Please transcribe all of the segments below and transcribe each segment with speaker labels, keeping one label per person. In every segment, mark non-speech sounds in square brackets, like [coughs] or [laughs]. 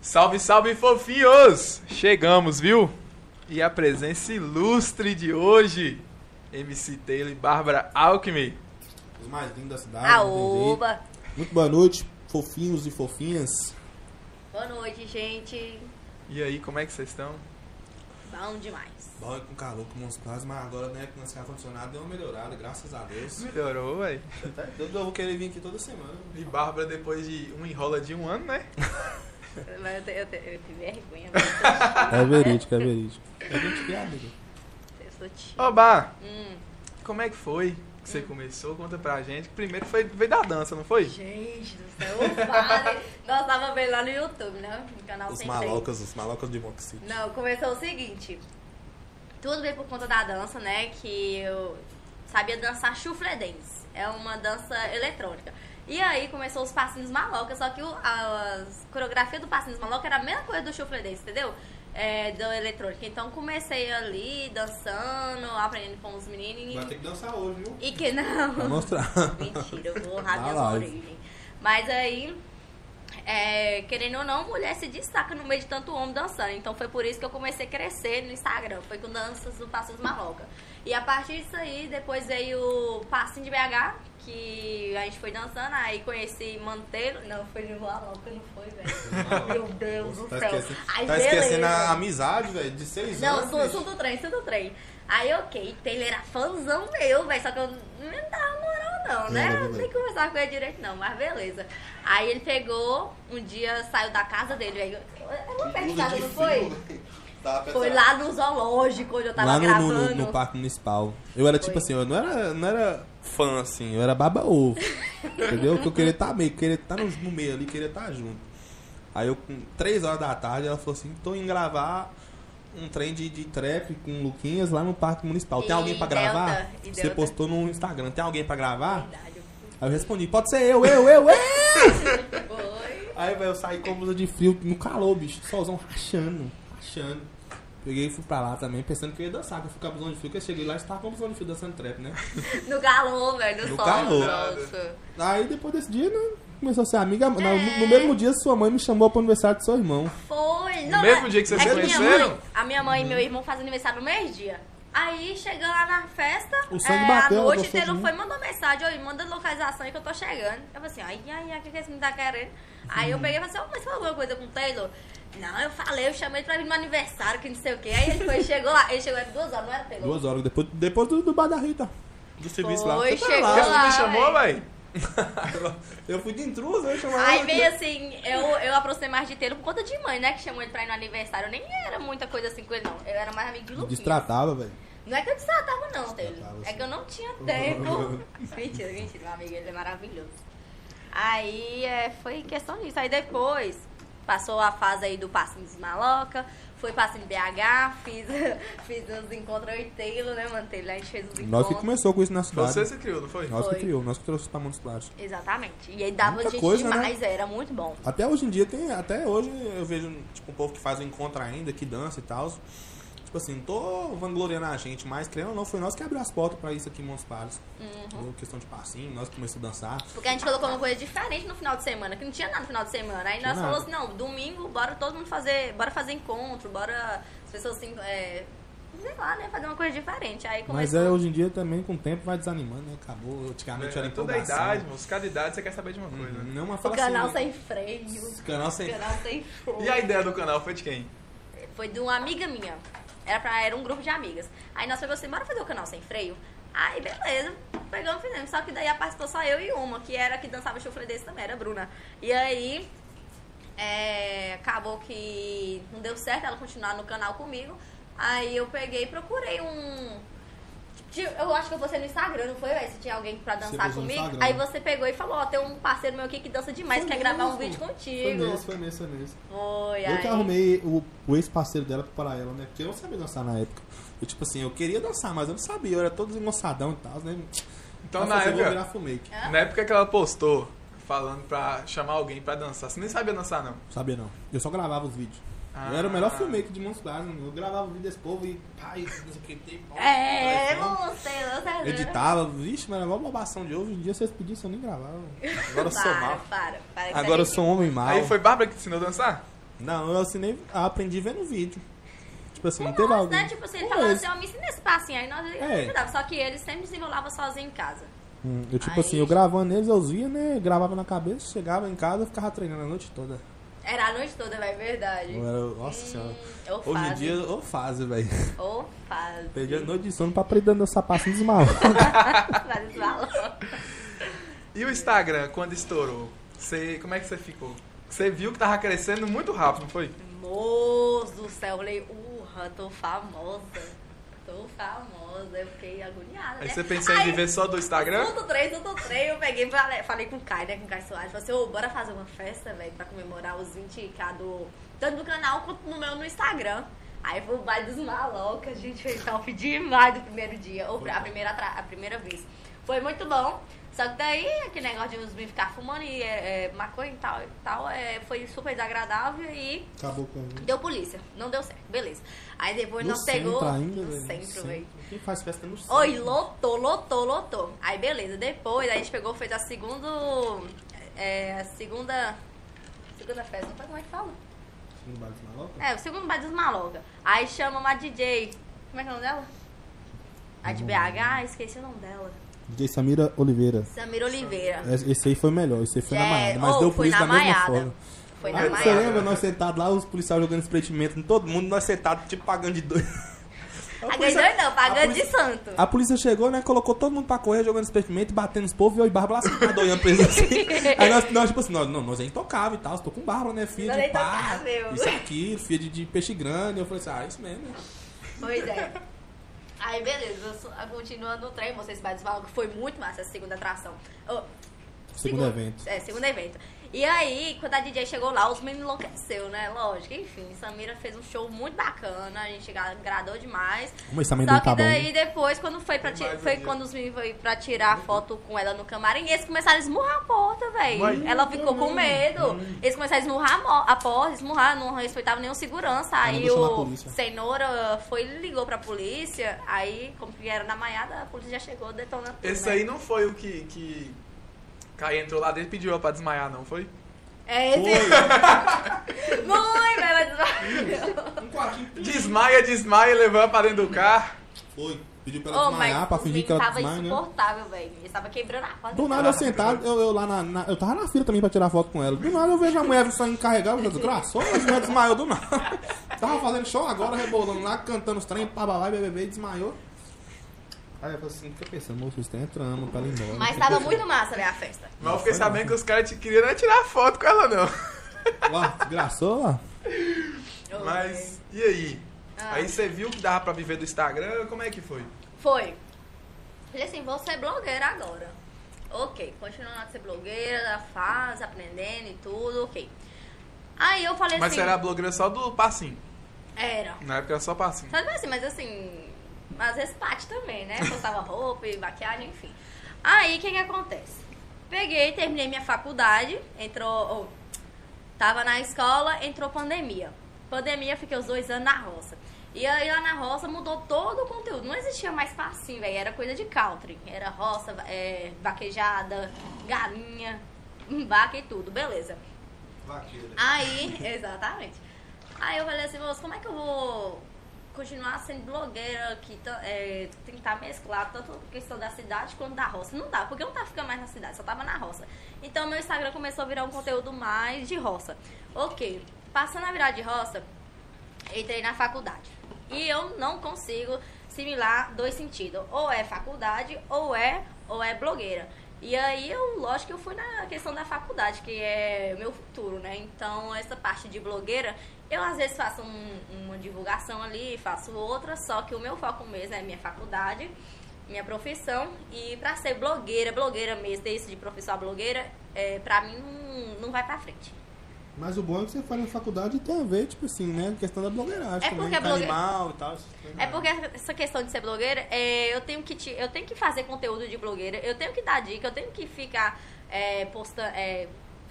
Speaker 1: Salve, salve, fofinhos! Chegamos, viu? E a presença ilustre de hoje, MC Taylor e Bárbara Alckmin.
Speaker 2: Os mais lindos da cidade.
Speaker 3: Ah,
Speaker 2: não tem
Speaker 3: Aoba!
Speaker 2: jeito. Muito boa noite, fofinhos e fofinhas.
Speaker 3: Boa noite, gente.
Speaker 1: E aí, como é que vocês estão?
Speaker 3: Bom demais.
Speaker 2: Bom, é com calor, com uns quase, mas agora, né, com nosso ar-condicionado deu uma melhorada, graças a Deus.
Speaker 1: Melhorou, velho.
Speaker 2: É, Eu, eu vou querer vir aqui toda semana.
Speaker 1: E Bárbara, depois de um enrola de um ano, né?
Speaker 3: Mas eu, te- eu, te- eu tenho vergonha. né?
Speaker 2: É verídico, é verídico. É gente que amigo.
Speaker 3: mas Eu sou tímida.
Speaker 1: Ô, Bá,
Speaker 3: Hum,
Speaker 1: como é que foi que você começou? Conta pra gente. Primeiro foi, veio da dança, não foi?
Speaker 3: gente do céu, eu falo. Nós tava vendo lá no YouTube, né? No canal
Speaker 2: Os
Speaker 3: Sem
Speaker 2: malocas, os malocas de Moxie.
Speaker 3: Freio. Não, começou o seguinte. Tudo veio por conta da dança, né? Que eu sabia dançar chufle dance. É uma dança eletrônica. E aí começou os passinhos malocas, só que o, a, as coreografia do passinhos maloca era a mesma coisa do chufle dance, entendeu? É, do eletrônico. Então comecei ali dançando, aprendendo com os meninos.
Speaker 2: Vai ter que dançar hoje, viu?
Speaker 3: E que não.
Speaker 2: Vou mostrar.
Speaker 3: Mentira, eu vou rabiar
Speaker 2: Vai lá.
Speaker 3: sua orelha. Mas aí, é, querendo ou não, mulher se destaca no meio de tanto homem dançando. Então foi por isso que eu comecei a crescer no Instagram. Foi com danças do Passos Maloca. E a partir disso aí, depois veio o Passinho de BH, que a gente foi dançando, aí conheci Manteiro. Não, foi de Voa Louca, não foi, velho. Meu Deus do
Speaker 2: tá
Speaker 3: céu.
Speaker 2: esquecendo,
Speaker 3: Aí,
Speaker 2: tá esquecendo
Speaker 3: beleza.
Speaker 2: a amizade, velho, de seis
Speaker 3: Não,
Speaker 2: anos.
Speaker 3: sou,
Speaker 2: bicho.
Speaker 3: sou do trem, sou do trem. Aí, ok, Taylor era fãzão meu, velho, só que eu não dava moral não, né?
Speaker 2: Era,
Speaker 3: Eu nem
Speaker 2: velho.
Speaker 3: conversava com ele direito não, mas beleza. Aí ele pegou, um dia saiu da casa dele, velho. É uma perto de casa, não foi? Foi lá no zoológico, onde eu tava
Speaker 2: Lá no, no-
Speaker 3: gravando.
Speaker 2: no- no Parque Municipal. Eu era tipo
Speaker 3: Foi.
Speaker 2: assim, eu não era, não era fã, assim, eu era baba
Speaker 3: [laughs]
Speaker 2: ovo. entendeu? Que eu queria estar meio, queria estar no, no meio ali, queria estar junto. Aí eu, com 3 horas da tarde, ela falou assim, tô indo gravar um trem de, de trap com o Luquinhas lá no Parque Municipal. Tem
Speaker 3: E
Speaker 2: alguém pra
Speaker 3: Delta,
Speaker 2: gravar?
Speaker 3: e
Speaker 2: Você
Speaker 3: Delta.
Speaker 2: postou no Instagram, tem alguém pra gravar?
Speaker 3: Verdade, eu-
Speaker 2: Aí eu respondi, pode ser eu, eu, eu, eu!
Speaker 3: Foi.
Speaker 2: Aí, velho, eu saí com a blusa de frio no calor, bicho. Solzão rachando, rachando. Peguei e fui pra lá também, pensando que eu ia dançar, que eu fui com a blusa de frio, que eu cheguei lá e estava com a blusa de frio dançando trap, né?
Speaker 3: No galô, velho,
Speaker 2: No
Speaker 3: no sol.
Speaker 2: calor.
Speaker 3: Nossa.
Speaker 2: Aí depois desse dia, né? Começou a ser amiga. No,
Speaker 3: É.
Speaker 2: no mesmo dia, sua mãe me chamou pro aniversário do seu irmão.
Speaker 3: Foi.
Speaker 1: mesmo
Speaker 3: mas-
Speaker 1: dia que vocês
Speaker 3: é
Speaker 1: se
Speaker 3: minha
Speaker 1: conheceram?
Speaker 3: mãe- A minha mãe e meu irmão fazem aniversário no mesmo dia. Aí, chegando lá na festa,
Speaker 2: O sangue
Speaker 3: é,
Speaker 2: bateu,
Speaker 3: à
Speaker 2: ela
Speaker 3: noite,
Speaker 2: gostou de
Speaker 3: Taylor
Speaker 2: mim.
Speaker 3: foi e mandou mensagem, oi, manda localização aí que eu tô chegando. Eu falei assim, ai, ai, ai, o que que esse menino tá querendo? Aí eu peguei e falei assim, ô, mas você falou alguma coisa com o Taylor? Não, eu falei, eu chamei ele pra vir no meu aniversário, que não sei o quê. Aí ele foi,
Speaker 2: [laughs]
Speaker 3: chegou lá, ele chegou, era duas horas, não era Taylor?
Speaker 2: Duas horas depois, depois do, do Bar da Rita. Do serviço lá.
Speaker 3: Foi,
Speaker 2: Você tá
Speaker 3: chegou
Speaker 2: lá.
Speaker 1: Ela não
Speaker 3: lá,
Speaker 1: me chamou, velho?
Speaker 2: [laughs] Eu fui de intruso, eu chamava
Speaker 3: Aí
Speaker 2: ela.
Speaker 3: veio assim, eu, eu aproximei mais de Taylor por conta de mãe, né, que chamou ele pra ir no aniversário. Eu nem era muita coisa assim com ele, não. Eu era mais amigo de
Speaker 2: Me
Speaker 3: Luquinha.
Speaker 2: Destratava, velho.
Speaker 3: Não é que eu desatava, não, Taylor.
Speaker 2: Desatava,
Speaker 3: É
Speaker 2: sim.
Speaker 3: que eu não tinha tempo.
Speaker 2: [laughs]
Speaker 3: mentira, mentira, meu amigo, ele é maravilhoso. Aí é, foi questão disso. Aí depois passou a fase aí do passinho de maloca, foi passinho em BH, fiz, [laughs] fiz os encontros eu e Taylor, né, mano? Taylor, a gente fez os
Speaker 2: Nós
Speaker 3: encontros.
Speaker 2: que começou com isso na cidade.
Speaker 1: Você se criou, não foi?
Speaker 2: Nós que
Speaker 3: Foi.
Speaker 2: criou, nós que trouxe pra Montes Claros.
Speaker 3: Exatamente. E aí dava
Speaker 2: Muita
Speaker 3: gente
Speaker 2: coisa, né?
Speaker 3: demais, era muito bom.
Speaker 2: Até hoje em dia tem. Até hoje eu vejo, tipo, um povo que faz o encontro ainda, que dança e tal. Tipo assim, não tô vangloriando a gente, mas creio ou não, foi nós que abriu as portas pra isso aqui em Montes Claros.
Speaker 3: Uhum.
Speaker 2: Entendeu? Questão de passinho, nós que começamos a dançar.
Speaker 3: Porque a gente colocou uma coisa diferente no final de semana, que não tinha nada no final de semana. Aí
Speaker 2: Tinha
Speaker 3: nós
Speaker 2: nada.
Speaker 3: falamos assim, não, domingo, bora todo mundo fazer, bora fazer encontro, bora as pessoas assim, é, sei lá, né, fazer uma coisa diferente. Aí
Speaker 2: Mas
Speaker 3: começou...
Speaker 2: é, hoje em dia também, com o tempo, vai desanimando, né? Acabou. Antigamente era
Speaker 1: É, toda a
Speaker 2: empolgação. Uhum.
Speaker 1: idade, moço. Cada idade você quer saber de uma coisa. né?
Speaker 2: Não, mas
Speaker 3: O
Speaker 2: fala
Speaker 3: canal
Speaker 2: assim,
Speaker 3: sem freio,
Speaker 2: né? Canal sem.
Speaker 3: o canal sem freio.
Speaker 2: Uhum.
Speaker 1: E a ideia do canal foi de quem?
Speaker 3: Foi de uma amiga minha. Era, pra, era um grupo de amigas. Aí nós pegamos assim, bora fazer o canal sem freio? Aí, beleza, pegamos e fizemos. Só que daí apareceu só eu e uma, que era a que dançava chufle desse também, era a Bruna. E aí, é, acabou que não deu certo ela continuar no canal comigo. Aí eu peguei e procurei um. tipo, Eu acho que eu postei no Instagram, não foi? Ué? Se tinha alguém pra dançar
Speaker 2: postou no
Speaker 3: comigo.
Speaker 2: Instagram.
Speaker 3: Aí você pegou e falou: Ó, tem um parceiro meu aqui que dança demais,
Speaker 2: Foi
Speaker 3: quer gravar um
Speaker 2: mesmo.
Speaker 3: vídeo
Speaker 2: Foi
Speaker 3: contigo.
Speaker 2: mesmo, foi mesmo, foi mesmo.
Speaker 3: Foi,
Speaker 2: Eu
Speaker 3: aí.
Speaker 2: que arrumei o, o ex-parceiro dela para ela, né? Porque eu não sabia dançar na época. Eu, tipo assim, eu queria dançar, mas eu não sabia. Eu era todo engonçadão e tal, né?
Speaker 1: Então,
Speaker 2: Nossa,
Speaker 1: na
Speaker 2: eu vou
Speaker 1: época,
Speaker 2: virar fumake.
Speaker 3: Hã?
Speaker 1: na época que ela postou, falando pra chamar alguém pra dançar, você nem sabia dançar, não.
Speaker 2: Sabia não. Eu só gravava os vídeos.
Speaker 1: Ah.
Speaker 2: eu era o melhor fumake de Montes Claros. mano. Eu gravava o vídeo desse povo e... Pai, não sei o que, tem pau,
Speaker 3: É,
Speaker 2: pau,
Speaker 3: você,
Speaker 2: pau.
Speaker 3: você.
Speaker 2: Editava. Vixe, mano, era uma bobação de hoje em dia. Vocês pediam, eu nem gravava. Agora eu sou
Speaker 3: Para,
Speaker 2: mal.
Speaker 3: para, para. que
Speaker 2: Agora eu
Speaker 3: você é
Speaker 2: sou um homem mal.
Speaker 1: Aí foi Bárbara que te ensinou a dançar?
Speaker 2: Não, eu assinei... ah, Aprendi vendo vídeo. Tipo assim, não
Speaker 3: Com
Speaker 2: teve
Speaker 3: nós,
Speaker 2: alguém... é
Speaker 3: né? Tipo assim, ele
Speaker 2: Com
Speaker 3: falava
Speaker 2: eles.
Speaker 3: assim, ó, me ensina esse passinho. Aí nós
Speaker 2: É.
Speaker 3: ajudava. Só que ele sempre desenrolava sozinho em casa.
Speaker 2: Hum, eu, tipo
Speaker 3: Aí-
Speaker 2: assim, eu gravando eles, eu via, né? Gravava na cabeça, chegava em casa, ficava treinando a noite toda.
Speaker 3: Era a noite toda, velho, verdade.
Speaker 2: Eu era, nossa senhora.
Speaker 3: Ou
Speaker 2: Hoje em
Speaker 3: fase.
Speaker 2: dia, ou fase, velho.
Speaker 3: Ou fase. [laughs]
Speaker 2: Perdi a noite de sono pra aprender a dançar passinho dos malucos.
Speaker 3: Fase de valor.
Speaker 1: E o Instagram, quando estourou? Você, como é que você ficou? Você viu que tava crescendo muito rápido, não foi?
Speaker 3: Moço do céu, eu falei, urra, tô famosa. Tô famosa. Eu fiquei agoniada,
Speaker 1: Aí
Speaker 3: né?
Speaker 1: você pensou em
Speaker 3: Aí,
Speaker 1: viver só do Instagram?
Speaker 3: Tudo três, tudo três. Eu peguei e falei, falei com o Kai, né? Com o Kai Soares. Falei assim, ô, bora fazer uma festa, velho, pra comemorar os 20k do... Tanto do canal quanto no meu no Instagram. Aí foi o baile dos malocas, gente. Foi top [laughs] demais do primeiro dia. Ou a primeira, tra- a primeira vez. Foi muito bom. Só que daí, aquele negócio de os meninos ficar fumando e é, é, maconha e tal, e tal é, foi super desagradável e...
Speaker 2: Acabou com
Speaker 3: Deu polícia, não deu certo, beleza. Aí depois nós pegou
Speaker 2: centro ainda,
Speaker 3: no
Speaker 2: velho.
Speaker 3: centro, velho.
Speaker 2: Quem faz festa no centro?
Speaker 3: Oi, lotou, lotou, lotou. Aí beleza, depois aí a gente pegou, fez a segunda. É, a segunda. Segunda festa, não sei como é que fala.
Speaker 2: No baile dos malocos?
Speaker 3: É, o segundo baile dos malocas. Aí chama uma DJ. Como é que é o nome dela? A de BH, esqueci o nome dela.
Speaker 2: DJ Samira Oliveira.
Speaker 3: Samira Oliveira.
Speaker 2: Esse esse aí foi melhor, esse aí foi na
Speaker 3: É,
Speaker 2: Maiada. Mas
Speaker 3: ou
Speaker 2: deu
Speaker 3: foi
Speaker 2: polícia
Speaker 3: na
Speaker 2: da mesma
Speaker 3: Maiada.
Speaker 2: forma.
Speaker 3: Foi na
Speaker 1: Ah,
Speaker 2: Você
Speaker 1: Maiada.
Speaker 2: lembra nós sentados lá, os policiais jogando espretimento em todo mundo, nós sentados, tipo, pagando de dois. A
Speaker 3: Paguei
Speaker 2: polícia-
Speaker 3: dois não,
Speaker 2: é. a
Speaker 3: pagando
Speaker 2: polícia-
Speaker 3: de santo.
Speaker 2: A polícia chegou, né? Colocou todo mundo pra correr, jogando espertimento, batendo os povos, e eu e Bárbara lá sentado olhando pra eles
Speaker 3: [laughs]
Speaker 2: assim. Aí nós, nós, tipo assim, nós, não, nós é intocável e tal, tô com Bárbara, né? Filha
Speaker 3: Nós é
Speaker 2: de pá,
Speaker 3: intocável.
Speaker 2: isso aqui, filha de, de peixe grande. Eu falei assim, ah, isso mesmo, né?
Speaker 3: Pois é. Aí, beleza, eu sou- continuando o trem, vocês mais falam que foi muito massa essa segunda atração. Ô,
Speaker 2: Segundo evento.
Speaker 3: É, segundo evento. E aí, quando a DJ chegou lá, os meninos enlouqueceu, né? Lógico, enfim, Samira fez um show muito bacana, a gente agradou demais.
Speaker 2: Como esse amendoim
Speaker 3: Só que
Speaker 2: tá bom.
Speaker 3: daí depois, quando foi para
Speaker 1: Mais um
Speaker 3: foi
Speaker 1: dia.
Speaker 3: quando os meninos foi pra tirar foto com ela no camarim, eles começaram a esmurrar a porta,
Speaker 1: Mas-
Speaker 3: velho. Ela ficou com medo. Eles começaram a esmurrar a, mo- a porta, esmurrar, não respeitavam nenhum segurança.
Speaker 2: não
Speaker 3: Aí
Speaker 2: deixou na
Speaker 3: o
Speaker 2: polícia.
Speaker 3: cenoura foi e ligou pra polícia. Aí, como que era na maiada, a polícia já chegou detonando. tudo,
Speaker 1: Esse
Speaker 3: né?
Speaker 1: aí não foi o que. que... Caí entrou lá dentro e pediu ela pra desmaiar, não foi?
Speaker 3: É esse. [laughs] Muito, velho.
Speaker 2: Um quartinho.
Speaker 1: Desmaia, desmaia, levou ela pra dentro do carro.
Speaker 2: Foi. Pediu pra ela
Speaker 3: Ô,
Speaker 2: desmaiar,
Speaker 3: mas
Speaker 2: pra
Speaker 3: o
Speaker 2: fingir
Speaker 3: menino
Speaker 2: que ela
Speaker 3: Oh tava
Speaker 2: desmaia, né?
Speaker 3: insuportável, velho. Ele tava quebrando a porta.
Speaker 2: Do nada eu sentado, eu, eu lá na, na- Eu tava na fila também pra tirar foto com ela. Do nada eu vejo a mulher só encarregada, eu desgraçou, mas mulher desmaiou do nada. [laughs] Tava fazendo show agora, rebolando lá, cantando os trem, pá, babá, bebê, desmaiou. Aí eu falei assim, fica pensando, moço, vocês estão entrando pra ela ir embora.
Speaker 3: Mas tava muito massa, né, a festa.
Speaker 1: Mas eu fiquei sabendo que os caras te queriam não tirar foto com ela, não.
Speaker 2: Ó, desgraçou, ó.
Speaker 3: Ô,
Speaker 1: Mas, e aí? Aí você viu que dava pra viver do Instagram, como é que foi?
Speaker 3: Foi. Falei assim, vou ser blogueira agora. Ok, continuando a ser blogueira, faz, aprendendo e tudo, ok. Aí eu falei
Speaker 1: Mas
Speaker 3: assim...
Speaker 1: você era blogueira só do passinho.
Speaker 3: Era.
Speaker 1: Na época era só passinho.
Speaker 3: Sabe assim, mas assim, às vezes parte também, né? Postava roupa e maquiagem, enfim. Aí o que, que acontece? Peguei, terminei minha faculdade, entrou. ou, tava na escola, entrou pandemia. Pandemia, fiquei os dois anos na roça. E aí lá na roça mudou todo o conteúdo. Não existia mais passinho, velho. Era coisa de country. Era roça, é, vaquejada, galinha, vaca e tudo, beleza. Aí, exatamente. Aí eu falei assim, moço, como é que eu vou continuar sendo blogueira que tá- é, tentar mesclar tanto a questão da cidade quanto da roça? Não dá, porque eu não tava ficando mais na cidade, só tava na roça. Então meu Instagram começou a virar um conteúdo mais de roça. Ok, passando a virar de roça, entrei na faculdade. E eu não consigo similar, dois sentidos. Ou é faculdade, ou é, ou é blogueira. E aí, eu, lógico que eu fui na questão da faculdade, que é meu futuro, né? Então, essa parte de blogueira, eu às vezes faço um- uma divulgação ali, faço outra, só que o meu foco mesmo é minha faculdade, minha profissão. E pra ser blogueira, blogueira mesmo, ter isso de profissão a blogueira, é, pra mim não, não vai pra frente.
Speaker 2: Mas o bom é que você faz na faculdade e tem a ver, tipo assim, né? Questão da blogueiragem.
Speaker 3: É
Speaker 2: também,
Speaker 3: porque a
Speaker 2: com
Speaker 3: blogue-
Speaker 2: animal e tal. essas coisas.
Speaker 3: É porque essa questão de ser blogueira, é, eu, tenho que te- eu tenho que fazer conteúdo de blogueira, eu tenho que dar dica, eu tenho que ficar é, postando,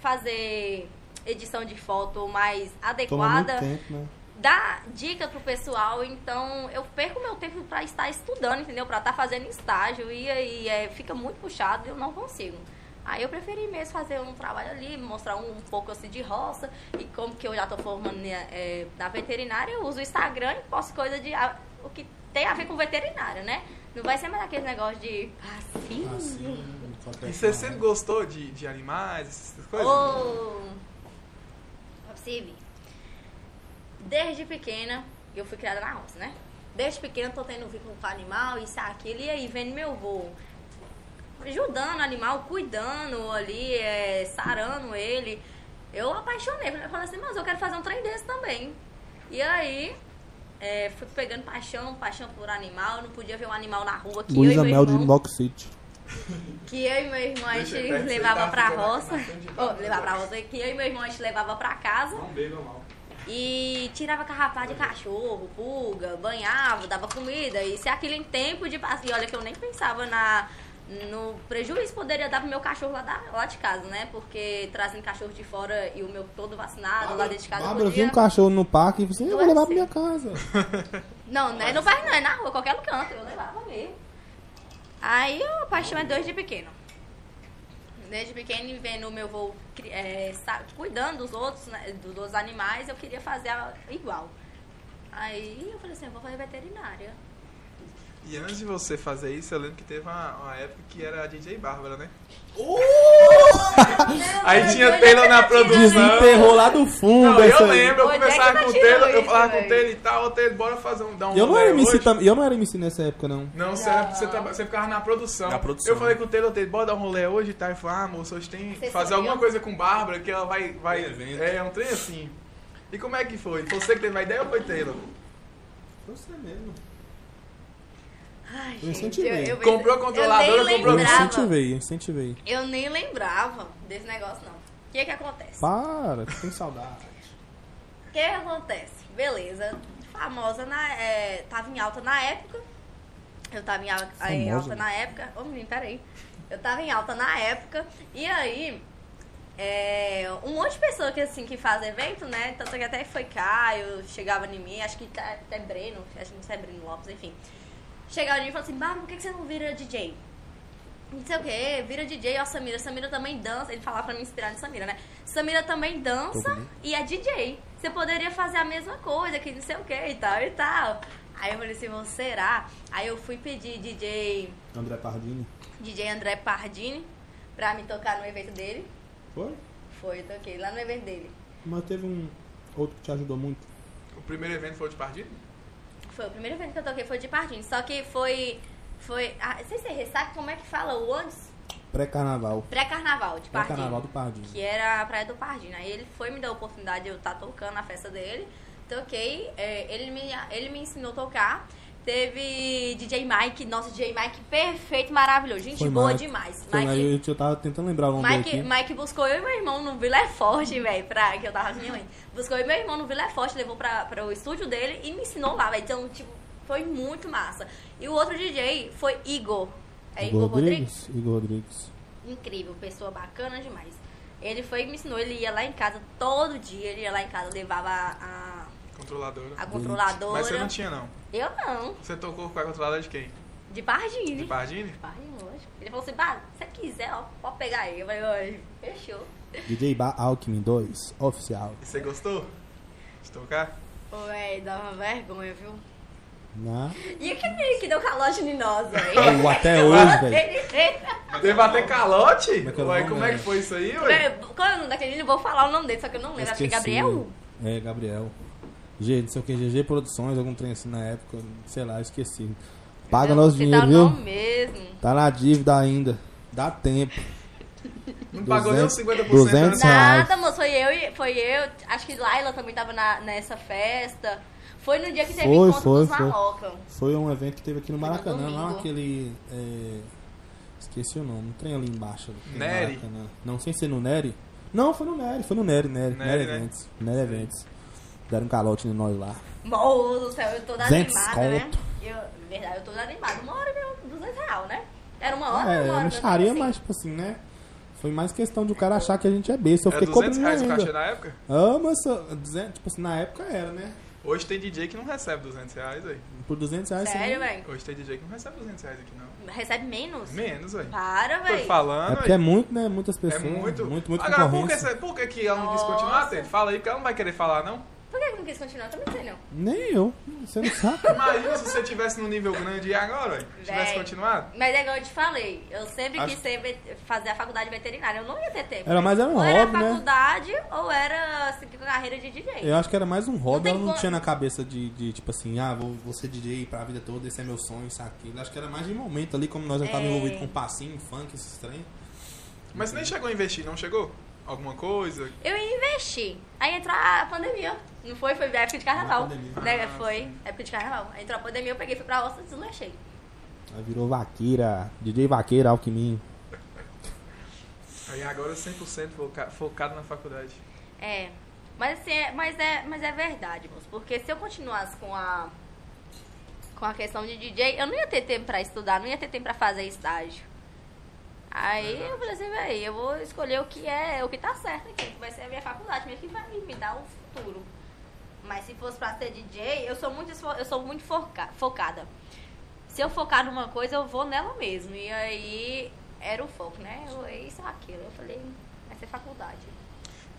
Speaker 3: fazer edição de foto mais
Speaker 2: Toma muito
Speaker 3: adequada,
Speaker 2: tempo, né?
Speaker 3: dar dica pro pessoal, então eu perco meu tempo pra estar estudando, entendeu? Pra estar fazendo estágio e aí é, fica muito puxado e eu não consigo. Aí eu preferi mesmo fazer um trabalho ali, mostrar um, um pouco assim de roça e como que eu já tô formando né, é, na veterinária, eu uso o Instagram e posto coisa de a- o que tem a ver com veterinária, né? Não vai ser mais aquele negócio de assim.
Speaker 2: Assim, qualquer
Speaker 1: E você
Speaker 2: coisa.
Speaker 1: sempre gostou de, de animais, essas coisas?
Speaker 3: Ô, pra você ver. Desde pequena, eu fui criada na roça, né? Desde pequena, tô tendo vínculo com animal, isso, aquilo, e aí vendo meu avô ajudando o animal, cuidando ali, é, sarando ele. Eu apaixonei, eu falei assim, mas eu quero fazer um trem desse também. E aí, é, fui pegando paixão, paixão por animal, não podia ver um animal na rua que
Speaker 2: Luísa
Speaker 3: eu e meu
Speaker 2: Mel de
Speaker 3: irmão-
Speaker 2: Knock City.
Speaker 3: que eu e meu irmão a gente
Speaker 1: Deixa quieto,
Speaker 3: levava
Speaker 1: você tá
Speaker 3: pra
Speaker 1: ficando
Speaker 3: roça.
Speaker 1: na frente de
Speaker 3: Ô,
Speaker 1: casa.
Speaker 3: levava pra roça. Que eu e meu irmão a gente levava pra casa
Speaker 1: Não beba mal.
Speaker 3: e tirava carrapato de cachorro, pulga, banhava, dava comida. E se aquilo em tempo de passe. E olha que eu nem pensava na, no prejuízo que poderia dar pro meu cachorro lá, da- lá de casa, né? Porque trazendo cachorro de fora e o meu todo vacinado lá dentro de casa.
Speaker 2: Bárbara, eu vi
Speaker 3: podia...
Speaker 2: um cachorro no parque e falei assim, eu vou levar pra
Speaker 3: Doença.
Speaker 2: minha
Speaker 1: [laughs]
Speaker 2: casa.
Speaker 3: Não, não é no bairro, não, é na rua, qualquer canto, eu levava mesmo. Aí a paixão é desde pequeno. Desde pequeno, vendo o meu avô cri- é, sa- cuidando dos outros, né, dos outros animais, eu queria fazer a- igual. Aí eu falei assim, eu vou fazer veterinária.
Speaker 1: E antes de você fazer isso, eu lembro que teve uma, uma época que era a DJ Bárbara, né? [laughs] Aí tinha Taylor na produção.
Speaker 2: Desenterrou lá do fundo.
Speaker 1: Não,
Speaker 2: essa
Speaker 1: eu
Speaker 2: aí.
Speaker 1: lembro, eu
Speaker 3: Onde é que
Speaker 1: conversava
Speaker 3: tá
Speaker 1: com o
Speaker 3: tirando
Speaker 1: Taylor, eu
Speaker 3: isso,
Speaker 1: falava com o
Speaker 3: véi?
Speaker 1: Taylor e tal, ô Taylor, bora fazer um down.
Speaker 2: Eu não era MC também. Eu não era MC nessa época, não.
Speaker 1: Não, você, era- você, tava- você ficava na produção.
Speaker 2: Na produção.
Speaker 1: Eu falei com o Taylor, Taylor, bora dar um rolê hoje e tal. Ele falou, ah, moça, hoje tem que
Speaker 3: Você
Speaker 1: fazer
Speaker 3: sabia?
Speaker 1: alguma coisa com Bárbara que ela vai. vai
Speaker 2: Tem evento.
Speaker 1: é, um trem assim. E como é que foi? Foi Você que teve a ideia ou foi Taylor?
Speaker 2: Você é mesmo.
Speaker 3: Ai,
Speaker 2: Eu
Speaker 3: gente, eu,
Speaker 2: incentivei.
Speaker 3: eu,
Speaker 1: Comprou a controladora,
Speaker 3: eu nem
Speaker 1: comprou-
Speaker 2: Eu
Speaker 3: lembrava,
Speaker 2: incentivei, eu incentivei.
Speaker 3: Eu nem lembrava desse negócio, não. O que que acontece?
Speaker 2: Para, tem saudade.
Speaker 3: O que acontece? Beleza, famosa na, é, tava em alta na época. Eu tava em, al- em
Speaker 2: Famosa?
Speaker 3: alta na época. Ô menino, peraí. Eu tava em alta na época. E aí, é, um monte de pessoa que assim que faz evento, né? Tanto que até foi Caio, chegava em mim, acho que tá- até Breno, acho que não sei, Breno Lopes, enfim. Chegava em mim e falava assim, Bárbara, por que que você não vira DJ? não sei o que, vira DJ, ó, Samira, Samira também dança. Ele falava pra me inspirar em Samira, né? Samira também dança e é DJ. Você poderia fazer a mesma coisa, que não sei o que e tal e tal. Aí eu falei assim, "Bom, será? Aí eu fui pedir DJ,
Speaker 2: André Pardini.
Speaker 3: DJ André Pardini pra me tocar no evento dele.
Speaker 2: Foi?
Speaker 3: Foi, eu toquei lá no evento dele.
Speaker 2: Mas teve um outro que te ajudou muito.
Speaker 1: O primeiro evento foi o de partido?
Speaker 3: Foi o primeiro evento que eu toquei, foi de Pardini. Só que foi. Foi. Ah, não sei se é ressaca, como é que fala o antes?
Speaker 2: Pré-carnaval.
Speaker 3: Pré-carnaval de Pardini.
Speaker 2: Pré-carnaval do Pardini.
Speaker 3: que era a Praia do Pardinho. Aí ele foi me dar a oportunidade de eu estar tocando na festa dele. Toquei, é, ele, me, ele me ensinou a tocar. Teve DJ Mike, nosso DJ Mike perfeito, maravilhoso. é Gente
Speaker 2: Foi
Speaker 3: boa
Speaker 2: Mike.
Speaker 3: demais.
Speaker 2: Foi,
Speaker 3: Mike,
Speaker 2: aí eu, eu tava tentando lembrar o nome
Speaker 3: Mike,
Speaker 2: dele aqui.
Speaker 3: Mike buscou eu e meu irmão no Vila é Forte, velho, pra que eu tava com minha mãe. Buscou eu e meu irmão no Vila é Forte, levou pra, pra o estúdio dele e me ensinou lá, velho. Então, tipo, foi muito massa. E o outro DJ foi Igor. É Igor Rodrigues?
Speaker 2: Igor Rodrigues. [laughs]
Speaker 3: incrível, pessoa bacana demais. Ele foi e me ensinou, ele ia lá em casa todo dia, ele ia lá em casa, levava a,
Speaker 1: Controladora.
Speaker 3: a controladora.
Speaker 1: Mas você não tinha, não.
Speaker 3: Eu não,
Speaker 1: Você tocou com a controladora de quem?
Speaker 3: de Pardini.
Speaker 1: De Pardini?
Speaker 3: Pardini, lógico. Ele falou assim, Bá, se você quiser, ó, pode pegar aí. Eu falei, ó, fechou.
Speaker 2: DJ ba Alckmin 2, oficial.
Speaker 1: E você gostou de tocar?
Speaker 3: Ô, véi, dá uma vergonha, viu?
Speaker 2: Na...
Speaker 3: E aquele menino que deu calote em nós, velho?
Speaker 2: Ou até hoje, velho.
Speaker 1: Teve até calote?
Speaker 2: é Como é que é o
Speaker 1: Ué,
Speaker 2: nome,
Speaker 1: como é que
Speaker 2: né?
Speaker 1: foi isso aí, ué?
Speaker 3: Qual é o nome daquele? menino? Eu vou falar o nome dele, só que eu não lembro. Acho que é
Speaker 2: Esqueci.
Speaker 3: Gabriel.
Speaker 2: É, Gabriel. G, não sei o que, GG Produções, algum trem assim na época, sei lá, esqueci. Paga
Speaker 3: Não,
Speaker 2: nosso
Speaker 3: você
Speaker 2: dinheiro,
Speaker 3: tá
Speaker 2: viu?
Speaker 3: Não mesmo.
Speaker 2: Tá na dívida ainda. Dá tempo.
Speaker 1: Não pagou nem os 50%.
Speaker 2: 200
Speaker 1: né?
Speaker 3: Nada, moço, foi eu e foi eu. Acho que Laila também tava na- nessa festa. Foi no dia que teve
Speaker 2: Foi,
Speaker 3: encontro
Speaker 2: foi,
Speaker 3: dos
Speaker 2: foi.
Speaker 3: Maloca.
Speaker 2: Foi um evento que teve aqui no
Speaker 3: Foi no
Speaker 2: Maracanã, lá
Speaker 3: domingo.
Speaker 2: naquele. é, Esqueci o nome, um trem ali embaixo. no
Speaker 1: Nery?
Speaker 2: Maracanã. Não, sem ser no Nery. Não, foi no Nery, foi no Nery, Nery,
Speaker 1: Nery,
Speaker 2: Nery
Speaker 1: né?
Speaker 2: Eventos. Nery Eventos. Deram um calote em nós lá.
Speaker 3: Moço do céu, eu tô toda
Speaker 2: 200
Speaker 3: animada, né?
Speaker 2: conto.
Speaker 3: Eu, na verdade, eu tô toda animada. Uma hora meu, 200 real, né? Era uma
Speaker 2: é,
Speaker 3: hora, uma
Speaker 2: eu
Speaker 3: hora.
Speaker 2: não
Speaker 3: meu,
Speaker 2: estaria,
Speaker 3: assim.
Speaker 2: mas tipo assim, né? Foi mais questão de o cara achar que a gente é besta. Eu
Speaker 1: Era 200
Speaker 2: fiquei cobrando
Speaker 1: reais o
Speaker 2: ainda.
Speaker 1: cachê na época?
Speaker 2: Ah, moça, 200, tipo assim, na época era, né?
Speaker 1: Hoje tem DJ que não recebe 200 reais, aí.
Speaker 2: Por 200 reais você
Speaker 3: Sério,
Speaker 2: não-
Speaker 3: velho?
Speaker 1: Hoje tem DJ que não recebe 200 reais aqui, não.
Speaker 3: Recebe menos?
Speaker 1: Menos, aí.
Speaker 3: Para,
Speaker 1: Tô
Speaker 3: velho.
Speaker 2: É
Speaker 1: falando,
Speaker 2: porque é
Speaker 1: aí.
Speaker 2: muito, né? Muitas
Speaker 1: É
Speaker 2: pessoas.
Speaker 1: muito.
Speaker 2: muito, muito
Speaker 1: Agora, por que,
Speaker 2: concorrência.
Speaker 1: essa- por que que ela não quis continuar, Tê? Fala aí, porque ela não vai querer falar, não.
Speaker 3: Por que que não quis continuar? Eu também não sei, não.
Speaker 2: Nem eu. Você não sabe.
Speaker 1: Imagina se você tivesse num nível grande e agora, aí? Tivesse
Speaker 3: Véi.
Speaker 1: continuado?
Speaker 3: Mas é igual eu te falei, eu sempre
Speaker 1: Acho-
Speaker 3: quis ser ve- fazer a faculdade veterinária, eu não ia ter tempo.
Speaker 2: Era mais era um
Speaker 3: ou era
Speaker 2: hobby, né?
Speaker 3: faculdade, ou era assim, carreira de DJ.
Speaker 2: Eu acho que era mais um hobby,
Speaker 3: tem
Speaker 2: ela não
Speaker 3: como-
Speaker 2: tinha na cabeça de, de, tipo assim, ah, vou, vou ser DJ pra vida toda, esse é meu sonho, isso aqui. Acho que era mais de momento ali, como nós já estávamos
Speaker 3: É.
Speaker 2: envolvidos com passinho, funk, esses trem.
Speaker 1: Mas nem chegou a investir, não chegou? Alguma coisa?
Speaker 3: Eu ia investir. Aí entrou a pandemia. Não foi? Foi época de carnaval.
Speaker 2: Foi pandemia.
Speaker 3: Né?
Speaker 1: Ah,
Speaker 3: foi
Speaker 1: sim.
Speaker 3: época de carnaval. Aí entrou a pandemia, eu peguei, fui pra roça, desleixei.
Speaker 2: Aí virou vaqueira, DJ vaqueira, alquimim.
Speaker 1: Aí agora 100% foca- focado na faculdade.
Speaker 3: É. Mas assim, é, mas é, mas é verdade, moço. Porque se eu continuasse com a com a questão de DJ, eu não ia ter tempo pra estudar, não ia ter tempo pra fazer estágio. Aí eu falei assim, véi, eu vou escolher o que é, o que tá certo aqui, que vai ser a minha faculdade, mesmo que vai me dar o futuro. Mas se fosse pra ser DJ, eu sou muito, esfo- eu sou muito foca- focada. Se eu focar numa coisa, eu vou nela mesmo. E aí era o foco, né? Eu, isso ou aquilo. Eu falei, vai ser faculdade.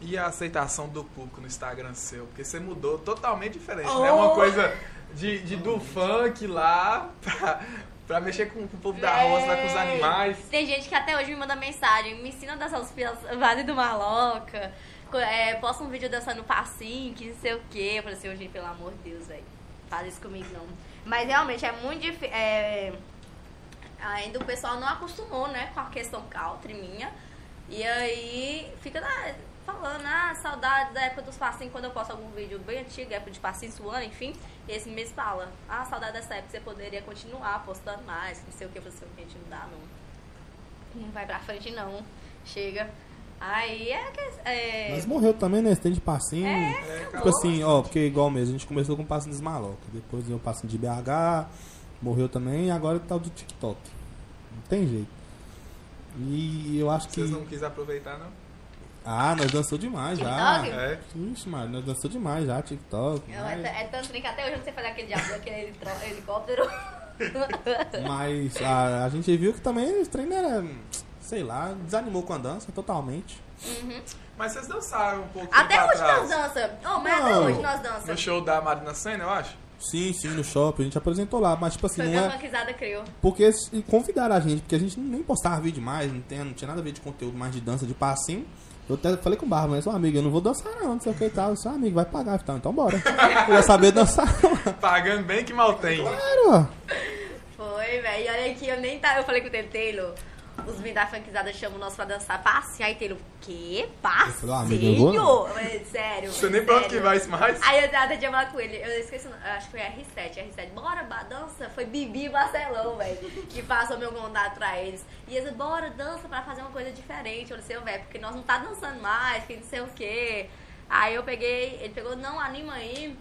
Speaker 1: E a aceitação do público no Instagram seu? Porque você mudou totalmente diferente,
Speaker 3: Oh!
Speaker 1: né? Uma coisa de, de do funk lá pra, pra mexer com, com o povo da roça, lá com os
Speaker 3: Véi.
Speaker 1: animais. né,
Speaker 3: Tem gente que até hoje me manda mensagem, me ensina a dançar os pias- Vale do Maloca, co- é, posta um vídeo dançando passinho, que não sei o quê. Eu falei assim, ô, gente, pelo amor de Deus, velho, faz isso comigo não. Mas realmente é muito é, difícil. ainda o pessoal não acostumou, né, com a questão country minha. E aí fica lá falando, ah, saudade da época dos passinhos, quando eu posto algum vídeo bem antigo, época de passinho suando, enfim, esse mês fala, ah, saudade dessa época, você poderia continuar postando mais, não sei o que, eu falei assim, gente, não dá não. Não vai pra frente não, chega. Aí é que... É,
Speaker 2: Mas morreu também, né? Esse trem de passinho.
Speaker 1: É,
Speaker 2: Tipo
Speaker 1: acabou.
Speaker 2: assim, ó, porque igual mesmo, a gente começou com o passinho dos malocos, depois deu o passinho de BH, morreu também, e agora tá o do TikTok. Não tem jeito. E eu acho que.
Speaker 1: Vocês não quis aproveitar, não?
Speaker 2: Ah, nós dançou demais já.
Speaker 3: TikTok?
Speaker 1: É.
Speaker 2: Ixi, mano, nós dançou demais já, TikTok.
Speaker 3: eu- é,
Speaker 2: mas-
Speaker 3: t- é tanto que até hoje eu não sei fazer aquele diabo, aquele tro-
Speaker 2: [laughs]
Speaker 3: helicóptero. tá-
Speaker 2: Mas a, a gente viu que também o treino era, sei lá, desanimou com a dança totalmente.
Speaker 1: Mas vocês dançaram um pouco
Speaker 3: até
Speaker 1: tempo
Speaker 3: hoje nós
Speaker 1: atrás.
Speaker 3: dança. Oh, mas até
Speaker 2: Não.
Speaker 3: hoje nós
Speaker 1: No
Speaker 3: dança.
Speaker 1: show da Marina Senna, eu acho.
Speaker 2: Sim, sim, no shopping, a gente apresentou lá, mas tipo assim,
Speaker 3: Foi
Speaker 2: não
Speaker 3: que a
Speaker 2: é.
Speaker 3: banquizada criou.
Speaker 2: Porque eles convidaram a gente, porque a gente nem postava vídeo mais, não tinha, não tinha nada a ver de conteúdo mais de dança, de passinho. Eu até falei com o Barba, mas, ô amigo, eu não vou dançar não, não sei o que e tal. Eu disse, "Ah, amigo, vai pagar, então, então bora. Eu ia saber dançar. [laughs]
Speaker 1: Pagando bem que mal tem.
Speaker 2: Claro, ó.
Speaker 3: Foi, velho. E olha aqui, eu nem tá. Eu falei com o Taylor, Taylor. Os meninos da funkizada chamam nós pra dançar passe. Aí Taylor, que? Passeio?
Speaker 2: falei, ah, amigo, eu vou não.
Speaker 3: É, sério.
Speaker 1: Você
Speaker 3: é
Speaker 1: nem pra onde que
Speaker 3: sério.
Speaker 1: vai isso mais.
Speaker 3: Aí eu até tinha falado com ele, eu esqueci, o nome, acho que foi R7, R7, bora, ba- dança, foi Bibi e Marcelão, velho, que passou meu contato pra eles. E eles, bora, dança pra fazer uma coisa diferente, eu disse, velho, porque nós não tá dançando mais, que não sei o quê. Aí eu peguei, ele pegou, não, anima aí,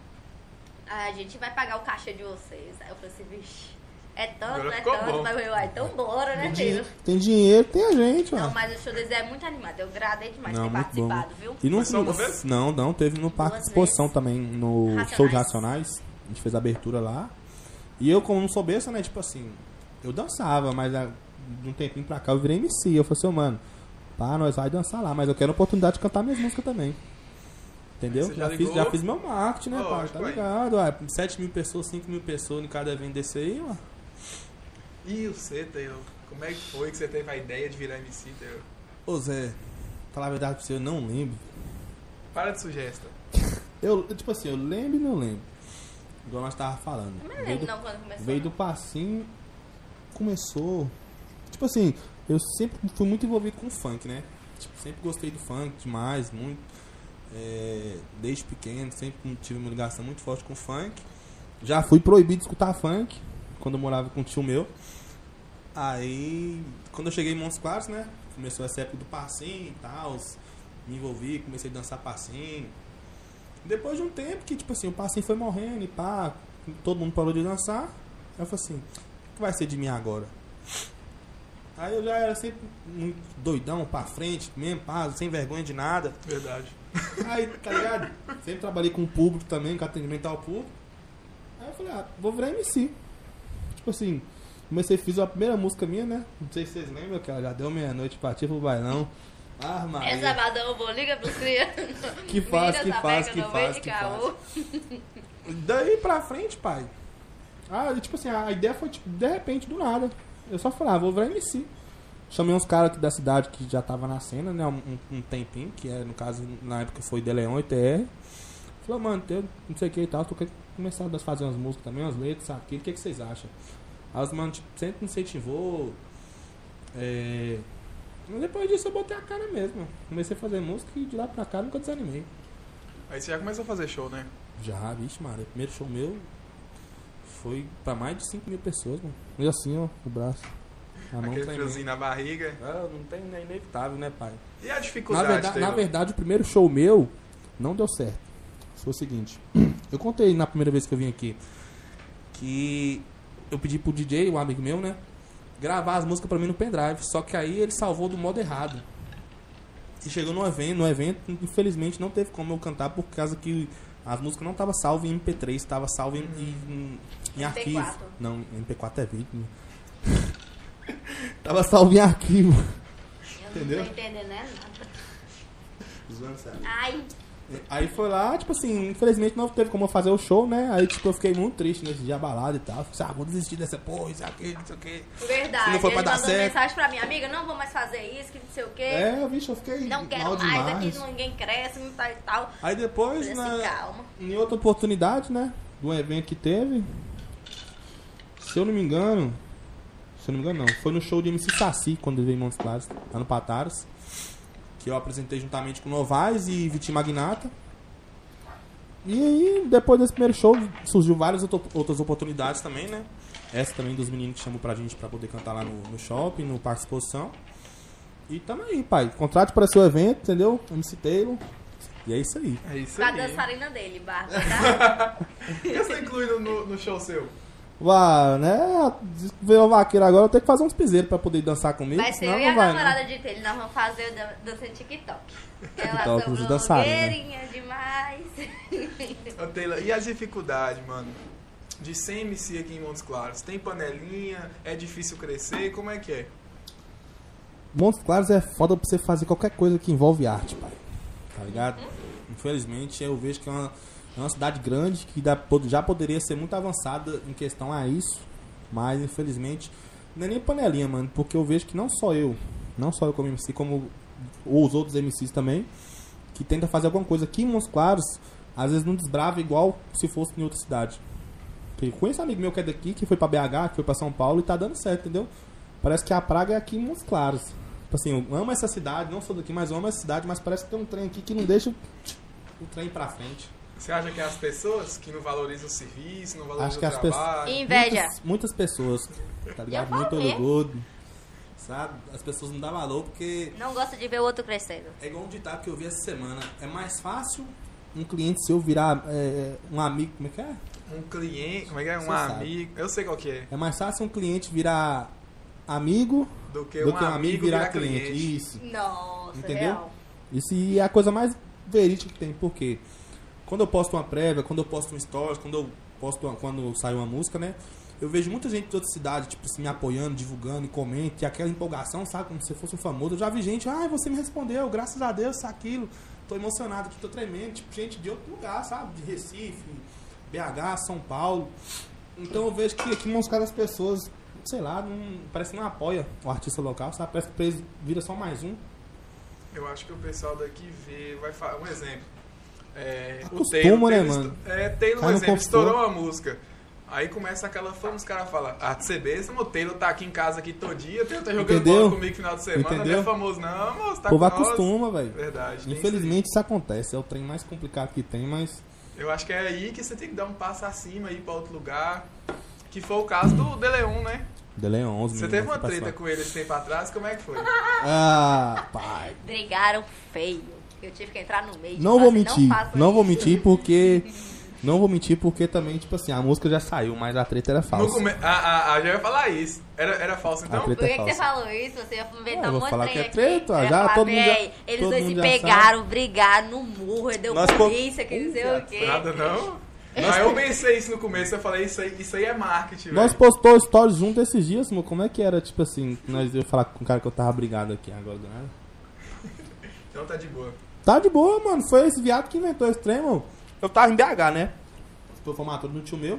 Speaker 3: a gente vai pagar o cachê de vocês. Aí eu falei assim, vixe, é tanto,
Speaker 1: Agora
Speaker 3: é
Speaker 1: ficou bom.
Speaker 3: tanto, mas eu, falei, uai, então bora, né, Taylor?
Speaker 2: Tem dinheiro, tem a gente, ó.
Speaker 3: Não, mas o show deles é muito animado, eu gradei demais ter
Speaker 2: muito bom.
Speaker 3: participado, viu?
Speaker 2: E não,
Speaker 1: Foi só uma vez?
Speaker 2: não, não, teve no Parque
Speaker 3: Duas
Speaker 2: de Exposição também, no
Speaker 3: Racionais.
Speaker 2: Show de Racionais. A gente fez a abertura lá. E eu, como não sou besta, né, tipo assim, eu dançava, mas ah, de um tempinho pra cá eu virei MC. Eu falei assim, ô, mano, pá, nós vai dançar lá, mas eu quero a oportunidade de cantar minhas músicas também. Entendeu?
Speaker 1: Aí você já
Speaker 2: Já fiz,
Speaker 1: ligou?
Speaker 2: já fiz meu marketing, né, pá?
Speaker 1: Lógico,
Speaker 2: Tá
Speaker 1: ué.
Speaker 2: ligado? Ué, 7 mil pessoas, 5 mil pessoas em cada evento desse aí, ó.
Speaker 1: E você, Taylor? Como é que foi que você teve a ideia de virar MC, Taylor?
Speaker 2: Ô, Zé, falar a verdade pra você, eu não lembro.
Speaker 1: Para de sugesta.
Speaker 2: Eu, tipo assim, eu lembro e não lembro. Igual nós tava falando.
Speaker 3: Eu não
Speaker 2: Veio
Speaker 3: lembro
Speaker 2: do-
Speaker 3: não quando começou. né?
Speaker 2: Veio do passinho, começou. Tipo assim, eu sempre fui muito envolvido com funk, né? Tipo, sempre gostei do funk demais, muito. É, desde pequeno, sempre tive uma ligação muito forte com funk. Já fui proibido de escutar funk quando eu morava com um tio meu. Aí, quando eu cheguei em Montes Claros, né? Começou essa época do passinho e tal. Me envolvi, comecei a dançar passinho. Depois de um tempo que, tipo assim, o passinho foi morrendo e pá, todo mundo parou de dançar. Eu falei assim, o que vai ser de mim agora? Aí eu já era sempre muito doidão pra frente mesmo, pá, sem vergonha de nada.
Speaker 1: Verdade.
Speaker 2: Aí, tá ligado? Sempre trabalhei com o público também, com atendimento ao público. Aí eu falei, ah, vou virar MC. Tipo assim, comecei, fiz a primeira música minha, né? Não sei se vocês lembram, que ela já deu meia-noite, partiu pro bailão. Ah,
Speaker 3: É
Speaker 2: Maria.
Speaker 3: sabadão, eu vou liga pros crianças.
Speaker 2: Que faz,
Speaker 3: Mira,
Speaker 2: que
Speaker 3: sapeca,
Speaker 2: faz, que
Speaker 3: não
Speaker 2: faz,
Speaker 3: vem
Speaker 2: que
Speaker 3: de caô.
Speaker 2: faz. Daí pra frente, pai. Ah, e, tipo assim, a ideia foi tipo, de repente, do nada. Eu só falei, ah, vou virar MC. Chamei uns caras aqui da cidade que já tava na cena, né? Um, um tempinho, que é, no caso, na época foi Deleon e TR. Falei, mano, eu não sei o que e tal, tô querendo começar a fazer umas músicas também, umas letras, sabe? O que, que que vocês acham? Aí os mano, tipo, sempre incentivou. É... Mas depois disso eu botei a cara mesmo. Comecei a fazer música e de lá pra cá nunca desanimei.
Speaker 1: Aí você já começou a fazer show, né?
Speaker 2: Já, vixe, mano. O primeiro show meu foi pra mais de 5 mil pessoas, mano. E assim, ó, o braço. A mão
Speaker 1: Aquele
Speaker 2: tremendo.
Speaker 1: friozinho na barriga.
Speaker 2: Ah, não tem, é inevitável, né, pai?
Speaker 1: E a
Speaker 2: Na
Speaker 1: dificuldade,
Speaker 2: verdade, na
Speaker 1: Taylor?
Speaker 2: verdade, o primeiro show meu não deu certo. Foi o seguinte. [clears throat] Eu contei na primeira vez que eu vim aqui que eu pedi pro DJ, um amigo meu, né? Gravar as músicas pra mim no pendrive. Só que aí ele salvou do modo errado. E chegou no evento, no evento, infelizmente não teve como eu cantar por causa que as músicas não estavam salvas em MP3, estava salvo em, em, em arquivo.
Speaker 3: MP4.
Speaker 2: Não, MP4 é vídeo. né? [laughs] tava salvo em arquivo.
Speaker 3: Eu
Speaker 2: Entendeu?
Speaker 3: não tô entendendo, né? nada. Ai,
Speaker 2: Aí foi lá, tipo assim, infelizmente não teve como eu fazer o show, né? Aí, tipo, eu fiquei muito triste nesse dia abalado e tal. Falei, ah, vou desistir dessa porra, isso aqui, não sei o quê.
Speaker 3: verdade.
Speaker 2: Se não for pra
Speaker 3: ele
Speaker 2: dar
Speaker 3: mandou
Speaker 2: certo.
Speaker 3: mensagem pra mim, amiga, não vou mais fazer isso, que não sei o quê.
Speaker 2: É, bicho, eu fiquei
Speaker 3: Não
Speaker 2: mal
Speaker 3: quero mais,
Speaker 2: demais.
Speaker 3: aqui ninguém cresce, não tal e tal.
Speaker 2: Aí
Speaker 3: Mas
Speaker 2: depois, né,
Speaker 3: assim,
Speaker 2: na,
Speaker 3: calma.
Speaker 2: em outra oportunidade, né? Do evento que teve. Se eu não me engano. Se eu não me engano, não. Foi no show de MC Saci, quando ele veio em Montes Claros, lá no Pataras. Que eu apresentei juntamente com Novaes e Vitinho Magnata. E aí, depois desse primeiro show, surgiu várias outro- outras oportunidades também, né? Essa também dos meninos que chamou pra gente pra poder cantar lá no, no shopping, no Parque Exposição. E tamo aí, pai. Contrato para seu evento, entendeu? MC Taylor. E é isso aí.
Speaker 1: É isso
Speaker 3: Com a
Speaker 1: aí.
Speaker 3: dançarina
Speaker 2: [laughs]
Speaker 3: dele, Bárbara. Tá?
Speaker 1: O que você inclui no, no- no show seu?
Speaker 2: Vá, né? Veio o vaqueiro agora, eu tenho que fazer uns piseiros pra poder dançar comigo.
Speaker 3: Vai ser
Speaker 2: senão
Speaker 3: eu e
Speaker 2: não
Speaker 3: a
Speaker 2: vai,
Speaker 3: namorada
Speaker 2: né?
Speaker 3: de dele, nós vamos fazer o dan- dança em
Speaker 2: [laughs]
Speaker 3: TikTok. Ela
Speaker 2: TikTok,
Speaker 3: são
Speaker 2: os dançarinos, né?
Speaker 3: blogueirinha demais.
Speaker 1: Ô, Taylor, e a dificuldade, mano? De ser MC aqui em Montes Claros? Tem panelinha? É difícil crescer? Como é que é?
Speaker 2: Montes Claros é foda pra você fazer qualquer coisa que envolve arte, pai. Tá ligado? Infelizmente, eu vejo que é uma, é uma cidade grande que dá- pod- já poderia ser muito avançada em questão a isso. Mas, infelizmente, não é nem panelinha, mano. Porque eu vejo que não só eu, não só eu como MC, como os outros MCs também, que tenta fazer alguma coisa aqui em Montes Claros, às vezes não desbrava igual se fosse em outra cidade. Porque conheço um amigo meu que é daqui, que foi pra BH, que foi pra São Paulo e tá dando certo, entendeu? Parece que a praga é aqui em Montes Claros. Tipo assim, eu amo essa cidade, não sou daqui, mas eu amo essa cidade, mas parece que tem um trem aqui que não deixa o o trem pra frente.
Speaker 1: Você acha que é as pessoas que não valorizam o serviço, não valorizam
Speaker 2: Acho que
Speaker 1: o
Speaker 2: as pessoas-
Speaker 1: trabalho?
Speaker 3: [laughs] Inveja.
Speaker 2: Muitas, muitas pessoas, tá ligado?
Speaker 3: Eu
Speaker 2: Muito
Speaker 3: falei.
Speaker 2: orgulho. Sabe? As pessoas não dão valor porque
Speaker 3: Não gosto de ver o outro crescendo.
Speaker 2: É igual um ditado que eu vi essa semana. É mais fácil um cliente seu virar é, um amigo. Como é que é?
Speaker 1: Um cliente, como é que é? Um
Speaker 2: Você sabe.
Speaker 1: amigo. Eu sei qual que é.
Speaker 2: É mais fácil um cliente virar amigo
Speaker 1: Do que,
Speaker 2: do
Speaker 1: um,
Speaker 2: que um
Speaker 1: amigo virar cliente.
Speaker 2: Isso.
Speaker 3: Nossa,
Speaker 2: Entendeu?
Speaker 3: real.
Speaker 2: Isso e é a coisa mais verídica que tem, porque quando eu posto uma prévia, quando eu posto um stories, quando eu posto uma- quando sai uma música, né? Eu vejo muita gente de outra cidade, tipo, se me apoiando, divulgando e comenta, e aquela empolgação, sabe? Como se fosse um famoso. Eu já vi gente, ah, você me respondeu, graças a Deus, isso, aquilo. Tô emocionado aqui, tô tremendo. Tipo, gente de outro lugar, sabe? De Recife, BH, São Paulo. Então eu vejo que aqui em Montes Claros as pessoas, sei lá, não, parece que não apoia o artista local, sabe? Parece que pra eles vira só mais um.
Speaker 1: Eu acho que o pessoal daqui vê, vai falar, um exemplo. É, o
Speaker 2: Acostuma,
Speaker 1: Taylor,
Speaker 2: né,
Speaker 1: Taylor
Speaker 2: mano?
Speaker 1: esto- É, Taylor,
Speaker 2: Cai
Speaker 1: por
Speaker 2: no
Speaker 1: exemplo,
Speaker 2: conforto.
Speaker 1: estourou a música. Aí começa aquela fama, os caras falam, ah, você mesmo, o Taylor tá aqui em casa aqui todo dia, o Taylor tá jogando
Speaker 2: Entendeu?
Speaker 1: bola comigo final de semana, não
Speaker 2: Entendeu?
Speaker 1: é famoso não, moço, tá
Speaker 2: O povo
Speaker 1: com nós.
Speaker 2: acostuma, velho.
Speaker 1: Verdade. tem
Speaker 2: Infelizmente isso acontece. É o trem mais complicado que tem, mas.
Speaker 1: isso aí. Eu acho que é aí que você tem que dar um passo acima, ir pra outro lugar, que foi o caso do De Leon, né?
Speaker 2: The Leon 11
Speaker 1: Você
Speaker 2: meninas,
Speaker 1: teve uma
Speaker 2: passou.
Speaker 1: treta com ele esse tempo atrás, como é que foi?
Speaker 2: Ah, pai.
Speaker 3: Brigaram feio. Eu tive que entrar no meio.
Speaker 2: Não vou
Speaker 3: falar assim,
Speaker 2: mentir.
Speaker 3: façam
Speaker 2: Não vou
Speaker 3: isso.
Speaker 2: mentir porque. Não vou mentir porque também, tipo assim, a música já saiu, mas a treta era
Speaker 1: No
Speaker 2: falsa.
Speaker 1: come... ah, ah, ah, já ia falar isso. Era, era falso então?
Speaker 2: A treta
Speaker 3: Por que,
Speaker 2: é
Speaker 3: que você
Speaker 2: falsa.
Speaker 3: falou isso? Você ia
Speaker 2: Ah,
Speaker 3: inventar
Speaker 2: eu
Speaker 3: um
Speaker 2: vou
Speaker 3: monte
Speaker 2: falar
Speaker 3: de
Speaker 2: que
Speaker 3: trem
Speaker 2: é treta,
Speaker 3: aqui. Eu ia
Speaker 2: já,
Speaker 3: falar,
Speaker 2: todo mundo já-
Speaker 3: "Véi, Eles
Speaker 2: todo
Speaker 3: dois
Speaker 2: mundo
Speaker 3: se
Speaker 2: já sabe."
Speaker 3: pegaram, brigaram no murro, aí deu
Speaker 2: Nós po-
Speaker 3: polícia, que não sei o quê.
Speaker 1: Nada não? Mas eu pensei isso no começo, eu falei, isso aí, isso aí é marketing,
Speaker 2: Nós
Speaker 1: velho.
Speaker 2: postou stories junto esses dias, mano. Como é que era, tipo assim, nós ia falar com o cara que eu tava brigado aqui agora né? do nada?
Speaker 1: Então tá de boa.
Speaker 2: Tá de boa, mano. Foi esse viado que inventou esse trem, mano. Eu tava em BH, né? Tô formatura no tio meu.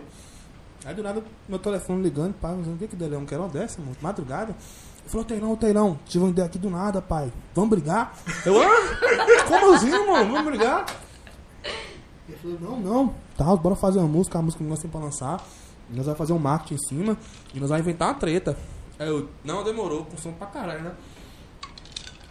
Speaker 2: Aí do nada, meu telefone ligando, pai, mas o que que deu? Não quero uma dessa, mano. Madrugada. Ele falou, Teirão, Teirão, tive uma ideia aqui do nada, pai. Vamos brigar? Eu, ah, como assim, mano? Vamos brigar? Ele falou, não, não. Tá, bora fazer uma música, a música que nós temos pra lançar. E Nós vamos fazer um marketing em cima e nós vamos inventar uma treta. Aí eu, não, demorou, com som pra caralho, né?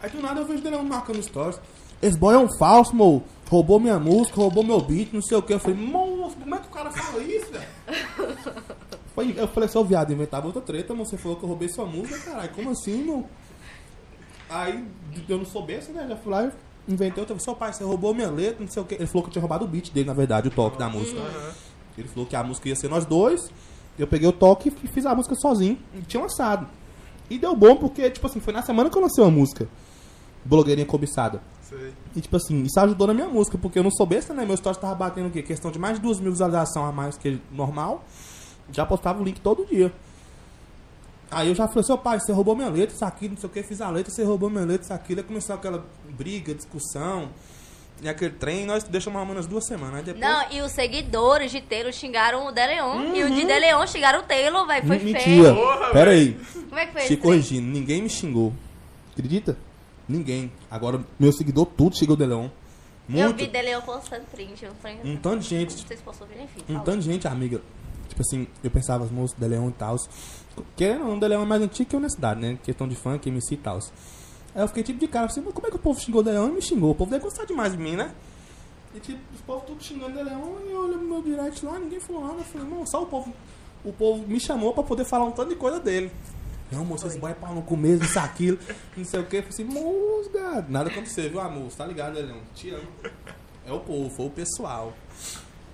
Speaker 2: Aí do nada eu vejo dele marcando stories. Esse boy é um falso, mo. Roubou minha música, roubou meu beat, não sei o que. Eu falei, moço, como é que o cara fala isso, velho? [laughs] Foi- Eu falei, seu viado, inventava outra treta, mano. Você falou que eu roubei sua música, caralho. Como assim, mano? Aí eu não soubesse, né? Já fui lá e inventei outra. Seu pai, você roubou minha letra, não sei o que. Ele falou que eu tinha roubado o beat dele, na verdade, o toque da música.
Speaker 1: Aham.
Speaker 2: Ele falou que a música ia ser nós dois. Eu peguei o toque e fiz a música sozinho. E tinha lançado. E deu bom porque, tipo assim, foi na semana que eu lancei uma música. Blogueirinha cobiçada.
Speaker 1: Sei.
Speaker 2: E, tipo assim, isso ajudou na minha música, porque eu não sou besta, né? Meu stories tava batendo o quê? Questão de mais de duas mil visualizações a mais que normal. Já postava o link todo dia. Aí eu já falei, seu pai, você roubou minha letra, isso aqui, não sei o que, fiz a letra, você roubou minha letra, isso aqui. Aí começou aquela briga, discussão, e aquele trem, nós deixamos mais ou menos duas semanas. Aí depois.
Speaker 3: Não, e os seguidores de Taylor xingaram o Deleon. E o de Deleon xingaram o Taylor, velho. Foi
Speaker 2: Uhum. Mentira.
Speaker 3: feio.
Speaker 1: Porra,
Speaker 2: Pera aí.
Speaker 3: Como é que foi
Speaker 2: Te
Speaker 3: isso?
Speaker 2: corrigindo, ninguém me xingou. Acredita? Ninguém. Agora, meu seguidor, tudo xingou o Deleon.
Speaker 3: Eu vi
Speaker 2: Muito.
Speaker 3: Deleon postando print. Um, print.
Speaker 2: Um tanto de gente.
Speaker 3: Não sei se postou vídeo, enfim.
Speaker 2: Um
Speaker 3: fala.
Speaker 2: tanto de gente, amiga. Tipo assim, eu pensava, as moças, Deleon e tal. Querendo ou não, Deleon é mais antigo que eu na cidade, né? Questão de funk, MC e tal. Aí eu fiquei tipo de cara, assim, mas como é que o povo xingou o Deleon e me xingou? O povo deve gostar demais de mim, né? E tipo, os povos tudo xingando o Deleon e eu olho no meu direct lá, ninguém falou nada. Eu falei, não, só o povo. O povo me chamou pra poder falar um tanto de coisa dele. Não, moço, esse boy é pau no cu mesmo, isso, aquilo, não sei o que. Eu falei assim, moço, gado. Nada aconteceu, viu, amor? Tá ligado, Deleon? Te amo. É o povo, foi o pessoal.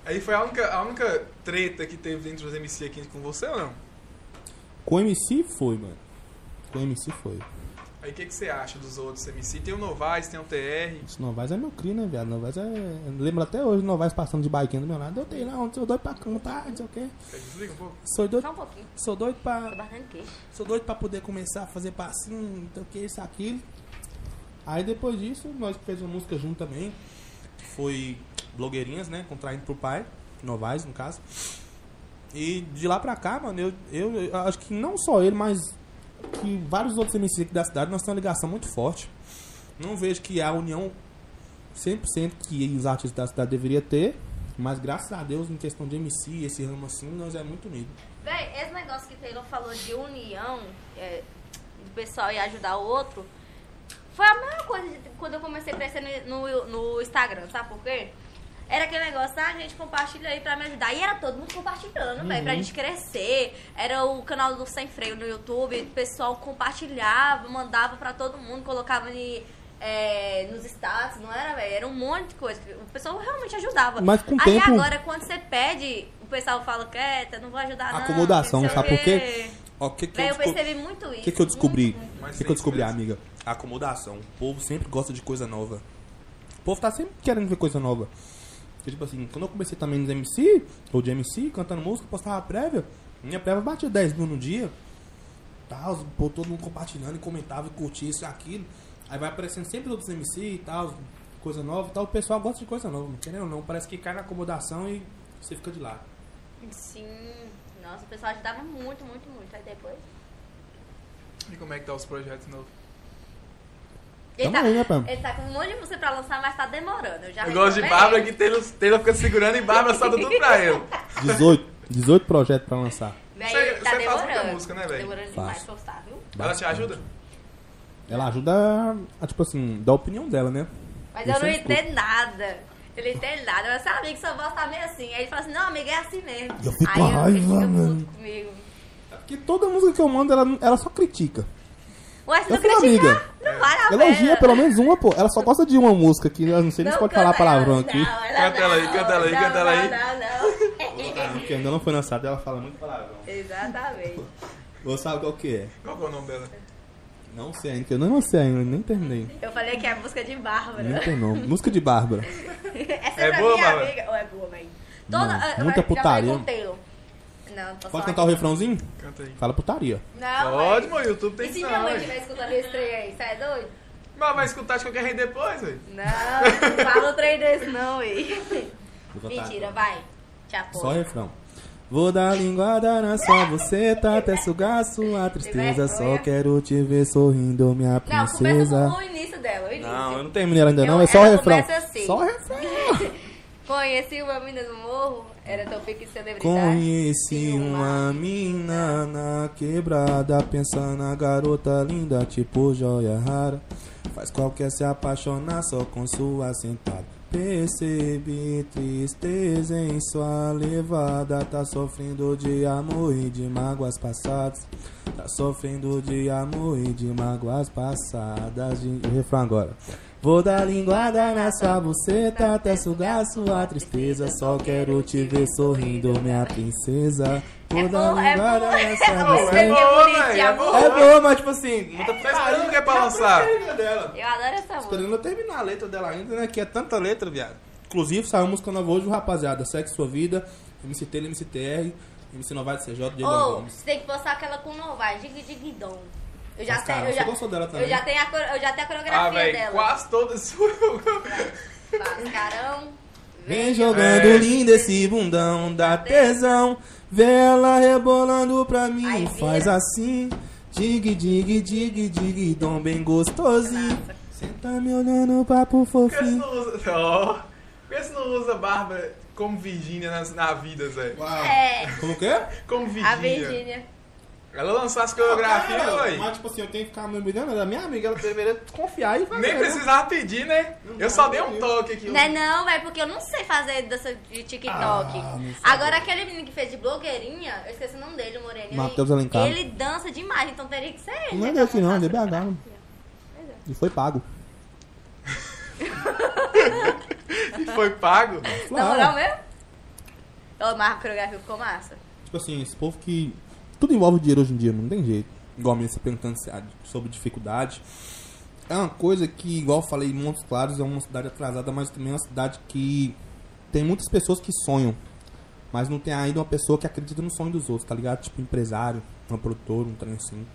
Speaker 1: Aí foi a única, a única treta que teve dentro dos MC aqui com você ou não?
Speaker 2: Com MC foi, mano. Com MC foi.
Speaker 1: Aí o que, que você acha dos outros MC? Tem o Novaes, tem o TR.
Speaker 2: Esse Novaes é meu cri, né, viado? Novaes é. Eu lembro até hoje o Novaes passando de biquinha do meu lado. Eu tenho lá, sou doido pra cantar, não sei o quê.
Speaker 1: Você desliga um pouco?
Speaker 2: Sou
Speaker 3: Só
Speaker 2: doido,
Speaker 3: um pouquinho.
Speaker 2: sou doido
Speaker 3: Tô
Speaker 2: pra.
Speaker 3: batendo queixo.
Speaker 2: Sou doido pra poder começar a fazer passinho, não sei o que, isso, aquilo. Aí depois disso, nós fez uma música junto também. Foi blogueirinhas, né? Contraindo pro pai. Novaes, no caso. E de lá pra cá, mano, eu, eu, eu acho que não só ele, mas que vários outros MCs aqui da cidade, nós temos uma ligação muito forte. Não vejo que a união 100% que os artistas da cidade deveria ter, mas graças a Deus, em questão de MC, esse ramo assim, nós é muito unido.
Speaker 3: Véi, esse negócio que Taylor falou de união, é, do pessoal ir ajudar o outro, foi a mesma coisa de tipo, quando eu comecei a crescer no, no- no Instagram, sabe por quê? Era aquele negócio, ah, gente, compartilha aí pra me ajudar. E era todo mundo compartilhando, velho,
Speaker 2: Uhum.
Speaker 3: pra gente crescer. Era o canal do Sem Freio no YouTube, o pessoal compartilhava, mandava pra todo mundo, colocava em, é, nos status, não era, velho? Era um monte de coisa. O pessoal realmente ajudava.
Speaker 2: Mas com o
Speaker 3: aí
Speaker 2: tempo-
Speaker 3: agora Agora, quando você pede, o pessoal fala, Queta, não vou ajudar não,
Speaker 2: Acomodação,
Speaker 3: não sei
Speaker 2: sabe
Speaker 3: o
Speaker 2: por quê? Ó, o que que
Speaker 3: Véi, eu
Speaker 2: desco-
Speaker 3: percebi muito isso.
Speaker 2: O que, que eu descobri?
Speaker 3: muito, muito.
Speaker 2: O
Speaker 1: Mas
Speaker 2: que, que
Speaker 1: tem
Speaker 2: eu descobri,
Speaker 1: isso
Speaker 2: amiga? Acomodação. O povo sempre gosta de coisa nova. O povo tá sempre querendo ver coisa nova. Porque, tipo assim, quando eu comecei também nos MC, ou de MC, cantando música, postava prévia, minha prévia batia 10 mil no dia. Tal, o povo todo mundo compartilhando e comentava e curtia isso e aquilo. Aí vai aparecendo sempre outros MC e tal, coisa nova e tal. O pessoal gosta de coisa nova, não querendo ou não. Parece que cai na acomodação e você fica de lado.
Speaker 3: Sim. Nossa, o pessoal ajudava muito, muito, muito. Aí depois.
Speaker 1: E como é que tá os projetos novos?
Speaker 3: Ele
Speaker 2: Tamo
Speaker 3: tá,
Speaker 2: aí, né, Pam?
Speaker 3: ele tá com um monte de música pra lançar, mas tá demorando. Eu já
Speaker 1: Eu gosto de
Speaker 3: reclamei.
Speaker 1: Bárbara que Taylor, Taylor fica segurando e Bárbara solta tudo pra ele.
Speaker 2: 18. 18 projetos pra lançar.
Speaker 3: Véi,
Speaker 1: Você- você
Speaker 3: tá
Speaker 1: faz
Speaker 3: demorando.
Speaker 1: muita música, né, véi?
Speaker 3: Demorando demais
Speaker 2: Faço.
Speaker 3: pra postar, viu?
Speaker 1: [laughs] Ela te ajuda?
Speaker 2: Ela ajuda a, tipo assim, dar a opinião dela, né?
Speaker 3: Mas
Speaker 2: Eu
Speaker 3: eu não
Speaker 2: sempre escuto.
Speaker 3: entendo nada. Eu não entendo nada. Mas sabe que sua voz tá meio assim. Aí ele fala assim, não, amiga, é assim mesmo.
Speaker 2: Eu fico
Speaker 3: Aí
Speaker 2: com raiva,
Speaker 3: ele fica
Speaker 2: mano.
Speaker 3: puto comigo.
Speaker 2: Porque toda música que eu mando, ela, ela só critica.
Speaker 3: Ué, se
Speaker 2: Eu
Speaker 3: não
Speaker 2: falo,
Speaker 3: criticar,
Speaker 2: amiga,
Speaker 3: não vale a pena.
Speaker 2: Elogia pelo menos uma, pô. Ela só gosta de uma música que eu não sei nem se
Speaker 3: Não
Speaker 2: pode falar
Speaker 3: canta-
Speaker 2: palavrão
Speaker 3: não,
Speaker 2: aqui.
Speaker 3: não,
Speaker 1: Canta ela aí, canta ela aí,
Speaker 3: não,
Speaker 1: canta ela aí.
Speaker 3: Não, não, não.
Speaker 2: Porque ainda não foi lançada, ela fala muito palavrão.
Speaker 3: Exatamente.
Speaker 2: Você sabe qual que é?
Speaker 1: Qual que é o nome dela?
Speaker 2: Não sei ainda, que eu não lancei ainda, nem terminei.
Speaker 3: Eu falei que é música de Bárbara.
Speaker 2: Nem tem nome. Música de Bárbara.
Speaker 3: [laughs] Essa
Speaker 1: É
Speaker 3: é, pra
Speaker 1: boa,
Speaker 3: minha
Speaker 1: Bárbara?
Speaker 3: amiga. Ou é boa, mãe?
Speaker 2: Não,
Speaker 3: Toda, ah, eu
Speaker 2: muita
Speaker 3: já falei com
Speaker 2: putaria.
Speaker 3: o Taylor. Não, posso
Speaker 2: Pode
Speaker 3: falar
Speaker 2: cantar o
Speaker 3: aqui.
Speaker 2: refrãozinho?
Speaker 1: Canta aí.
Speaker 2: Fala putaria.
Speaker 3: Não,
Speaker 1: Pode,
Speaker 3: mãe.
Speaker 1: meu YouTube tem
Speaker 3: E se
Speaker 1: que
Speaker 3: minha mãe
Speaker 1: Mas
Speaker 3: estiver escutando esse trem aí, sai doido?
Speaker 1: vai escutar de qualquer rei depois, velho.
Speaker 3: Não, não fala um trem desse não, ei. Mentira, vai. Te apoio.
Speaker 2: Só refrão. Vou dar linguada na sua buceta até sugar sua tristeza. Só
Speaker 3: vergonha.
Speaker 2: quero te ver sorrindo, minha
Speaker 3: não, começa
Speaker 2: princesa.
Speaker 3: com o início dela, o início.
Speaker 2: Não, eu não terminei ela ainda não,
Speaker 3: Eu-
Speaker 2: é só o
Speaker 3: ela
Speaker 2: refrão.
Speaker 3: começa assim.
Speaker 2: Só o refrão.
Speaker 3: Conheci uma menina no morro, era teu pique de celebridade.
Speaker 2: Conheci
Speaker 3: E
Speaker 2: uma mina na quebrada, pensando na garota linda, tipo joia rara. Faz qualquer se apaixonar só com sua sentada. Percebi tristeza em sua levada, tá sofrendo de amor e de mágoas passadas. Tá sofrendo de amor e de mágoas passadas. De... O refrão agora. Vou dar linguada na sua buceta até sugar sua tristeza. Só quero te ver sorrindo, minha princesa. Vou
Speaker 3: É
Speaker 2: dar
Speaker 3: bom, é
Speaker 2: linguada
Speaker 3: bom. [laughs]
Speaker 2: na sua
Speaker 3: É
Speaker 1: É
Speaker 2: buceta.
Speaker 1: boa,
Speaker 3: bonitinha,
Speaker 1: velho. É
Speaker 3: amor.
Speaker 1: boa.
Speaker 2: É boa, mas tipo assim, muita
Speaker 1: Tá esperando que é pra lançar.
Speaker 2: dela.
Speaker 3: Eu adoro essa música.
Speaker 2: Esperando eu terminar a letra dela ainda, né? Que é tanta letra, viado. Inclusive, saiu música nova hoje, rapaziada. Segue sua vida. MC Taylor, MC TR, MC Novato CJ, Diego
Speaker 3: Ou,
Speaker 2: Gomes.
Speaker 3: você tem que postar aquela com novai, dig dig dom. Eu já
Speaker 2: Mas, cara,
Speaker 3: sei, eu
Speaker 2: você
Speaker 3: já,
Speaker 2: gostou dela também?
Speaker 3: eu já tenho a, cor- eu já tenho a coreografia
Speaker 1: Ah, velho,
Speaker 3: dela.
Speaker 1: quase todas [laughs] suas.
Speaker 3: Mascarão.
Speaker 2: Vem jogando
Speaker 1: É.
Speaker 2: lindo esse bundão da tesão. Vê ela rebolando pra mim.
Speaker 3: Aí vira.
Speaker 2: faz assim. Dig, dig, dig, dig, dom bem gostosinho. Cê tá me olhando, papo
Speaker 1: Por que você
Speaker 2: fofinho.
Speaker 1: não usa. Ó. Por que você não usa Bárbara como Virgínia na, na vida, Zé?
Speaker 2: Uau.
Speaker 3: É,
Speaker 2: Como que é?
Speaker 1: Como
Speaker 3: a
Speaker 1: Virgínia.
Speaker 3: Virgínia.
Speaker 1: Ela lançou as coreografias,
Speaker 2: Cara,
Speaker 1: velho.
Speaker 2: Mas tipo assim, eu tenho que ficar me humilhando. Ela é minha amiga, ela deveria confiar e fazer.
Speaker 1: Nem
Speaker 2: né?
Speaker 1: precisava pedir, né? Eu só dei um toque aqui.
Speaker 3: Não é não, velho, porque eu não sei fazer dança de TikTok.
Speaker 2: Ah, não sei.
Speaker 3: Agora, aquele menino que fez de blogueirinha, eu esqueci o nome dele, o Moreninho.
Speaker 2: Matheus
Speaker 3: ele-
Speaker 2: Alencar.
Speaker 3: Ele dança demais, então teria que ser ele.
Speaker 2: Não é
Speaker 3: né,
Speaker 2: daqui
Speaker 3: pra
Speaker 2: não, é de
Speaker 3: dançar.
Speaker 2: BH.
Speaker 3: é.
Speaker 2: E foi pago.
Speaker 1: E foi pago.
Speaker 3: Na moral mesmo? Ô, Marco, a coreografia ficou massa.
Speaker 2: Tipo assim, esse povo que. Tudo envolve dinheiro hoje em dia, mano, não tem jeito. Igual mesmo você perguntando se- ah, sobre dificuldade. É uma coisa que, igual eu falei, Montes Claros é uma cidade atrasada, mas também é uma cidade que tem muitas pessoas que sonham. Mas não tem ainda uma pessoa que acredita no sonho dos outros, tá ligado? Tipo, empresário, uma produtora, um trem assim.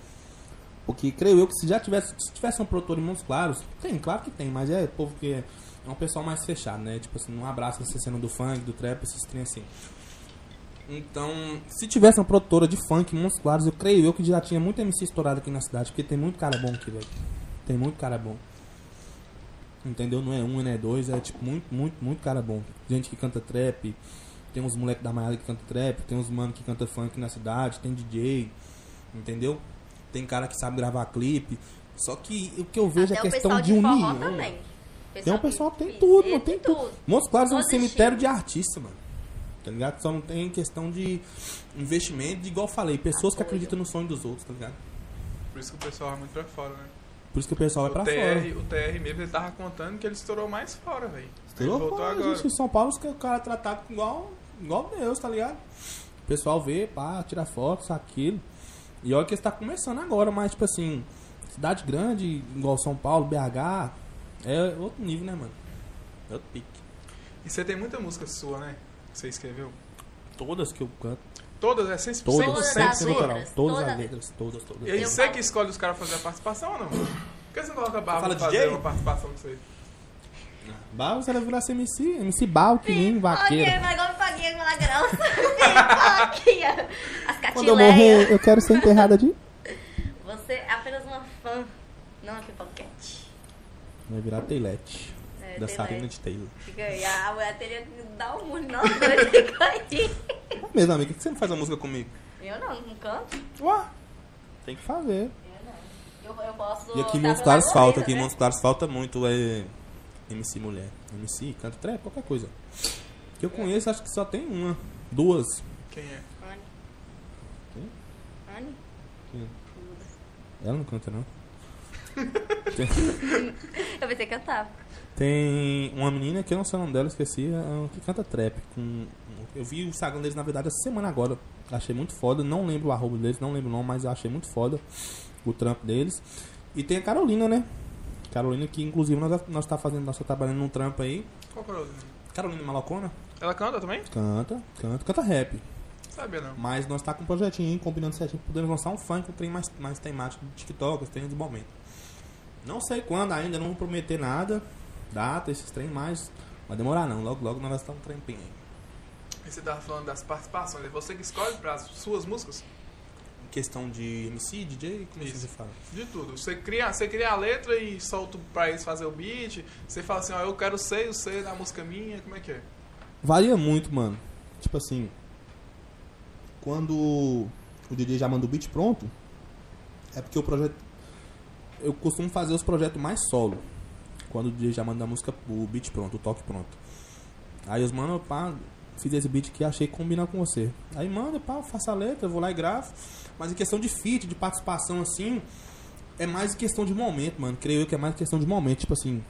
Speaker 2: Porque creio eu que se já tivesse, se tivesse um produtor em Montes Claros, tem, claro que tem, mas é povo que é, é um pessoal mais fechado, né? Tipo assim, não abraça essa cena do funk, do trap, esses trem assim. Então, se tivesse uma produtora de funk em Montes Claros, eu creio eu que já tinha muita MC estourada aqui na cidade, porque tem muito cara bom aqui, velho. Tem muito cara bom. Entendeu? Não é um, não é dois, é tipo muito, muito, muito cara bom. Gente que canta trap, tem uns moleque da Maiada que canta trap, tem uns mano que canta funk na cidade, tem DJ, entendeu? Tem cara que sabe gravar clipe. Só que o que eu vejo é
Speaker 3: Até o
Speaker 2: questão
Speaker 3: pessoal
Speaker 2: de
Speaker 3: forró
Speaker 2: unir. né?
Speaker 3: também.
Speaker 2: Tem um
Speaker 3: que-
Speaker 2: pessoal que tem tudo, mano,
Speaker 3: Esse é
Speaker 2: tem tudo. Montes Claros é um
Speaker 3: Todo
Speaker 2: cemitério de artista, mano. Tá ligado? Só não tem questão de investimento, de igual eu falei, pessoas que acreditam no sonho dos outros, tá ligado?
Speaker 1: Por isso que o pessoal vai muito pra fora, né?
Speaker 2: Por isso que o pessoal vai pra
Speaker 1: o, TR,
Speaker 2: fora.
Speaker 1: o TR mesmo, ele tava contando que ele estourou mais fora, velho. Ele
Speaker 2: Entendeu?
Speaker 1: voltou
Speaker 2: Pô,
Speaker 1: agora.
Speaker 2: gente, em São Paulo os que o cara é tratado igual, igual Deus, tá ligado? O pessoal vê, pá, tira foto, isso, aquilo. E olha que está começando agora, mas tipo assim, cidade grande, igual São Paulo, BH, é outro nível, né, mano? É outro pique.
Speaker 1: E você tem muita música sua, né? Que você escreveu.
Speaker 2: Todas que eu canto,
Speaker 1: Todas, é 100%,
Speaker 2: todas,
Speaker 3: Todas
Speaker 1: 100%
Speaker 3: as
Speaker 1: sua.
Speaker 3: letras.
Speaker 2: autoral, todas
Speaker 3: todas.
Speaker 2: as letras, todas, todas.
Speaker 1: E aí
Speaker 3: Eu
Speaker 1: você
Speaker 3: falo.
Speaker 1: que escolhe os caras fazer a participação ou não? Por que você não coloca a Bárbara
Speaker 2: Fala
Speaker 1: pra fazer
Speaker 2: DJ?
Speaker 1: uma participação com você?
Speaker 2: Bal, você vai virar esse MC, MC Bal, que nem
Speaker 3: Paguei,
Speaker 2: vaqueiro.
Speaker 3: mas agora eu paguei com a graça.
Speaker 2: [laughs]
Speaker 3: Pipoquinha. As
Speaker 2: Quando eu
Speaker 3: catileias.
Speaker 2: morrer, eu quero ser enterrada de.
Speaker 3: Você é apenas uma fã, não uma pipoquete.
Speaker 2: Vai virar Teilete.
Speaker 3: É,
Speaker 2: dançarina
Speaker 3: Taylor.
Speaker 2: de Taylor.
Speaker 3: Fica aí, a mulher teria que dar um murro, não, fica aí.
Speaker 2: Mesmo, amiga, por que você não faz uma música comigo?
Speaker 3: Eu não, não canto.
Speaker 2: Ué, tem que fazer.
Speaker 3: Eu não. Eu, eu posso.
Speaker 2: E aqui em
Speaker 3: dar
Speaker 2: Montes Claros falta,
Speaker 3: protagonista,
Speaker 2: aqui em
Speaker 3: né?
Speaker 2: Montes Claros falta muito é MC mulher. MC, canto trap, qualquer coisa.
Speaker 3: É.
Speaker 2: Que eu conheço, acho que só tem uma. Duas.
Speaker 1: Quem é?
Speaker 3: Anne.
Speaker 2: Quem?
Speaker 3: Anne?
Speaker 2: Quem? Ela não canta, não.
Speaker 3: Eu pensei que cantava.
Speaker 2: Tem uma menina que eu não sei o nome dela, esqueci, é, que canta trap. Com, eu vi o Instagram deles, na verdade, essa semana agora. Achei muito foda. Não lembro o arroba deles, não lembro o nome, mas eu achei muito foda o trampo deles. E tem a Carolina, né? Carolina, que inclusive nós, nós tá fazendo, nós tá trabalhando num trampo aí.
Speaker 1: Qual que é o nome?
Speaker 2: Carolina Malocona?
Speaker 1: Ela canta também?
Speaker 2: Canta, canta, canta rap.
Speaker 1: Sabia não.
Speaker 2: Mas nós tá com um projetinho, hein, combinando certinho, podemos lançar um funk, um trem mais, mais temático do TikTok, os trem do momento. Não sei quando ainda, não vou prometer nada, data, esses trem mais, vai demorar não, logo logo nós vamos estar um trempinho aí.
Speaker 1: E você tava falando das participações. É você que escolhe para suas músicas?
Speaker 2: Em questão de MC, DJ, como é que
Speaker 1: Isso.
Speaker 2: você fala?
Speaker 1: De tudo. Você cria, você cria a letra e solta pra eles fazer o beat. Você fala assim, ó, eu quero ser o C da música minha. Como é que é?
Speaker 2: Varia muito, mano. Tipo assim, quando o DJ já manda o beat pronto, é porque o projeto. Eu costumo fazer os projetos mais solo. Quando o DJ já manda a música, o beat pronto, o toque pronto. Aí os mano, pá, fiz esse beat que achei que combina com você. Aí manda, pá, eu faço a letra, eu vou lá e gravo. Mas em questão de feat, de participação assim, é mais em questão de momento, mano. Creio eu que é mais questão de momento. Tipo assim,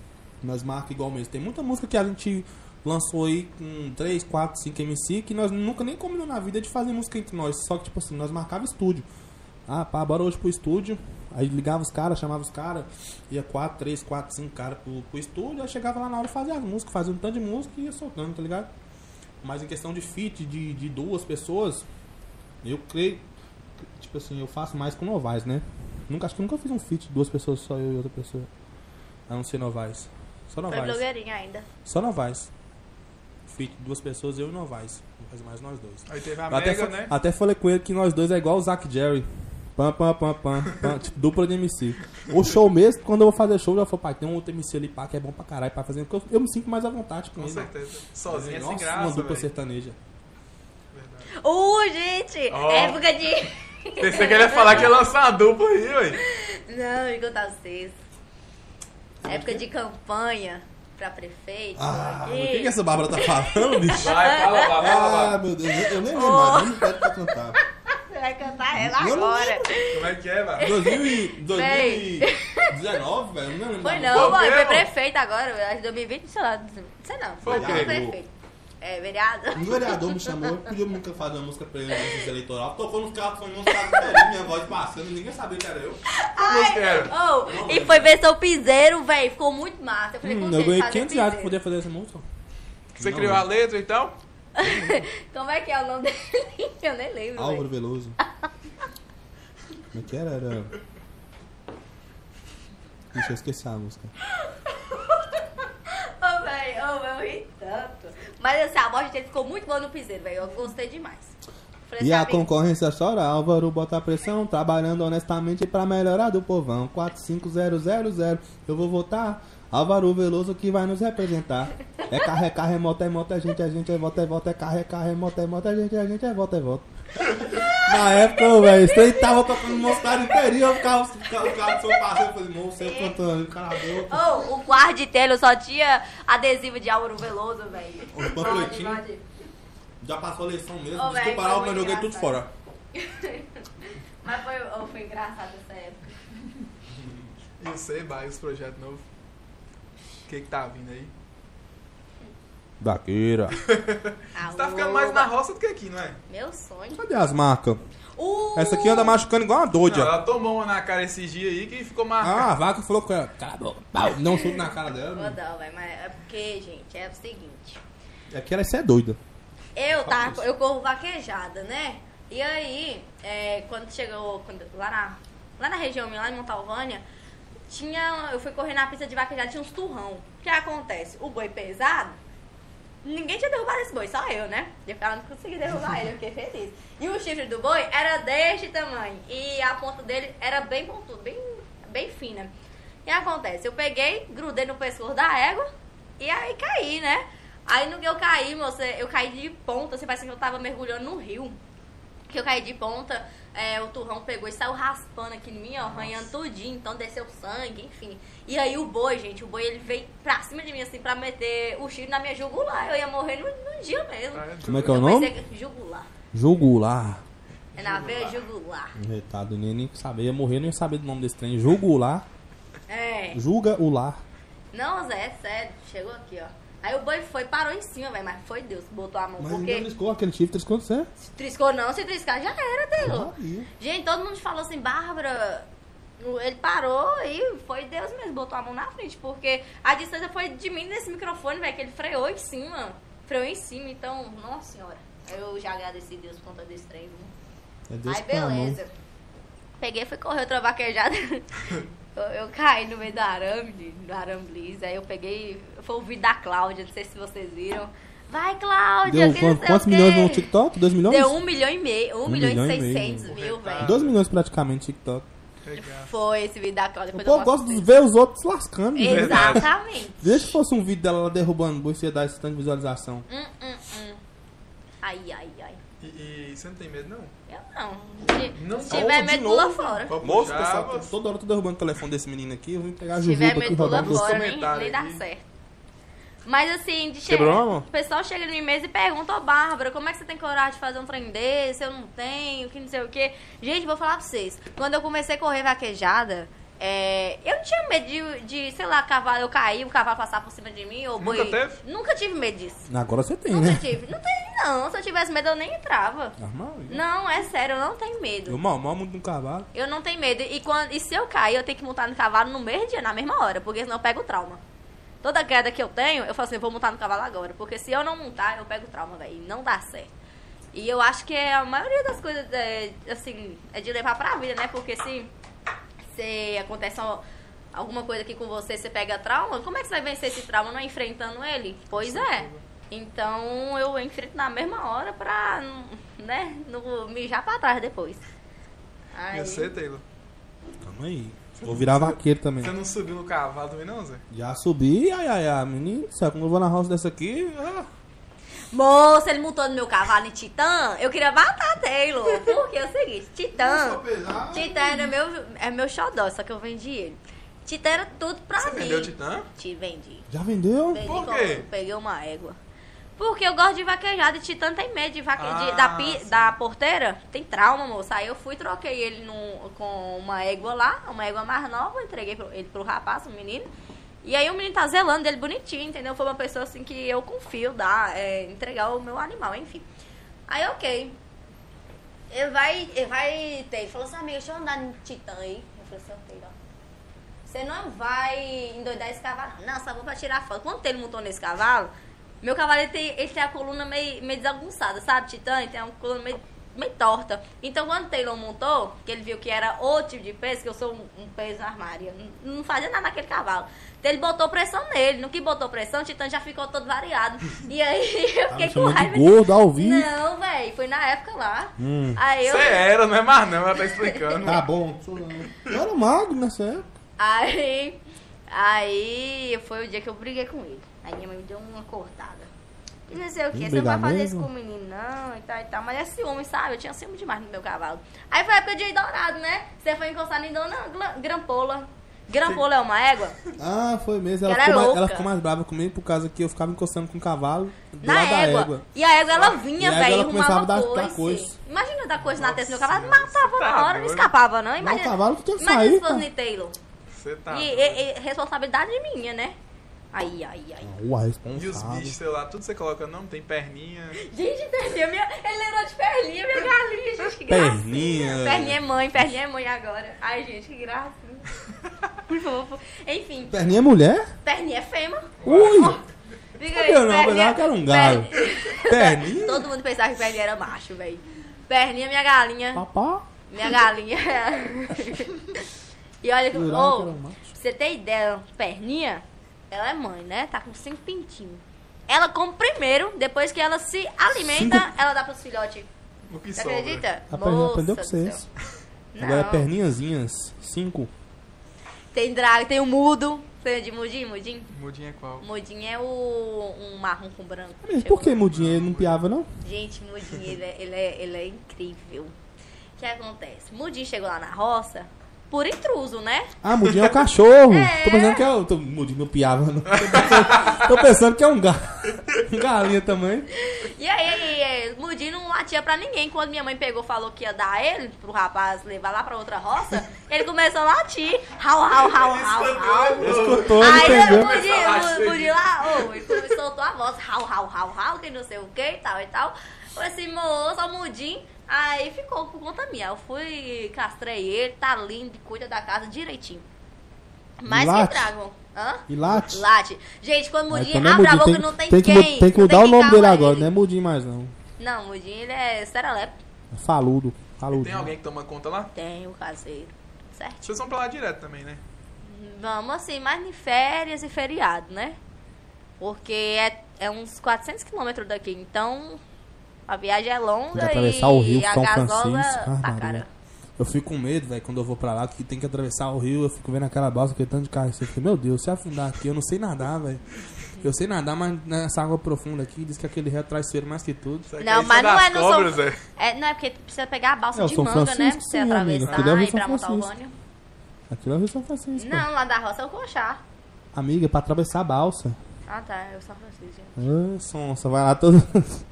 Speaker 2: nós marca igual mesmo. Tem muita música que a gente lançou aí com 3, 4, 5 MC que nós nunca nem combinou na vida de fazer música entre nós. Só que, tipo assim, nós marcava estúdio. Ah, pá, bora hoje pro estúdio. Aí ligava os caras, chamava os caras, ia 4, 3, 4, 5 caras pro, pro estúdio. Aí chegava lá na hora e fazia as músicas, fazia um tanto de música e ia soltando, tá ligado? Mas em questão de feat, de, de duas pessoas, eu creio. Tipo assim, eu faço mais com Novais, né? Nunca, acho que nunca fiz um feat de duas pessoas, só eu e outra pessoa. A não ser Novais. Só
Speaker 3: Foi
Speaker 2: Novais.
Speaker 3: blogueirinha ainda.
Speaker 2: Só Novais. Feat de duas pessoas, eu e Novais. Não faz mais nós dois.
Speaker 1: Aí teve a
Speaker 2: Eu até,
Speaker 1: Mega,
Speaker 2: fa-
Speaker 1: né?
Speaker 2: até falei com ele que nós dois é igual o Zac e Jerry. Pam, pam, pam, pam, [laughs] pam. tipo, dupla de MC. O show mesmo, quando eu vou fazer show, eu já falo, pai, tem um outro MC ali, pá, que é bom pra caralho, pá, fazendo. Porque eu, eu me sinto mais à vontade com,
Speaker 1: Com
Speaker 2: ele. né?
Speaker 1: certeza. Sozinha é
Speaker 2: Nossa,
Speaker 1: sem
Speaker 2: uma
Speaker 1: graça,
Speaker 2: dupla
Speaker 1: velho.
Speaker 2: sertaneja.
Speaker 1: Verdade.
Speaker 3: Uh, gente!
Speaker 1: Ó.
Speaker 3: Época de.
Speaker 1: Pensei que ele ia falar que ia lançar uma dupla aí, ué.
Speaker 3: Não, eu vou contar pra vocês. Época de campanha pra prefeito.
Speaker 2: assim? Ah, o
Speaker 3: aqui.
Speaker 2: que, que essa Bárbara tá [laughs] falando, bicho?
Speaker 1: Vai, fala, fala, fala.
Speaker 2: Ah, meu Deus, eu eu nem lembro mais, eu não pede pra cantar.
Speaker 3: Você vai cantar ela
Speaker 2: Eu não
Speaker 3: agora.
Speaker 1: Como é que é, mano?
Speaker 2: 2000 e- 2019, velho, eu não lembro.
Speaker 3: Foi
Speaker 2: mais.
Speaker 3: não,
Speaker 1: Foi
Speaker 3: mãe. Foi
Speaker 1: mesmo?
Speaker 3: prefeito agora. Acho que 2020, sei lá. Não sei não.
Speaker 1: Foi
Speaker 3: Não,
Speaker 1: quem?
Speaker 3: prefeito. É, vereador.
Speaker 2: Um vereador me chamou, pediu nunca fazer uma música pra ele na justiça eleitoral. Tocou nos carros, foi nos carros, peraí, minha voz passando, ninguém sabia que era eu.
Speaker 1: Não quero.
Speaker 3: [laughs] Oh, e foi ver seu piseiro, velho. Ficou muito massa. Eu falei,
Speaker 2: Hum,
Speaker 3: como
Speaker 2: eu
Speaker 3: vocês
Speaker 2: ganhei
Speaker 3: fazem
Speaker 2: 500 reais pra
Speaker 3: piseiro?
Speaker 2: poder fazer essa música.
Speaker 1: Você
Speaker 2: Não,
Speaker 1: criou
Speaker 2: né?
Speaker 1: a letra então? e tal?
Speaker 3: Como é que é o nome dele? [laughs] Eu nem lembro.
Speaker 2: Álvaro
Speaker 3: velho.
Speaker 2: Veloso. Como é que era? Era. Deixa eu esquecer a música.
Speaker 3: Ô, velho, ô, eu ri tanto. Mas assim, a morte dele ficou muito boa no piseiro, velho. Eu gostei demais. Falei,
Speaker 2: E a
Speaker 3: sabe,
Speaker 2: concorrência chora, Álvaro bota pressão, trabalhando honestamente pra melhorar do povão. 45000, eu vou votar. Álvaro Veloso que vai nos representar. É carro, é carro, é moto, é moto, é gente, é gente, é voto, é voto, é carro, é carro, é moto, é moto, é gente, é gente, é voto, é voto. Na época, velho, isso aí tava tocando no mostrar inteirinho, eu ficava, ficava, ficava, seu parceiro, eu falei, moço, eu cantando, cara, deu.
Speaker 3: Ô, o quarto de telho só tinha adesivo de Álvaro Veloso, velho.
Speaker 2: Um panfletinho.
Speaker 3: Pode, pode.
Speaker 2: Já passou a eleição mesmo,
Speaker 3: Ô,
Speaker 2: oh,
Speaker 3: velho,
Speaker 2: desculpa,
Speaker 3: foi
Speaker 2: mas eu
Speaker 3: muito
Speaker 2: joguei tudo
Speaker 3: engraçado.
Speaker 2: fora.
Speaker 3: Mas foi, oh, foi engraçado essa época.
Speaker 1: E você, vai, os projetos novos. O que que tá vindo aí?
Speaker 2: Daqueira.
Speaker 1: Você tá ficando mais na roça do que aqui, não é?
Speaker 3: Meu sonho.
Speaker 2: Cadê as marcas?
Speaker 3: Uh,
Speaker 2: Essa aqui é anda machucando igual uma
Speaker 1: Não,
Speaker 2: doida.
Speaker 1: ela tomou uma na cara esses dias aí que ficou marcada.
Speaker 2: Ah, a vaca falou com ela. Cala a boca. Pau, Dá um chute na cara
Speaker 3: Vou
Speaker 2: dela.
Speaker 3: dar, velho. Mas é porque, gente, é o seguinte.
Speaker 2: É que ela é doida.
Speaker 3: Eu
Speaker 2: Fala
Speaker 3: tava,
Speaker 2: isso.
Speaker 3: eu corro vaquejada, né? E aí, é, quando chegou quando- lá, na, lá na região minha, lá em Montalvânia, tinha, eu fui correr na pista de vaquejada, tinha uns turrão. O que acontece? O boi pesado, ninguém tinha derrubado esse boi, só eu, né? Eu ficava, não consegui derrubar ele, eu fiquei feliz. E o chifre do boi era deste tamanho, e a ponta dele era bem pontuda, bem, bem fina. E acontece, eu peguei, grudei no pescoço da égua e aí caí, né? Aí no que eu caí, moça, eu caí de ponta, assim, parece que eu tava mergulhando num rio. Que eu caí de ponta, é, o turrão pegou e saiu raspando aqui em mim, ó, arranhando tudinho, então desceu sangue, enfim. E aí o boi, gente, o boi ele veio pra cima de mim, assim, pra meter o tiro na minha jugular. Eu ia morrer no, no dia mesmo.
Speaker 1: Ah, é
Speaker 2: Como é que é
Speaker 3: Eu
Speaker 2: o nome?
Speaker 3: pensei que- Jugular.
Speaker 2: Jugular.
Speaker 3: É na veia jugular.
Speaker 2: Retado, nem, nem sabia, ia morrer, não ia saber do nome desse trem. Jugular.
Speaker 3: É.
Speaker 2: Julga o lar.
Speaker 3: Não, Zé, é sério. Chegou aqui, ó. Aí o boi foi, parou em cima, velho. Mas foi Deus que botou a mão.
Speaker 2: Mas
Speaker 3: porque
Speaker 2: não riscou aquele chifre, riscou você? é?
Speaker 3: se triscou não, se triscar já era, Taylor.
Speaker 2: Aí.
Speaker 3: Gente, todo mundo falou assim, Bárbara. o- Ele parou e foi Deus mesmo, botou a mão na frente, porque a distância foi de mim nesse microfone, velho, que ele freou em cima. Freou em cima, então, nossa senhora. Eu já agradeci Deus por conta desse trem, viu?
Speaker 2: É Deus
Speaker 3: Aí
Speaker 2: que põe a mão.
Speaker 3: beleza. Peguei e fui correr outra vaquejada.
Speaker 2: [laughs]
Speaker 3: eu, eu caí no meio do arame, de- do arame liso. Aí eu peguei. Foi o vídeo da Cláudia, não sei se vocês viram. Vai, Cláudia,
Speaker 2: Deu
Speaker 3: que não
Speaker 2: quantos,
Speaker 3: sei
Speaker 2: quantos
Speaker 3: o quê.
Speaker 2: milhões no TikTok? 2 milhões?
Speaker 3: Deu um milhão e meio. Um,
Speaker 2: Um
Speaker 3: milhão,
Speaker 2: milhão e
Speaker 3: e
Speaker 2: meio.
Speaker 3: 600 mil, velho.
Speaker 2: 2 milhões praticamente TikTok.
Speaker 1: Legal.
Speaker 3: Foi É. esse vídeo da Cláudia.
Speaker 2: O
Speaker 3: depois
Speaker 2: povo
Speaker 3: eu
Speaker 2: gosta
Speaker 3: mostro
Speaker 2: de
Speaker 3: pra
Speaker 2: ver os outros se lascando.
Speaker 3: vocês.
Speaker 2: gente.
Speaker 1: verdade.
Speaker 3: Exatamente.
Speaker 2: Vê se fosse um vídeo dela lá derrubando o boi, você ia dar esse tanto de visualização.
Speaker 3: Hum, hum, hum. Ai, ai, ai.
Speaker 1: E, e você não tem medo, não?
Speaker 3: Eu não. Se,
Speaker 1: Não,
Speaker 3: se
Speaker 1: Paulo,
Speaker 3: tiver
Speaker 2: de
Speaker 3: medo,
Speaker 2: novo?
Speaker 3: pula fora.
Speaker 1: Pode
Speaker 2: Moço,
Speaker 1: puxar,
Speaker 2: pessoal,
Speaker 1: moço.
Speaker 2: toda hora eu tô derrubando o telefone desse menino aqui, eu vim pegar a
Speaker 3: Se tiver
Speaker 2: Jujuba aqui
Speaker 3: medo, pula
Speaker 2: rodar
Speaker 1: nos
Speaker 3: fora, nem,
Speaker 1: comentários
Speaker 3: nem dá
Speaker 1: aí.
Speaker 3: certo. Mas assim, de
Speaker 2: Quebrou a mão?
Speaker 3: o pessoal chega em mim mesmo e pergunta, ô Bárbara, como é que você tem coragem de fazer um trem desse? Eu não tenho, que não sei o quê. Gente, vou falar pra vocês. Quando eu comecei a correr vaquejada, é, eu não tinha medo de, de, sei lá, cavalo, eu cair, o cavalo passar por cima de mim, ou boi.
Speaker 1: Nunca teve?
Speaker 3: Nunca tive medo disso.
Speaker 2: Agora você tem,
Speaker 3: Nunca
Speaker 2: né?
Speaker 3: tive. Não teve, não. Se eu tivesse medo, eu nem entrava.
Speaker 2: Normal. né?
Speaker 3: Não, é sério, eu não tenho medo.
Speaker 2: Eu mal, mal muito no cavalo.
Speaker 3: Eu não tenho medo. E, quando, e se eu cair, eu tenho que montar no cavalo no mesmo dia, na mesma hora, porque senão eu pego trauma. Toda queda que eu tenho, eu falo assim, vou montar no cavalo agora. Porque se eu não montar, eu pego trauma, velho. E não dá certo. E eu acho que é a maioria das coisas, é, assim, é de levar pra vida, né? Porque se, se acontece al- alguma coisa aqui com você, você pega trauma, como é que você vai vencer esse trauma não é enfrentando ele? Pois é. Então eu enfrento na mesma hora pra, né, não mijar pra trás depois. Aí-
Speaker 1: E você, Taylor?
Speaker 2: Calma aí. Vou virar vaqueiro também.
Speaker 1: Você não subiu no cavalo também, não, Zé?
Speaker 2: Já subi, ai, ai, ai, menino. Sabe quando eu vou na house dessa aqui? Ah,
Speaker 3: Moça, ele montou no meu cavalo em Titã. Eu queria matar Taylor. Porque é o seguinte, Titã. Titã era meu, é meu xodó, só que eu vendi ele. Titã era tudo pra
Speaker 1: Você
Speaker 3: mim.
Speaker 1: vendeu o Titã?
Speaker 3: Te vendi.
Speaker 2: já vendeu?
Speaker 3: Vendi
Speaker 1: Por
Speaker 3: com-
Speaker 1: quê?
Speaker 3: peguei uma égua. Porque eu gosto de vaquejada e Titã tem medo de vaque...
Speaker 1: Ah,
Speaker 3: de- da, pi-
Speaker 1: sim.
Speaker 3: da porteira. Tem trauma, moça. Aí eu fui, troquei ele num- com uma égua lá, uma égua mais nova, entreguei pro- ele pro rapaz, um menino. E aí o menino tá zelando ele bonitinho, entendeu? Foi uma pessoa assim que eu confio, dá, é, entregar o meu animal, enfim. Aí ok. Ele vai, ele vai ter. Ele falou assim, amiga, deixa eu andar no Titã aí. Eu falei assim, ok, ó. Você não vai endoidar esse cavalo, não. Não, só vou pra tirar foto. Quando ele montou nesse cavalo, meu cavalo ele tem, ele tem a coluna meio, meio desagunçada, sabe? Titã, ele tem uma coluna meio, meio torta. Então, quando o Taylor montou, que ele viu que era o tipo de peso, que eu sou um, um peso no armário, não, não fazia nada naquele cavalo. Então, ele botou pressão nele. No que botou pressão, o Titã já ficou todo variado. E aí, eu
Speaker 2: Tá me
Speaker 3: fiquei com
Speaker 2: chamando de
Speaker 3: raiva.
Speaker 2: gordo ao vivo.
Speaker 3: Não, véi, foi na época lá.
Speaker 2: Hum.
Speaker 3: Aí eu.
Speaker 1: Você era, não é mais não, ela tá explicando.
Speaker 2: Tá bom. sou eu. Eu era né, magro nessa época.
Speaker 3: Aí, aí foi o dia que eu briguei com ele. Aí minha mãe me deu uma cortada. E não sei o que,
Speaker 2: Vamos
Speaker 3: você não vai
Speaker 2: brigar
Speaker 3: fazer
Speaker 2: mesmo?
Speaker 3: isso com o menino, não, e tal, e tal. Mas é ciúme, sabe? Eu tinha ciúme demais no meu cavalo. Aí foi a época de ir dourado, né? Você foi encostar em dona Gla- Grampola. Grampola é uma égua?
Speaker 2: Ah, foi mesmo. Ela,
Speaker 3: Ela é
Speaker 2: ficou mais,
Speaker 3: louca.
Speaker 2: ela ficou mais brava comigo por causa que eu ficava encostando com o cavalo do
Speaker 3: Na
Speaker 2: lado
Speaker 3: égua.
Speaker 2: da égua.
Speaker 3: E a égua ela
Speaker 2: E a
Speaker 3: vinha,
Speaker 2: égua,
Speaker 3: velho,
Speaker 2: ela
Speaker 3: e
Speaker 2: começava a
Speaker 3: arrumava
Speaker 2: dar- dar
Speaker 3: coice.
Speaker 2: coice.
Speaker 3: Imagina dar coisa na testa do meu
Speaker 1: Nossa
Speaker 3: cavalo,
Speaker 1: senhora,
Speaker 3: matava
Speaker 1: você
Speaker 3: na
Speaker 1: tá
Speaker 3: hora, não
Speaker 1: doido?
Speaker 3: escapava, não. Imagina,
Speaker 2: cavalo tinha que
Speaker 3: imagina
Speaker 2: sair,
Speaker 3: se fosse
Speaker 2: cara.
Speaker 3: no Taylor.
Speaker 1: Você tá.
Speaker 3: E,
Speaker 1: doido.
Speaker 3: e- e responsabilidade minha, né? Ai, ai, ai.
Speaker 2: Ua,
Speaker 1: E os
Speaker 2: responsável.
Speaker 1: bichos, sei lá, tudo você coloca não, tem perninha.
Speaker 3: Gente, perninha, minha... ele lembrou de perninha, minha galinha, gente, que gracinha.
Speaker 2: Perninha.
Speaker 3: Perninha é mãe, perninha é mãe agora. Ai, gente, que
Speaker 2: [laughs]
Speaker 3: gracinha. Muito fofo. Enfim,
Speaker 2: Perninha é mulher?
Speaker 3: perninha é fêmur.
Speaker 2: Ui!
Speaker 3: Diga
Speaker 2: Sabia não, mas ela que era um galo. Perninha?
Speaker 3: [laughs] Todo mundo pensava que perninha era macho, velho. Perninha, minha galinha.
Speaker 2: Papá?
Speaker 3: Minha galinha. e olha que.
Speaker 2: Jurava que
Speaker 3: Ô,
Speaker 2: era um macho.
Speaker 3: pra você ter ideia, perninha, ela é mãe, né? Tá com cinco pintinhos. Ela come primeiro, depois que ela se alimenta, ela dá pros filhotes.
Speaker 1: O que
Speaker 3: Você
Speaker 1: sobra.
Speaker 3: acredita?
Speaker 2: A perninha aprendeu
Speaker 3: Moça
Speaker 2: com
Speaker 3: do
Speaker 2: vocês.
Speaker 3: céu.
Speaker 2: Agora é
Speaker 3: Não.
Speaker 2: perninhazinhas. Cinco.
Speaker 3: Tem drag, tem o mudo. Você é de mudim, mudim?
Speaker 1: Mudinha é qual?
Speaker 3: Mudim é o um marrom com branco.
Speaker 2: Mas
Speaker 3: Chegou.
Speaker 2: por que Mudinha ele não piava, não?
Speaker 3: Gente, Mudim, ele é, ele é, ele é incrível. O que acontece? Mudim chegou lá na roça por intruso, né?
Speaker 2: Ah, Mudinha é o cachorro.
Speaker 3: [laughs] É.
Speaker 2: Tô pensando que é o. Tô, Mudinha não piava, não. [laughs] Tô pensando, tô pensando que é um galinha Um galinha também.
Speaker 3: E aí, aí, aí, Mudim não latia pra ninguém. Quando minha mãe pegou, falou que ia dar ele pro rapaz levar lá pra outra roça, ele começou a latir. Rau, rau, rau, rau, rau.
Speaker 2: Escutou, não
Speaker 3: Aí eu
Speaker 2: entendeu.
Speaker 3: pude, eu pude lá, ô, ele come- soltou a voz, rau, rau, rau, rau, que não sei o que e tal e tal. Falei assim, moço, ó, mudim. Aí ficou por conta minha. Eu fui, castrei ele, tá lindo, cuida da casa direitinho. Mas que
Speaker 2: Late?
Speaker 3: tragam. Hã?
Speaker 2: E late?
Speaker 3: Late. Gente, quando
Speaker 2: Mas
Speaker 3: mudim
Speaker 2: também é
Speaker 3: abre a
Speaker 2: Mudinha,
Speaker 3: boca,
Speaker 2: tem-
Speaker 3: não tem,
Speaker 2: tem que,
Speaker 3: quem.
Speaker 2: mu- tem que
Speaker 3: não
Speaker 2: mudar o nome dele
Speaker 3: calma
Speaker 2: agora,
Speaker 3: ele.
Speaker 2: não é Mudinho mais, não.
Speaker 3: Não, mudim, ele é serelepe.
Speaker 2: É faludo. Faludo.
Speaker 1: Tem alguém que toma conta lá?
Speaker 3: Tem o caseiro, certo?
Speaker 1: Vocês vão pra lá direto também, né?
Speaker 3: Vamos assim, mais em férias e feriado, né? Porque é, é uns 400 quilômetros daqui, então a viagem é
Speaker 2: Tem
Speaker 3: longa
Speaker 2: que atravessar
Speaker 3: e
Speaker 2: o rio
Speaker 3: a
Speaker 2: São
Speaker 3: gasola
Speaker 2: Francisco. Ah,
Speaker 3: tá
Speaker 2: Maria.
Speaker 3: cara.
Speaker 2: Eu fico com medo, velho, quando eu vou pra lá, que tem que atravessar o rio, eu fico vendo aquela balsa, aquele tanto de carro. assim, Eu fico, meu Deus, se afundar aqui, eu não sei nadar, velho. Eu sei nadar, mas nessa água profunda aqui, diz que aquele rio é traiçoeiro mais que tudo.
Speaker 1: Isso aqui
Speaker 3: Não,
Speaker 1: isso
Speaker 3: mas não
Speaker 1: das
Speaker 3: é no São-
Speaker 1: cobras, é.
Speaker 3: É, não, é porque precisa pegar a balsa
Speaker 2: É, o
Speaker 3: de
Speaker 2: São
Speaker 3: manga, né? Pra
Speaker 2: Francisco,
Speaker 3: você
Speaker 2: sim, amiga. Aquilo é o
Speaker 3: atravessar e
Speaker 2: São
Speaker 3: pra montar o
Speaker 2: Francisco.
Speaker 3: vânio.
Speaker 2: Aquilo é o Rio São Francisco.
Speaker 3: Não, lá da roça é o Conchá.
Speaker 2: Amiga, pra atravessar a balsa.
Speaker 3: Ah, tá, é o São Francisco. gente.
Speaker 2: Ah, sonsa, vai lá todo. [laughs]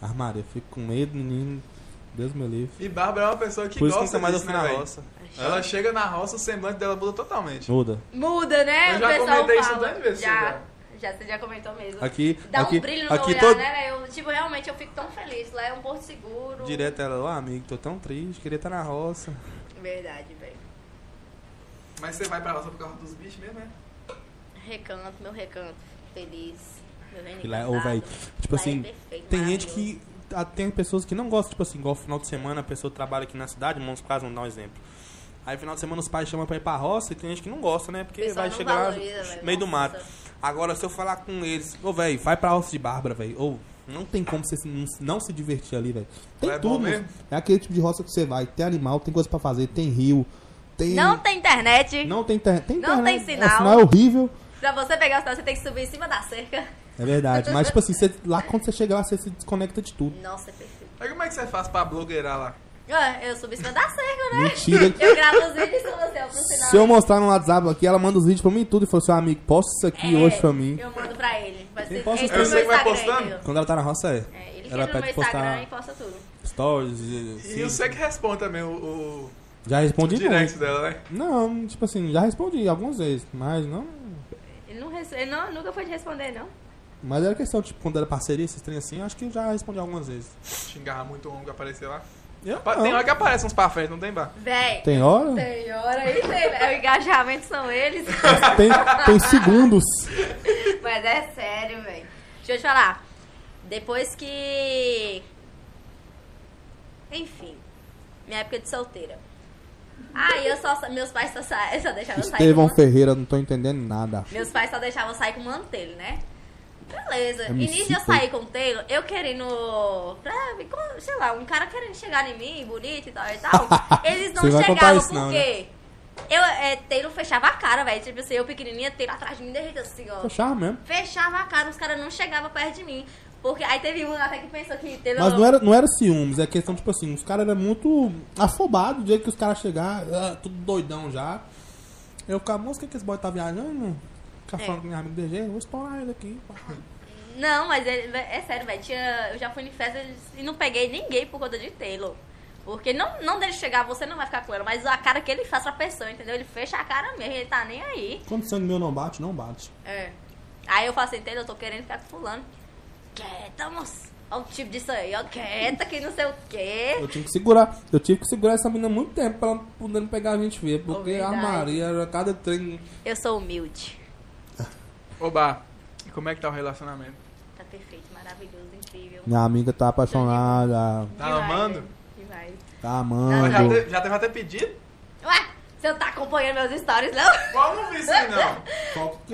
Speaker 2: Armário, eu fico com medo, menino. Deus me livre.
Speaker 1: E Bárbara é uma pessoa que
Speaker 2: Por isso que
Speaker 1: gosta
Speaker 2: nunca mais eu
Speaker 1: disso,
Speaker 2: fui
Speaker 1: né,
Speaker 2: na
Speaker 1: véi?
Speaker 2: roça.
Speaker 1: Ela chega na roça, o semblante dela muda totalmente.
Speaker 2: Muda.
Speaker 3: Muda, né?
Speaker 1: Eu
Speaker 3: O
Speaker 1: já
Speaker 3: pessoal
Speaker 1: comentei isso
Speaker 3: fala.
Speaker 1: tantas vezes,
Speaker 3: Já,
Speaker 1: Silvia.
Speaker 3: já, você já comentou mesmo.
Speaker 2: Aqui,
Speaker 3: Dá
Speaker 2: aqui,
Speaker 3: um brilho no
Speaker 2: aqui
Speaker 3: meu olhar,
Speaker 2: todo.
Speaker 3: né? Eu, tipo, realmente eu fico tão feliz. Lá é um porto seguro.
Speaker 2: Direto ela, ó, amigo, tô tão triste, queria estar na roça.
Speaker 3: Verdade, velho.
Speaker 1: Mas você vai pra roça por causa dos bichos mesmo, né?
Speaker 3: Recanto, meu recanto. Feliz. Meu reino
Speaker 2: E lá, ô,
Speaker 3: encantado.
Speaker 2: véi, tipo
Speaker 3: Lá é
Speaker 2: assim,
Speaker 3: perfeito,
Speaker 2: tem gente
Speaker 3: maravilhoso.
Speaker 2: que. ah, Tem pessoas que não gostam, tipo assim, igual final de semana a pessoa trabalha aqui na cidade, vamos quase vamos dar um exemplo. Aí final de semana os pais chamam pra ir pra roça e tem gente que não gosta, né? Porque
Speaker 3: Pessoal
Speaker 2: vai
Speaker 3: não
Speaker 2: chegar lá no
Speaker 3: valoriza, velho,
Speaker 2: meio do
Speaker 3: nossa.
Speaker 2: mato. Agora, se eu falar com eles, ô, velho, vai pra roça de Bárbara, velho. Ou não tem como você se- não, não se divertir ali, velho. Tem
Speaker 1: É bom
Speaker 2: tudo,
Speaker 1: mesmo?
Speaker 2: É aquele tipo de roça que você vai, tem animal, tem coisa pra fazer, tem rio, tem.
Speaker 3: Não tem internet.
Speaker 2: Não tem internet. Tem
Speaker 3: Não
Speaker 2: internet.
Speaker 3: tem
Speaker 2: É,
Speaker 3: sinal.
Speaker 2: O sinal é horrível.
Speaker 3: Pra você pegar o sinal, você tem que subir em cima da cerca.
Speaker 2: É verdade. Mas, tipo assim, você- lá quando você chega lá, você se desconecta de tudo.
Speaker 3: Nossa, é perfeito.
Speaker 1: Aí como é que você faz pra blogueirar lá?
Speaker 3: Ah, Eu subi em cima da cerca, né?
Speaker 2: Mentira.
Speaker 3: Eu gravo os vídeos e assim, ó, pro sinal.
Speaker 2: Se eu mostrar no WhatsApp aqui, ela manda os vídeos pra mim e tudo e falou assim, "Ah, amigo, posta isso aqui
Speaker 3: É,
Speaker 2: hoje pra mim.
Speaker 3: Eu mando pra ele. Vai ser
Speaker 2: Eu posso
Speaker 3: entra
Speaker 2: ter-
Speaker 3: no
Speaker 2: Eu sei
Speaker 1: que vai
Speaker 3: Instagram,
Speaker 1: postando?
Speaker 3: entendeu?
Speaker 2: Quando ela tá na roça, é.
Speaker 3: É, ele
Speaker 2: ela
Speaker 3: entra no meu Instagram e posta tudo.
Speaker 2: stories. e-
Speaker 1: E
Speaker 2: sim.
Speaker 1: você que responde também o, o
Speaker 2: Já respondi
Speaker 1: direct
Speaker 2: muito.
Speaker 1: dela, né?
Speaker 2: Não, tipo assim, já respondi algumas vezes, mas não.
Speaker 3: Ele, não, rece- ele não- nunca foi de responder, não.
Speaker 2: Mas era questão, tipo, quando era parceria, esses trem assim, eu acho que eu já respondi algumas vezes.
Speaker 1: Xingava muito o homem que apareceu lá.
Speaker 2: Eu
Speaker 1: Pa-
Speaker 2: não.
Speaker 1: Tem hora que aparece uns pra frente, não tem bar.
Speaker 3: Véi,
Speaker 2: Tem hora?
Speaker 3: tem hora aí, tem. É, O engajamento são eles.
Speaker 2: Tem, tem segundos.
Speaker 3: Mas é sério, velho. Deixa eu te falar. Depois que. Enfim. Minha época de solteira. Aí eu só. sa- Meus pais só, sa... [laughs] só deixavam eu sair. Com...
Speaker 2: Estevão
Speaker 3: man-
Speaker 2: Ferreira, não tô entendendo nada.
Speaker 3: Meus pais só deixavam eu sair com mantelho, né? Beleza.
Speaker 2: É
Speaker 3: Início de eu
Speaker 2: missível.
Speaker 3: sair com o Taylor, eu querendo. Pra, me con- sei lá, um cara querendo chegar em mim, bonito e tal e tal.
Speaker 2: [laughs]
Speaker 3: Eles não
Speaker 2: Você vai contar
Speaker 3: chegavam
Speaker 2: isso não, né?
Speaker 3: porque. Eu, é, Taylor fechava a cara, velho. Tipo assim, eu pequenininha, Taylor atrás de mim, derrita assim, ó
Speaker 2: Fechar mesmo.
Speaker 3: fechava a cara, os caras não chegavam perto de mim. Porque aí teve um até que pensou que teve
Speaker 2: Mas não era, não era ciúmes, é questão, tipo assim, os caras eram muito afobados, do jeito que os caras chegaram, ah, tudo doidão já. Eu ficava, moço, o que, que esse boy tá viajando? Ficar
Speaker 3: É.
Speaker 2: falando com meu amigo DG, eu vou estourar ele aqui. pá."
Speaker 3: Não, mas ele- é, sério, velho. tinha- Eu já fui em festa e não peguei ninguém por conta de Taylor. Porque não, não dele chegar, você não vai ficar com ela, mas a cara que ele faz pra pessoa, entendeu? Ele fecha a cara mesmo, ele tá nem aí.
Speaker 2: [laughs] Quando o sangue meu não bate, não bate.
Speaker 3: É. Aí eu falo assim, Taylor, eu tô querendo ficar com fulano. Quieta, moço. Olha o tipo disso aí, ó, quieta, que não sei o quê.
Speaker 2: Eu tive que segurar, eu tive que segurar essa menina muito tempo pra ela poder não pegar a gente ver,
Speaker 3: Oh,
Speaker 2: porque a
Speaker 3: verdade.
Speaker 2: Maria era cada trem.
Speaker 3: Eu sou humilde.
Speaker 1: Ô, Bar, e como é que tá o relacionamento?
Speaker 3: Tá perfeito, maravilhoso, incrível.
Speaker 2: Minha amiga tá apaixonada,
Speaker 1: Tá
Speaker 3: Demais,
Speaker 1: amando?
Speaker 3: velho, Demais.
Speaker 2: tá
Speaker 1: Mas Já,
Speaker 2: amando.
Speaker 1: te- já teve até pedido?
Speaker 3: Ué, você não tá acompanhando meus stories, não?
Speaker 1: Qual não vi isso aí, não?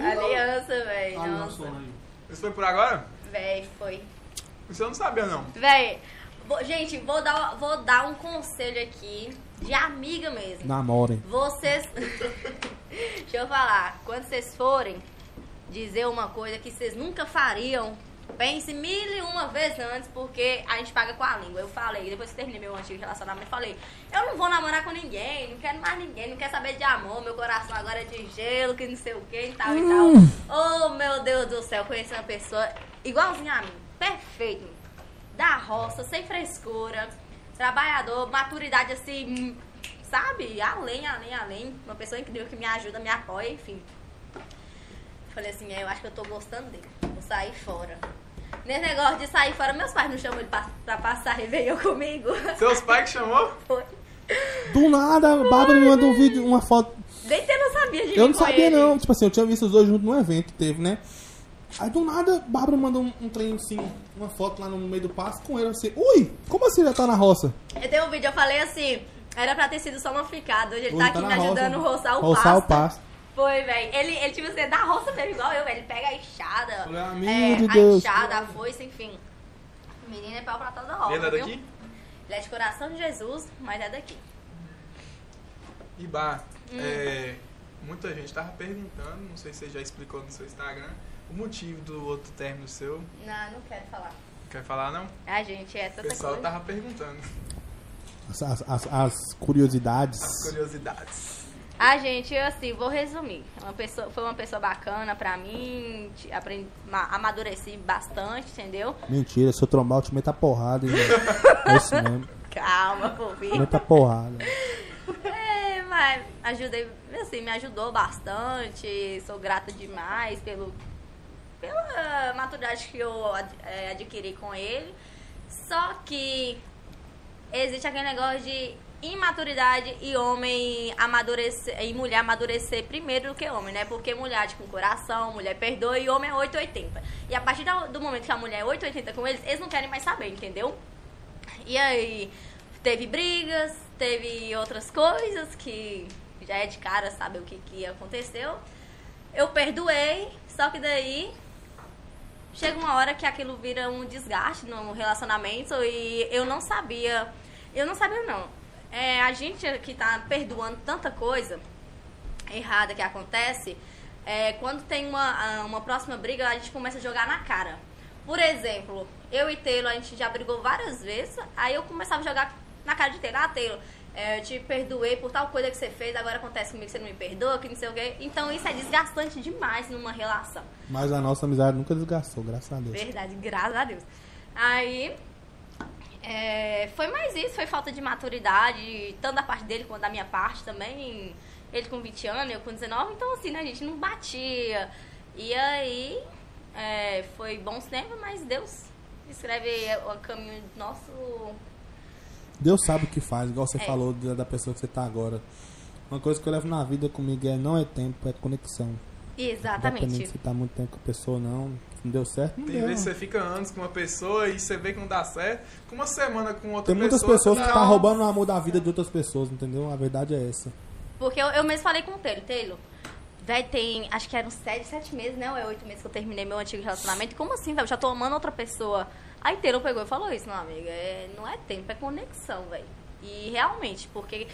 Speaker 3: Aliança, véi.
Speaker 2: Aliança,
Speaker 3: Nossa.
Speaker 2: né?
Speaker 1: Isso foi por agora?
Speaker 3: Véi, foi.
Speaker 1: Isso eu não sabia, não.
Speaker 3: Véi, vou- gente, vou dar, vou dar um conselho aqui de amiga mesmo.
Speaker 2: Namorem.
Speaker 3: Vocês. [laughs] Deixa eu falar. Quando vocês forem dizer uma coisa que vocês nunca fariam, pense mil e uma vezes antes, porque a gente paga com a língua. Eu falei, depois que terminei meu antigo relacionamento, eu falei: eu não vou namorar com ninguém, não quero mais ninguém, não quero saber de amor, meu coração agora é de gelo, que não sei o que e tal e tal. Oh, meu Deus do céu, conheci uma pessoa igualzinha a mim, perfeito, da roça, sem frescura, trabalhador, maturidade assim, sabe? Além, além, além. Uma pessoa incrível que me ajuda, me apoia, enfim. Falei assim, é, eu acho que eu tô gostando dele. Vou sair fora. Nesse negócio de sair fora, meus pais não chamam ele pra, pra passar Réveillon comigo. [laughs]
Speaker 1: Seus pais que chamou?
Speaker 3: Foi.
Speaker 2: Do nada, a Bárbara me mandou um vídeo, uma foto.
Speaker 3: Nem que eu não sabia
Speaker 2: Eu
Speaker 3: de mim
Speaker 2: não
Speaker 3: com
Speaker 2: sabia,
Speaker 3: ele.
Speaker 2: não. Tipo assim, eu tinha visto os dois juntos num evento que teve, né? Aí do nada, a Bárbara mandou um, um trem assim, uma foto lá no meio do passo com ele assim. Ui, como assim já tá na roça?
Speaker 3: Eu tenho um vídeo, eu falei assim, era pra ter sido só manficado. Hoje ele
Speaker 2: Hoje
Speaker 3: tá aqui
Speaker 2: na
Speaker 3: me ajudando a
Speaker 2: roça,
Speaker 3: roçar o
Speaker 2: roçar o
Speaker 3: pasto.
Speaker 2: pasto.
Speaker 3: Foi, velho. Ele, ele, tipo, você dá roça mesmo, igual eu, velho. Ele pega a enxada.
Speaker 2: Falei, ah,
Speaker 3: é,
Speaker 2: meu
Speaker 3: a
Speaker 2: Deus.
Speaker 3: enxada, a foice, enfim. O menino é pau pra toda hora.
Speaker 1: Ele é
Speaker 3: viu?
Speaker 1: daqui?
Speaker 3: Ele é de coração de Jesus, mas é daqui.
Speaker 1: E bah, é, muita gente tava perguntando, não sei se você já explicou no seu Instagram, o motivo do outro término seu.
Speaker 3: Não, não quero falar.
Speaker 1: Quer falar não?
Speaker 3: A gente é
Speaker 1: O
Speaker 3: tanta
Speaker 1: pessoal tá-
Speaker 3: coisa.
Speaker 1: tava perguntando. [laughs]
Speaker 2: As, as- as- as curiosidades.
Speaker 1: As curiosidades.
Speaker 3: A gente, eu, assim, vou resumir. Uma pessoa, foi uma pessoa bacana pra mim, te- aprendi, ma- amadureci bastante, entendeu?
Speaker 2: Mentira, seu trombar te mete a porrada, hein? velho? É isso mesmo.
Speaker 3: Calma,
Speaker 2: Te
Speaker 3: fofinho.
Speaker 2: mete a porrada.
Speaker 3: É, mas ajudei, assim, me ajudou bastante. Sou grata demais pelo, pela maturidade que eu ad- eh, adquiri com ele. Só que existe aquele negócio de imaturidade e homem amadurecer e mulher amadurecer primeiro do que homem, né? Porque mulher de com coração, mulher perdoa e homem é 880. E a partir da- do momento que a mulher é 880 com eles, eles não querem mais saber, entendeu? E aí teve brigas, teve outras coisas que já é de cara sabe o que que aconteceu. Eu perdoei, só que daí chega uma hora que aquilo vira um desgaste no relacionamento e eu não sabia. Eu não sabia, não. É, a gente que tá perdoando tanta coisa errada que acontece, é, quando tem uma, ah, uma próxima briga, a gente começa a jogar na cara. Por exemplo, eu e Taylor, a gente já brigou várias vezes, aí eu começava a jogar na cara de Taylor. Ah, Taylor, é, eu te perdoei por tal coisa que você fez, agora acontece comigo que você não me perdoa, que não sei o quê. Então isso é desgastante demais numa relação.
Speaker 2: Mas a nossa amizade nunca desgastou, graças a Deus.
Speaker 3: Verdade, graças a Deus. Aí. é, foi mais isso, foi falta de maturidade, tanto da parte dele quanto da minha parte também. Ele com 20 anos, eu com 19, então assim, né, a gente não batia. E aí, é, foi bom cinema, mas Deus escreve o caminho do nosso.
Speaker 2: Deus sabe o que faz, igual você
Speaker 3: É.
Speaker 2: falou da da pessoa que você tá agora. Uma coisa que eu levo na vida comigo é não é tempo, é conexão. Independente
Speaker 3: Exatamente.
Speaker 2: se tá muito tempo com a pessoa ou não. Se não deu certo, não
Speaker 1: Tem
Speaker 2: deu.
Speaker 1: vezes que você fica anos com uma pessoa e você vê que não dá certo. Com uma semana com outra
Speaker 2: Tem muitas
Speaker 1: pessoa.
Speaker 2: pessoas que
Speaker 1: não.
Speaker 2: tá roubando o amor da vida de outras pessoas, entendeu? A verdade é essa.
Speaker 3: Porque eu, eu mesmo falei com o Taylor, Taylor. Véi, tem. Acho que eram sete, sete meses, né? Ou é oito meses que eu terminei meu antigo relacionamento. Como assim, velho? Já tô amando outra pessoa. Aí Taylor pegou e falou isso, não, amiga. É, não é tempo, é conexão, velho. E realmente, porque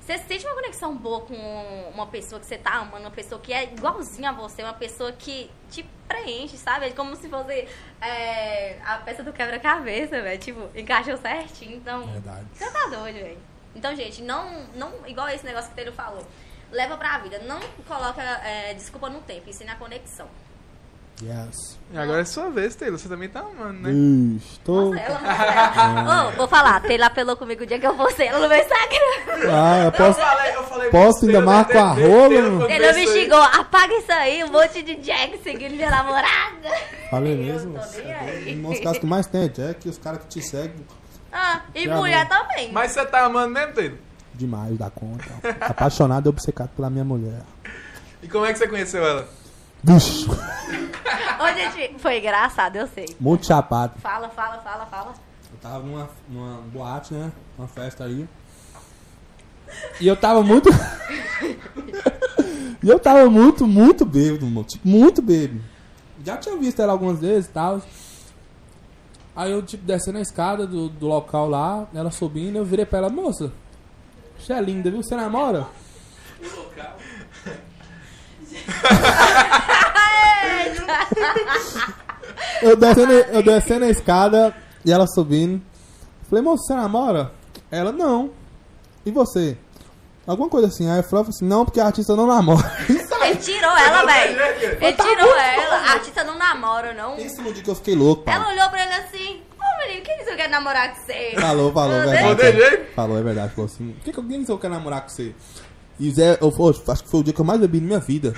Speaker 3: você sente uma conexão boa com uma pessoa que você tá amando, uma pessoa que é igualzinha a você, uma pessoa que te preenche, sabe? É como se fosse é, a peça do quebra-cabeça, velho. Tipo, encaixou certinho, então.
Speaker 2: Verdade.
Speaker 3: Você tá doido, velho. Então, gente, não, não. Igual esse negócio que o Taylor falou. Leva pra vida. Não coloca é, desculpa no tempo, ensina a conexão.
Speaker 2: Yes.
Speaker 1: E agora é sua vez, Taylor. Você também tá amando, né?
Speaker 2: Ixi, tô...
Speaker 3: Nossa, ela não ela.
Speaker 2: [laughs]
Speaker 3: Ô, vou falar, Taylor apelou comigo o dia que eu postei ela no meu Instagram.
Speaker 2: Ah, eu posso...
Speaker 1: Eu falei, eu falei
Speaker 2: Posso ainda mais com a rola, mano?
Speaker 3: Taylor me xingou, apaga isso aí, um monte de Jack seguindo minha namorada.
Speaker 2: Falei
Speaker 3: Eu
Speaker 2: mesmo.
Speaker 3: tô nem aí.
Speaker 2: Um dos casos que mais tem é Jack e os caras que te seguem
Speaker 3: Ah, e
Speaker 2: Já
Speaker 3: mulher
Speaker 2: não.
Speaker 3: também.
Speaker 1: Mas você tá amando mesmo, Taylor?
Speaker 2: demais da conta. Apaixonado e obcecado pela minha mulher.
Speaker 1: E como é que você conheceu ela?
Speaker 2: Vixe,
Speaker 3: Ô, gente, foi engraçado, eu sei.
Speaker 2: muito chapado.
Speaker 3: Fala, fala, fala, fala.
Speaker 2: Eu tava numa, numa boate, né? Uma festa aí. E eu tava muito. [laughs] e eu tava muito, muito bêbado, mano. Tipo, muito bêbado. Já tinha visto ela algumas vezes e tal. Aí eu, tipo, descendo a escada do, do local lá, ela subindo, eu virei pra ela, moça.
Speaker 4: Você é linda, viu? Você namora? eu, descendo, eu descendo a escada e ela subindo. Falei, moço, você namora? Ela, não. E você? Alguma coisa assim. Aí eu falei assim, não, porque artista não namora. [laughs]
Speaker 3: Ele tirou ela, velho. Ele
Speaker 2: tá
Speaker 3: tirou ela. A artista não namora, não.
Speaker 4: é
Speaker 2: Pensa no dia que eu fiquei louco,
Speaker 3: Ela
Speaker 2: pai.
Speaker 3: olhou pra ele assim, ô menino, quem disse que eu quero namorar com você?
Speaker 2: Falou, falou, é
Speaker 3: Não,
Speaker 2: verdade.
Speaker 1: deixa- Não, deixa-
Speaker 2: Falou, é verdade. Falou assim, por que que alguém disse que eu quero namorar com você? E o Zé, eu, eu acho que foi o dia que eu mais bebi na minha vida.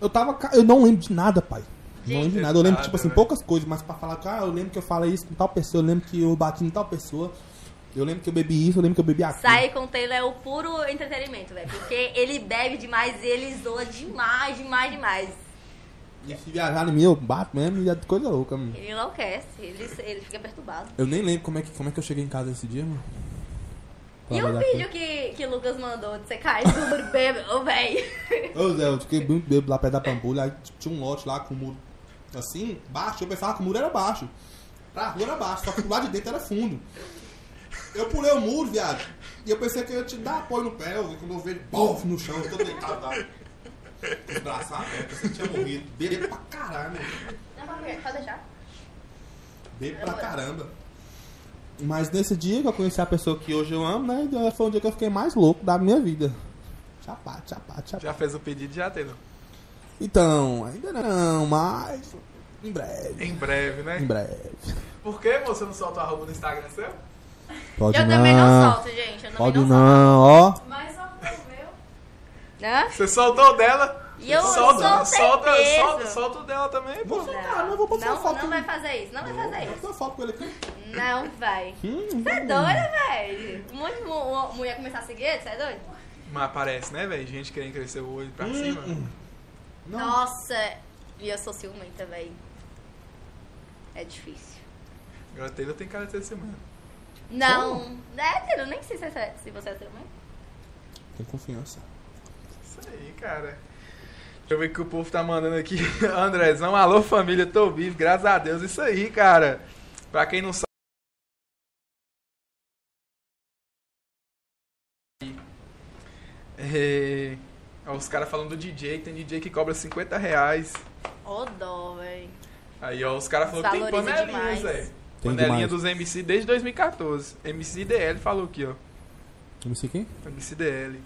Speaker 2: Eu tava, ca- eu não lembro de nada, pai. Não lembro de nada. Eu lembro, tipo assim,
Speaker 1: né?
Speaker 2: poucas coisas, mas pra falar, cara, eu lembro que eu falei isso com tal pessoa, eu lembro que eu bati em tal pessoa, eu lembro que eu bebi isso, eu lembro que eu bebi aquilo.
Speaker 3: Sair com o Taylor é o puro entretenimento, velho. Porque ele bebe demais e ele zoa demais, demais, demais.
Speaker 2: E se viajar em mim, eu bato mesmo e é coisa louca, mano.
Speaker 3: Ele enlouquece, ele, ele fica perturbado.
Speaker 2: Eu nem lembro como é que, como é que eu cheguei em casa esse dia, mano. Pra
Speaker 3: E o
Speaker 2: verdade.
Speaker 3: vídeo que, que o Lucas mandou de você cair sobre bêbado, ô velho.
Speaker 2: Ô Zé, eu fiquei muito bêbado lá perto da Pampulha, aí tinha um lote lá com o muro assim, baixo, eu pensava que o muro era baixo. Pra rua era baixo, só que lá de dentro era fundo. Eu pulei o muro, viado, e eu pensei que eu ia te dar apoio no pé, eu vi quando eu vejo bof no chão, eu tô deitado lá. Com os braços abertos, pensei que tinha morrido. Bebo pra caralho, né?
Speaker 3: Não, pode deixar.
Speaker 2: bebo pra caramba. Mas nesse dia que eu conheci a pessoa que hoje eu amo, né? Foi um dia que eu fiquei mais louco da minha vida. Chapate, chapate, chapate.
Speaker 1: Já fez o pedido, já tem.
Speaker 2: Então, ainda não, mas em breve.
Speaker 1: Em breve,
Speaker 2: Em
Speaker 1: né?
Speaker 2: breve.
Speaker 1: Por que você não solta o arroba no Instagram seu?
Speaker 2: Pode
Speaker 3: Eu também não solto, gente. Eu também
Speaker 2: Pode
Speaker 3: não, solto.
Speaker 2: não, ó.
Speaker 5: Mas só o meu.
Speaker 3: Hã?
Speaker 1: Você soltou o dela?
Speaker 3: E eu
Speaker 1: solta,
Speaker 3: soltei
Speaker 1: solta,
Speaker 3: mesmo.
Speaker 1: solta, solta o dela também, pô.
Speaker 2: Vou soltar, não vou postar
Speaker 3: não,
Speaker 2: foto.
Speaker 3: não vai fazer isso, não vai fazer
Speaker 2: Vou
Speaker 3: isso.
Speaker 2: postar foto com ele aqui.
Speaker 3: Não vai.
Speaker 2: Hum,
Speaker 3: Você é doida, velho? Um monte de mu- mulher começar a seguir, você é doido?
Speaker 1: Mas aparece, né, velho? Gente querendo crescer o olho
Speaker 2: Hum,
Speaker 1: pra cima.
Speaker 2: Não.
Speaker 3: Nossa, e eu sou ciumenta, velho. É difícil.
Speaker 1: Agora Taylor tem cara de ser semana.
Speaker 3: Não, é, Taylor, nem sei se, é- se você é ciumenta.
Speaker 2: Tem confiança.
Speaker 1: Isso aí, cara. Deixa eu ver o que o povo tá mandando aqui. [laughs] Andrezão, alô família, tô vivo, graças a Deus. Isso aí, cara. Pra quem não sabe. É, ó, os caras falando do DJ, tem DJ que cobra 50 reais.
Speaker 3: Ô dó, velho.
Speaker 1: Aí, ó, os caras falaram que tem
Speaker 3: Valoriza
Speaker 1: panelinhas,
Speaker 3: demais.
Speaker 1: velho.
Speaker 2: Tem
Speaker 1: Panelinha
Speaker 2: demais.
Speaker 1: dos MC desde 2014. MC DL falou aqui, ó.
Speaker 2: Não sei quem?
Speaker 1: MC DL.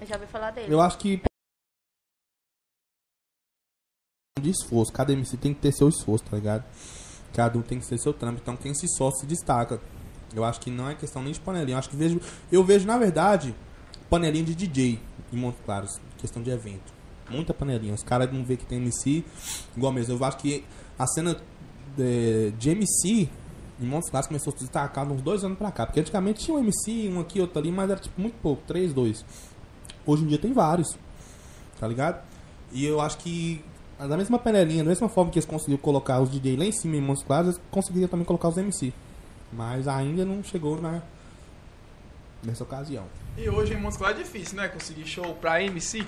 Speaker 3: Eu já ouvi falar dele.
Speaker 2: Eu acho que. De esforço. Cada MC tem que ter seu esforço, tá ligado? Cada um tem que ter seu trampo. Então quem se só se destaca. Eu acho que não é questão nem de panelinha. Eu acho que vejo. Eu vejo, na verdade, panelinha de DJ em Monte Claro. Questão de evento. Muita panelinha. Os caras não vê que tem MC igual mesmo. Eu acho que a cena é, de MC em Montes Claros começou a se destacar uns dois anos pra cá. Porque antigamente tinha um MC, um aqui, outro ali, mas era tipo muito pouco, três, dois. Hoje em dia tem vários. Tá ligado? E eu acho que da mesma panelinha, da mesma forma que eles conseguiram colocar os DJ lá em cima em Montes Claros, eles conseguiriam também colocar os MC. Mas ainda não chegou na... nessa ocasião.
Speaker 1: E hoje em Moscou é difícil, né? Conseguir show pra MC.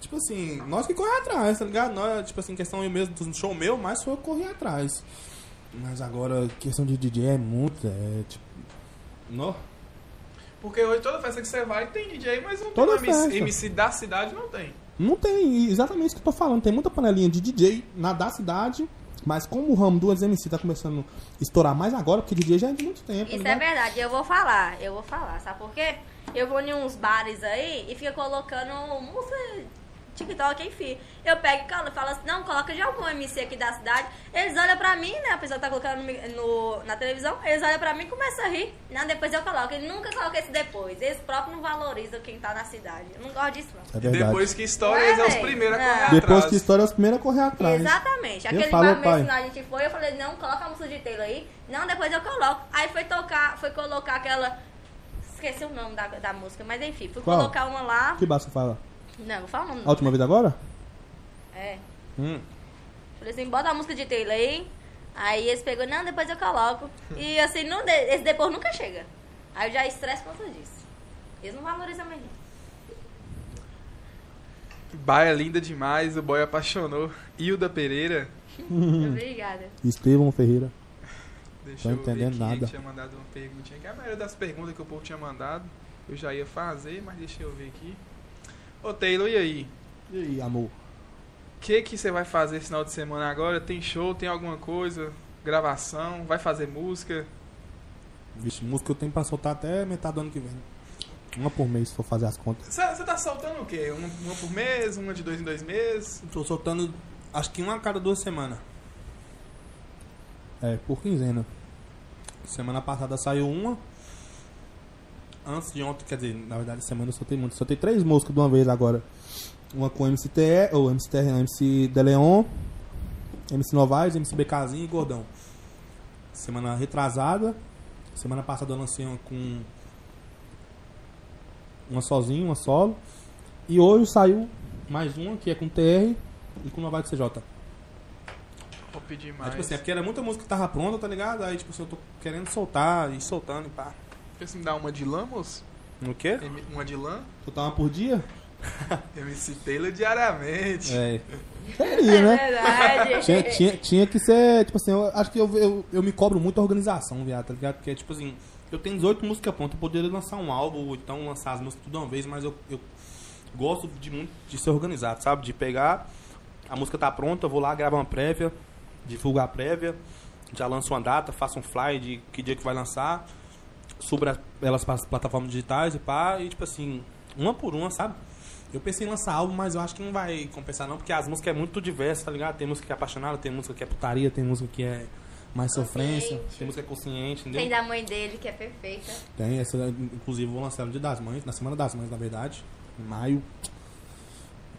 Speaker 2: Tipo assim, nós que corremos atrás, tá ligado? Nós, tipo assim, questão eu mesmo do show meu, mas foi eu correr atrás. Mas agora, questão de DJ é muito, é tipo. Nó.
Speaker 1: Porque hoje toda festa que você vai tem DJ, mas não
Speaker 2: Toda
Speaker 1: tem um MC,
Speaker 2: festa.
Speaker 1: MC da cidade, não tem.
Speaker 2: Não tem, exatamente isso que eu tô falando. Tem muita panelinha de DJ na da cidade, mas como o ramo do MC tá começando a estourar mais agora, porque DJ já é de muito tempo. tá
Speaker 3: Isso é
Speaker 2: ligado?
Speaker 3: verdade, eu vou falar, eu vou falar, sabe por quê? Eu vou em uns bares aí e fica colocando música TikTok, enfim. Eu pego e colo- falo assim, não, coloca de algum MC aqui da cidade. Eles olham pra mim, né? A pessoa tá colocando no mi- no- na televisão, eles olham pra mim e começam a rir. Não, depois eu coloco. Eles nunca colocam esse depois. Eles próprios não valorizam quem tá na cidade. Eu não gosto disso, não.
Speaker 2: É
Speaker 1: E
Speaker 2: verdade.
Speaker 1: depois que estoura,
Speaker 3: Não é,
Speaker 1: eles são os
Speaker 3: véi?
Speaker 1: primeiros a
Speaker 3: Não.
Speaker 1: correr
Speaker 2: Depois
Speaker 1: atrás.
Speaker 2: que estoura, os primeiros a correr atrás.
Speaker 3: Exatamente.
Speaker 2: Eu
Speaker 3: Aquele
Speaker 2: falo,
Speaker 3: bar mesmo
Speaker 2: pai.
Speaker 3: que a gente foi, eu falei, não, coloca a música de Taylor aí. Não, depois eu coloco. Aí foi tocar, foi colocar aquela. Esqueci o nome da, da música, mas enfim, fui
Speaker 2: Qual?
Speaker 3: colocar uma lá.
Speaker 2: Que basta fala?
Speaker 3: Não, vou falar o nome.
Speaker 2: A última vida agora?
Speaker 3: É.
Speaker 2: Hum.
Speaker 3: Falei assim, bota a música de Taylor aí. Aí eles pegou, não, depois eu coloco. E assim, não de- esse depois nunca chega. Aí eu já estresso por conta disso. Eles não valorizam mais ninguém.
Speaker 1: Baia linda demais, o boy apaixonou. Hilda Pereira.
Speaker 2: Uhum.
Speaker 3: Obrigada.
Speaker 2: Estevão Ferreira.
Speaker 1: Deixa
Speaker 2: Tô
Speaker 1: eu ver
Speaker 2: entendendo
Speaker 1: quem
Speaker 2: nada.
Speaker 1: tinha mandado uma perguntinha aqui. A maioria das perguntas que o povo tinha mandado, eu já ia fazer, mas deixa eu ver aqui. Ô Taylor, e aí?
Speaker 2: E aí, amor?
Speaker 1: O que que você vai fazer esse final de semana agora? Tem show, tem alguma coisa? Gravação? Vai fazer música?
Speaker 2: Vixe, música eu tenho pra soltar até metade do ano que vem. Uma por mês, se for fazer as contas.
Speaker 1: Você tá soltando o quê? Um- Uma por mês? Uma de dois em dois meses?
Speaker 6: Tô soltando acho que uma a cada duas semanas.
Speaker 2: É, por quinzena.
Speaker 6: Semana passada saiu uma.
Speaker 2: Antes de ontem, quer dizer, na verdade, semana eu soltei muito. Soltei três músicas de uma vez agora. Uma com MCTE, ou MCTR, não, MC Deleon, MC Novaes, MC BKzinho e Gordão. Semana retrasada. Semana passada eu lancei uma com. Uma sozinho, uma solo. E hoje saiu mais uma que é com TR e com Novaes CJ.
Speaker 1: Vou pedir
Speaker 6: Mas,
Speaker 1: mais.
Speaker 6: tipo É, assim, é porque era muita música que tava pronta, tá ligado? Aí, tipo assim, eu tô querendo soltar e soltando e pá.
Speaker 1: Você me dá uma de lã, moço?
Speaker 6: No quê?
Speaker 1: M- Uma de lã?
Speaker 2: Soltar uma por dia?
Speaker 1: MC Taylor diariamente.
Speaker 2: É.
Speaker 3: É
Speaker 2: Seria, né?
Speaker 3: verdade.
Speaker 2: Tinha, tinha, tinha que ser, tipo assim, eu acho que eu, eu, eu me cobro muito a organização, viado, tá ligado?
Speaker 6: Porque, tipo assim, eu tenho 18 músicas prontas, eu poderia lançar um álbum, ou então lançar as músicas tudo de uma vez, mas eu, eu gosto de muito de ser organizado, sabe? De pegar, a música tá pronta, eu vou lá, gravo uma prévia, divulgo a prévia, já lanço uma data, faço um fly de que dia que vai lançar, subo as- elas para as plataformas digitais e pá, e tipo assim, uma por uma, sabe? Eu pensei em lançar álbum, mas eu acho que não vai compensar não, porque as músicas é muito diversas, tá ligado? Tem música que é apaixonada, tem música que é putaria, tem música que é mais sofrência,
Speaker 3: Consciente.
Speaker 6: tem música é consciente, entendeu?
Speaker 3: Tem da mãe dele, que é perfeita. [laughs]
Speaker 2: Tem, essa, inclusive eu vou lançar no dia das mães, na semana das mães, na verdade, em maio.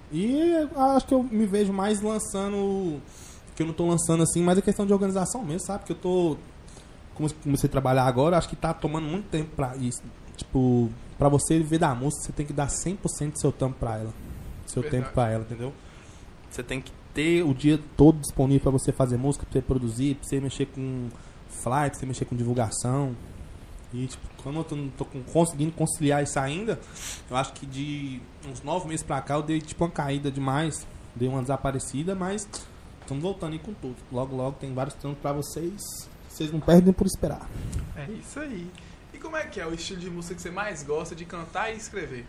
Speaker 2: E acho que eu me vejo mais lançando, que eu não tô lançando assim, mas é questão de organização mesmo, sabe? Que eu tô, como eu comecei a trabalhar agora, acho que tá tomando muito tempo pra isso. Tipo, pra você viver da música, você tem que dar 100% do seu tempo pra ela. Seu
Speaker 1: Verdade.
Speaker 2: tempo pra ela, entendeu?
Speaker 6: Você tem que
Speaker 2: ter o dia todo disponível pra você fazer música, pra você produzir, pra você mexer com fly, pra você mexer com divulgação. E, tipo, como eu tô- não tô com- conseguindo conciliar isso ainda, eu acho que de uns nove meses pra cá eu dei, tipo, uma caída demais. Dei uma desaparecida, mas estamos voltando aí com tudo. Logo, logo tem vários trampos pra vocês. Vocês não perdem por esperar.
Speaker 1: É isso aí. E como é que é o estilo de música que você mais gosta de cantar e escrever?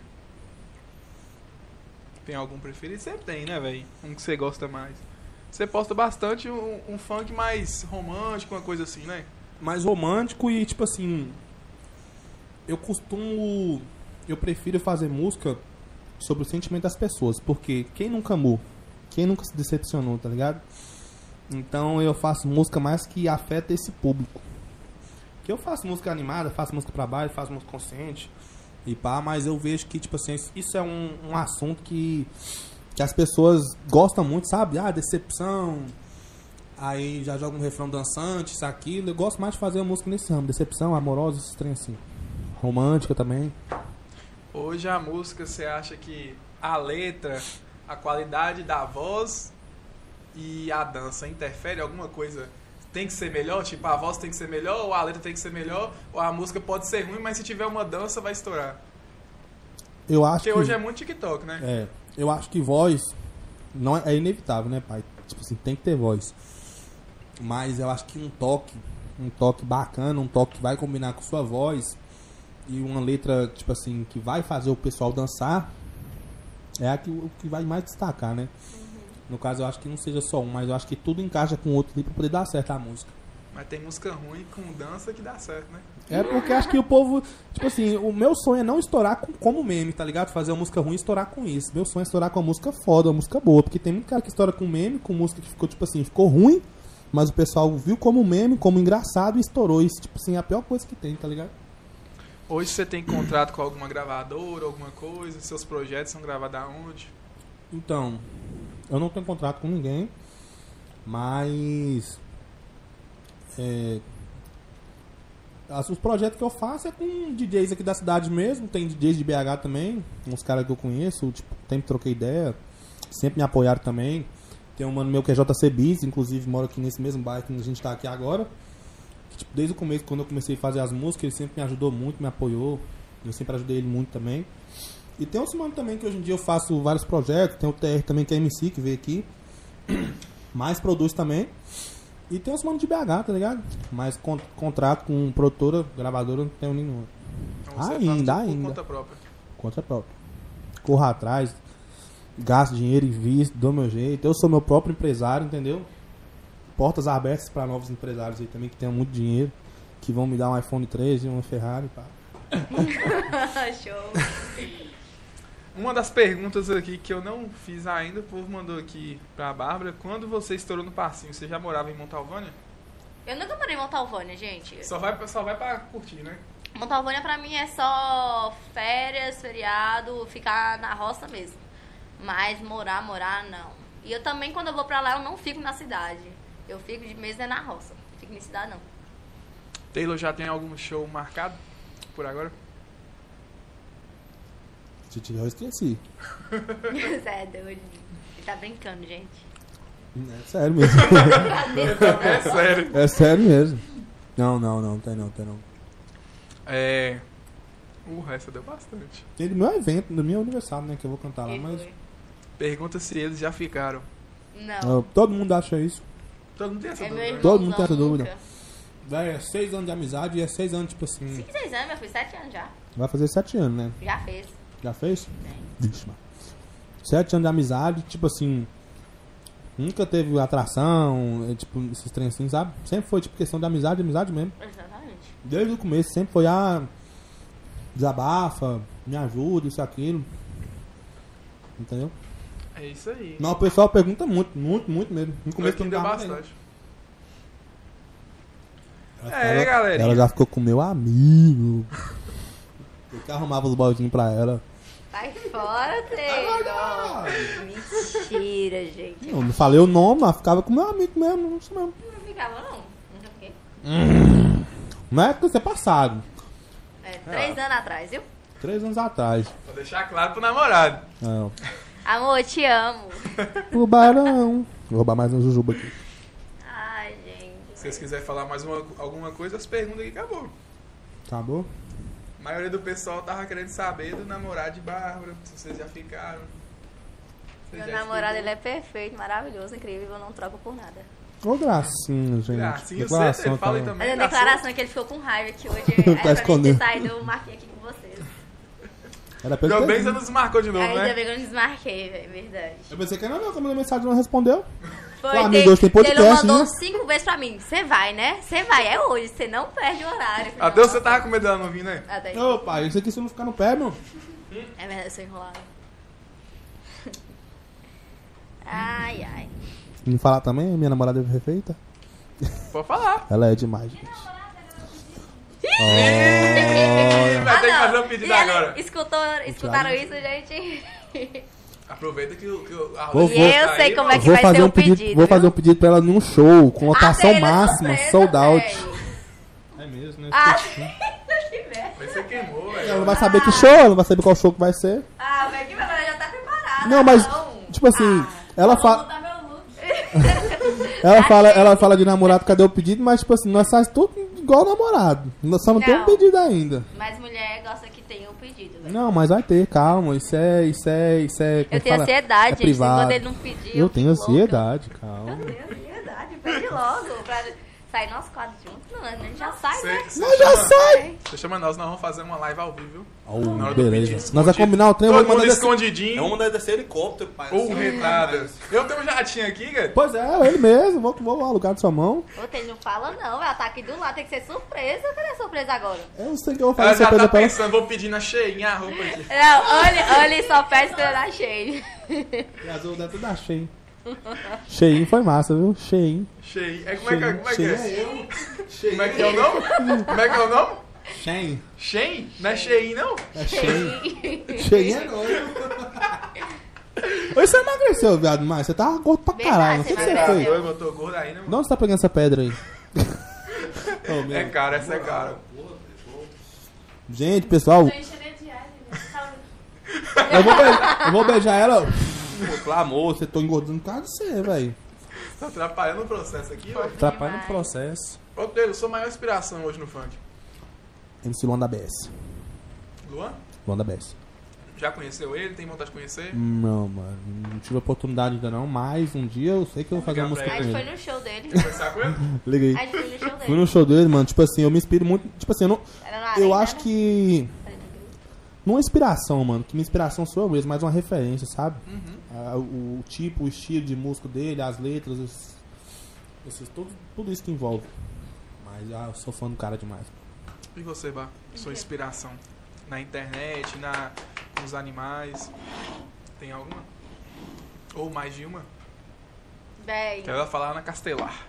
Speaker 1: Tem algum preferido? Você tem, né, velho? Um que você gosta mais. Você posta bastante um, um funk mais romântico, uma coisa assim, né?
Speaker 6: mais romântico e, tipo assim,
Speaker 2: eu costumo. Eu prefiro fazer música sobre o sentimento das pessoas, porque quem nunca amou? Quem nunca se decepcionou, tá ligado? Então eu faço música mais que afeta esse público. Que eu faço música animada, faço música pra baixo, faço música consciente e pá, mas eu vejo que, tipo assim, isso é um, um assunto que, que as pessoas gostam muito, sabe? Ah, decepção. Aí já joga um refrão dançante, isso, aquilo. Eu gosto mais de fazer música nesse ramo, decepção, amorosa, esses trem assim. Romântica também.
Speaker 1: Hoje a música, você acha que a letra, a qualidade da voz e a dança interfere alguma coisa? Tem que ser melhor? Tipo, a voz tem que ser melhor, ou a letra tem que ser melhor, ou a música pode ser ruim, mas se tiver uma dança vai estourar.
Speaker 2: Eu acho
Speaker 1: Porque
Speaker 2: que.
Speaker 1: hoje é muito TikTok, né?
Speaker 2: É, eu acho que voz não é, é inevitável, né, pai? Tipo assim, tem que ter voz. Mas eu acho que um toque, um toque bacana, um toque que vai combinar com sua voz e uma letra, tipo assim, que vai fazer o pessoal dançar, é a que, o que vai mais destacar, né? No caso, eu acho que não seja só um, mas eu acho que tudo encaixa com o outro ali pra poder dar certo a música.
Speaker 1: Mas tem música ruim com dança que dá certo, né?
Speaker 2: É porque acho que o povo. Tipo assim, o meu sonho é não estourar com, como meme, tá ligado? Fazer uma música ruim e estourar com isso. Meu sonho é estourar com uma música foda, uma música boa. Porque tem muito cara que estoura com meme, com música que ficou, tipo assim, ficou ruim, mas o pessoal viu como meme, como engraçado e estourou. Isso, tipo assim, é a pior coisa que tem, tá ligado?
Speaker 1: Hoje você tem contrato com alguma gravadora, alguma coisa? Seus projetos são gravados aonde?
Speaker 2: Então, eu não tenho contrato com ninguém, mas. é, as- os projetos que eu faço é com DJs aqui da cidade mesmo, tem DJs de BH também, uns caras que eu conheço, tipo, sempre troquei ideia, sempre me apoiaram também. Tem um mano meu que é JC Biz, inclusive mora aqui nesse mesmo bairro que a gente tá aqui agora. Que, tipo, desde o começo, quando eu comecei a fazer as músicas, ele sempre me ajudou muito, me apoiou. Eu sempre ajudei ele muito também. E tem outros manos também que hoje em dia eu faço vários [clears throat] projetos. Tem o TR também que é MC, que veio aqui. Mas produz também. E tem os manos de BH, tá ligado? Mas con- contrato com produtora, gravadora, não tenho nenhum.
Speaker 1: Então você
Speaker 2: Ainda,
Speaker 1: faz tudo por
Speaker 2: ainda.
Speaker 1: conta própria.
Speaker 2: Conta própria. Corra atrás, gasto dinheiro, invisto, dou meu jeito. Eu sou meu próprio empresário, entendeu? Portas abertas pra novos empresários aí também que tenham muito dinheiro, que vão me dar um iPhone 13, uma Ferrari, pá.
Speaker 3: Show.
Speaker 1: Uma das perguntas aqui que eu não fiz ainda, o povo mandou aqui pra Bárbara. Quando você estourou no passinho, você já morava em Montalvânia?
Speaker 3: Eu nunca morei em Montalvânia, gente.
Speaker 1: Só vai, só vai pra curtir, né?
Speaker 3: Montalvânia pra mim é só férias, feriado, ficar na roça mesmo. Mas morar, morar, não. E eu também, quando eu vou pra lá, eu não fico na cidade. Eu fico de mês é na roça. Não fico em
Speaker 2: [laughs]
Speaker 3: cidade, não.
Speaker 1: Taylor já tem algum show marcado por agora?
Speaker 2: Se tiver, eu esqueci.
Speaker 3: Você é doido. Ele tá brincando,
Speaker 2: [laughs]
Speaker 3: gente.
Speaker 2: É sério mesmo. Tá
Speaker 1: É [laughs] sério.
Speaker 2: é sério mesmo. Não, não, não, tem não, tem não.
Speaker 1: É. Uh, essa deu bastante.
Speaker 2: Tem do meu evento, do meu aniversário, né? Que eu vou cantar lá, mas.
Speaker 1: Pergunta se eles já ficaram.
Speaker 3: Não.
Speaker 2: eu- todo mundo acha isso.
Speaker 1: Todo mundo tem essa
Speaker 3: É meu
Speaker 1: dúvida, né?
Speaker 3: irmão.
Speaker 2: Todo mundo tem essa dúvida.
Speaker 3: nunca.
Speaker 2: Vai, é seis anos de amizade e é seis anos, tipo assim.
Speaker 3: Cinco, seis anos, meu filho. Sete anos já.
Speaker 2: Vai fazer sete anos, né?
Speaker 3: Já fez.
Speaker 2: Já fez? Vixe, mano. Sete anos de amizade, tipo assim. Nunca teve atração, é, tipo, esses trem assim, sabe? Sempre foi, tipo, questão de amizade, amizade mesmo.
Speaker 3: Exatamente.
Speaker 2: Desde o começo, sempre foi, ah. Desabafa, me ajuda, isso, aquilo. Entendeu?
Speaker 1: É isso aí.
Speaker 2: Não, o pessoal pergunta muito, muito, muito mesmo. No começo
Speaker 1: Aqui
Speaker 2: eu não
Speaker 1: deu
Speaker 2: tava nem aí.
Speaker 1: bastante. É, galerinha.
Speaker 2: Ela já ficou com meu amigo. Eu que arrumava os baldinhos pra ela.
Speaker 3: Vai fora, Taylor. Mentira, gente.
Speaker 2: Eu não falei o nome, ela ficava com meu amigo mesmo. Não, sei mesmo.
Speaker 3: Não ficava, não. Nunca fiquei.
Speaker 2: não é que você é passado.
Speaker 3: É, três anos atrás, viu?
Speaker 2: Três anos atrás.
Speaker 1: Vou deixar claro pro namorado.
Speaker 2: Não.
Speaker 3: Amor, eu te amo.
Speaker 2: Tubarão. Vou roubar mais um Jujuba aqui.
Speaker 3: Ai, gente.
Speaker 1: Se vocês quiserem falar mais uma, alguma coisa, as perguntas aqui acabou.
Speaker 2: Acabou?
Speaker 1: A maioria do pessoal tava querendo saber do namorado de Bárbara, se vocês já ficaram. Vocês
Speaker 3: Meu
Speaker 1: já
Speaker 3: namorado, ele
Speaker 1: explicou.
Speaker 3: é perfeito, maravilhoso, incrível. Eu não troco por nada.
Speaker 2: Ô, gracinha, gente.
Speaker 1: Gracinha, você, Taylor, fala aí também.
Speaker 2: também.
Speaker 3: Mas a
Speaker 1: da sua-
Speaker 3: declaração é que ele ficou com raiva que hoje é pra
Speaker 2: escondendo.
Speaker 3: mim sair do marquei aqui com vocês.
Speaker 2: Era pra
Speaker 1: Ainda
Speaker 2: ele
Speaker 1: bem
Speaker 2: ter
Speaker 1: que
Speaker 2: vindo.
Speaker 1: você nos marcou de novo,
Speaker 3: Ainda
Speaker 1: né?
Speaker 3: bem que eu não desmarquei, velho, verdade.
Speaker 2: Eu pensei que não, não, como a mensagem não respondeu.
Speaker 3: Foi,
Speaker 2: Ah,
Speaker 3: tem-
Speaker 2: meu Deus, tem podcast,
Speaker 3: Taylor mandou
Speaker 2: né?
Speaker 3: cinco vezes pra mim. Você vai, né? Você vai, é hoje, você não perde o horário. Eu falei,
Speaker 1: Até Ah, você
Speaker 3: nossa.
Speaker 1: tava com medo dela não vir, né?
Speaker 3: Até aí.
Speaker 2: Ô, pai, isso aqui se não ficar no pé, meu.
Speaker 3: É verdade, eu sou enrolada. [laughs] Ai, ai.
Speaker 2: Me falar também, minha namorada é perfeita.
Speaker 1: Pode falar.
Speaker 2: Ela é demais, gente.
Speaker 1: Ih, vai ter que
Speaker 3: Ah, não.
Speaker 1: fazer um pedido
Speaker 3: E ela
Speaker 1: agora.
Speaker 3: Escutou, escutaram isso, gente?
Speaker 1: Aproveita que o. Que o a
Speaker 2: Vou-
Speaker 1: Rosa
Speaker 2: vou-
Speaker 1: tá
Speaker 3: Eu sei
Speaker 1: aí,
Speaker 3: como
Speaker 1: ó.
Speaker 3: é que vai ser o pedido,
Speaker 2: Vou fazer
Speaker 3: viu?
Speaker 2: um pedido pra ela num show, com lotação
Speaker 3: Taylor
Speaker 2: máxima,
Speaker 3: é surpresa,
Speaker 2: sold out.
Speaker 3: véi.
Speaker 2: É mesmo, né?
Speaker 3: Ah, Taylor que merda.
Speaker 1: Mas você queimou,
Speaker 2: Ela não
Speaker 1: velho.
Speaker 2: vai saber que show, ela não vai saber qual show que vai ser.
Speaker 3: [laughs] Ah, mas que ela já tá preparada. então.
Speaker 2: Não, mas, tipo assim,
Speaker 3: Ah, tá
Speaker 2: ela fala. [laughs] Ela fala,
Speaker 3: é
Speaker 2: ela fala de namorado, cadê o pedido? Mas, tipo assim, nós faz tudo igual namorado. Nós só não,
Speaker 3: Não.
Speaker 2: tem um pedido ainda.
Speaker 3: Mas mulher gosta que tenha o pedido, velho.
Speaker 2: Não, mas vai ter, calma. Isso é. Isso é. Isso é como
Speaker 3: Eu tenho
Speaker 2: fala?
Speaker 3: ansiedade,
Speaker 2: é
Speaker 3: gente. Se
Speaker 2: privado.
Speaker 3: Quando ele não pedir,
Speaker 2: Eu tenho
Speaker 3: fico louca.
Speaker 2: ansiedade, calma.
Speaker 3: Eu tenho ansiedade, pede logo. Pra sair nós quatro juntos. Não, a gente já sai,
Speaker 1: Você,
Speaker 3: né?
Speaker 1: você, chama,
Speaker 2: sai!
Speaker 1: você chama nós, nós vamos fazer uma live ao vivo, viu? Na hora
Speaker 2: Oh,
Speaker 1: do
Speaker 2: beleza.
Speaker 1: pedido
Speaker 2: Nós vamos
Speaker 1: escondido.
Speaker 2: combinar o trem, eu
Speaker 1: Todo
Speaker 2: vou
Speaker 1: mundo
Speaker 2: mandar assim. descer.
Speaker 1: escondidinho.
Speaker 7: Vamos mandar descer um helicóptero, pai.
Speaker 1: Ou retada. Eu tenho um jatinho aqui, cara.
Speaker 2: Pois é, ele mesmo, vou, vou alugar de sua mão.
Speaker 3: Ô, Taylor, não fala não, ela tá aqui do lado, tem que ser surpresa. Cadê a surpresa agora?
Speaker 2: Eu sei que eu vou
Speaker 1: Ela
Speaker 2: fazer
Speaker 1: já
Speaker 2: surpresa
Speaker 1: tá
Speaker 2: pra ela.
Speaker 1: pensando, vou pedir na cheinha a roupa aqui.
Speaker 3: Não, olha, olha, só pede quando ela cheia.
Speaker 2: Azul deve dar
Speaker 3: [laughs]
Speaker 2: cheio. Cheio foi massa, viu? Cheio.
Speaker 1: Cheio. É como é que é?
Speaker 2: Cheio.
Speaker 1: Como é que é?
Speaker 2: Cheio é
Speaker 1: Como é que é o nome? Como é que é o nome?
Speaker 2: Cheio.
Speaker 1: Shein? Não é Shein, não?
Speaker 2: É cheio. Cheio é novo. Hoje você emagreceu, viado, mas você tá gordo pra
Speaker 3: Verdade,
Speaker 2: caralho. O que
Speaker 3: você
Speaker 2: que você
Speaker 1: Tá
Speaker 3: emagreceu.
Speaker 2: foi?
Speaker 1: doido, eu tô gordo ainda,
Speaker 2: De
Speaker 1: mano.
Speaker 2: onde você tá pegando essa pedra aí? [laughs] Ô, meu.
Speaker 1: É caro, essa é cara.
Speaker 2: Gente, pessoal, eu vou, beijar, eu vou beijar ela. Pô, pelo amor, você tô engordando por causa de você, velho.
Speaker 1: Tá atrapalhando o processo aqui, velho.
Speaker 2: Atrapalha no
Speaker 3: Demais.
Speaker 2: processo.
Speaker 1: Ô, Taylor, eu sou a maior inspiração hoje no funk.
Speaker 2: MC Luan da BS.
Speaker 1: Luan?
Speaker 2: Luan da BS.
Speaker 1: Já conheceu ele? Tem vontade de conhecer?
Speaker 2: Não, mano. Não tive oportunidade ainda não, mas um dia eu sei que eu vou fazer uma música
Speaker 3: A
Speaker 2: com
Speaker 3: gente foi
Speaker 2: ele.
Speaker 3: no show dele.
Speaker 1: Conversar com ele?
Speaker 2: Liguei.
Speaker 3: A gente foi no show dele.
Speaker 2: Fui no show dele, mano. Tipo assim, eu me inspiro muito. Tipo assim, eu, não-
Speaker 3: Era na
Speaker 2: eu
Speaker 3: arena,
Speaker 2: acho
Speaker 3: né?
Speaker 2: que. Não é inspiração, mano. Que minha inspiração sou eu mesmo, mas uma referência, sabe?
Speaker 3: Uhum.
Speaker 2: Ah, o, o tipo, o estilo de músico dele, as letras, os, esses, tudo, tudo isso que envolve. Mas ah, eu sou fã do cara demais.
Speaker 1: E você, Bá? Sua
Speaker 3: Ok.
Speaker 1: inspiração? Na internet, na, com os animais? Tem alguma? Ou mais de uma?
Speaker 3: Véi.
Speaker 1: Que ela falar Ana Castelar.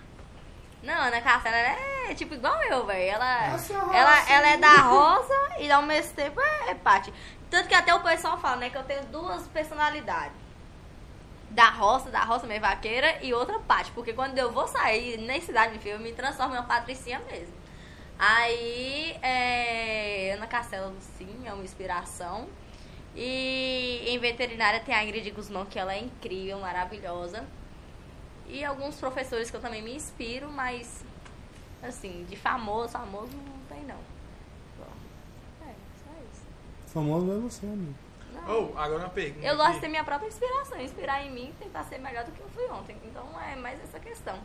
Speaker 3: Não, Ana Cássia, ela é tipo igual eu, velho. Ela, ela, ela é da rosa e ao mesmo tempo é, é Paty. Tanto que até o pessoal fala, né, que eu tenho duas personalidades. Da roça, da roça meio vaqueira e outra Paty. Porque quando eu vou sair na cidade, meu filho, eu me transformo em uma patricinha mesmo. Aí, é, Ana Castela Lucim é uma inspiração. E em veterinária tem a Ingrid Guzmão, que ela é incrível, maravilhosa. E alguns professores que eu também me inspiro, mas assim, de famoso, famoso não tem não. Só- É, só isso.
Speaker 2: Famoso é você, amigo.
Speaker 3: Não.
Speaker 1: Ou, agora uma pergunta.
Speaker 3: Eu gosto de
Speaker 1: aqui.
Speaker 3: ter minha própria inspiração, inspirar em mim e tentar ser melhor do que eu fui ontem. Então é mais essa questão.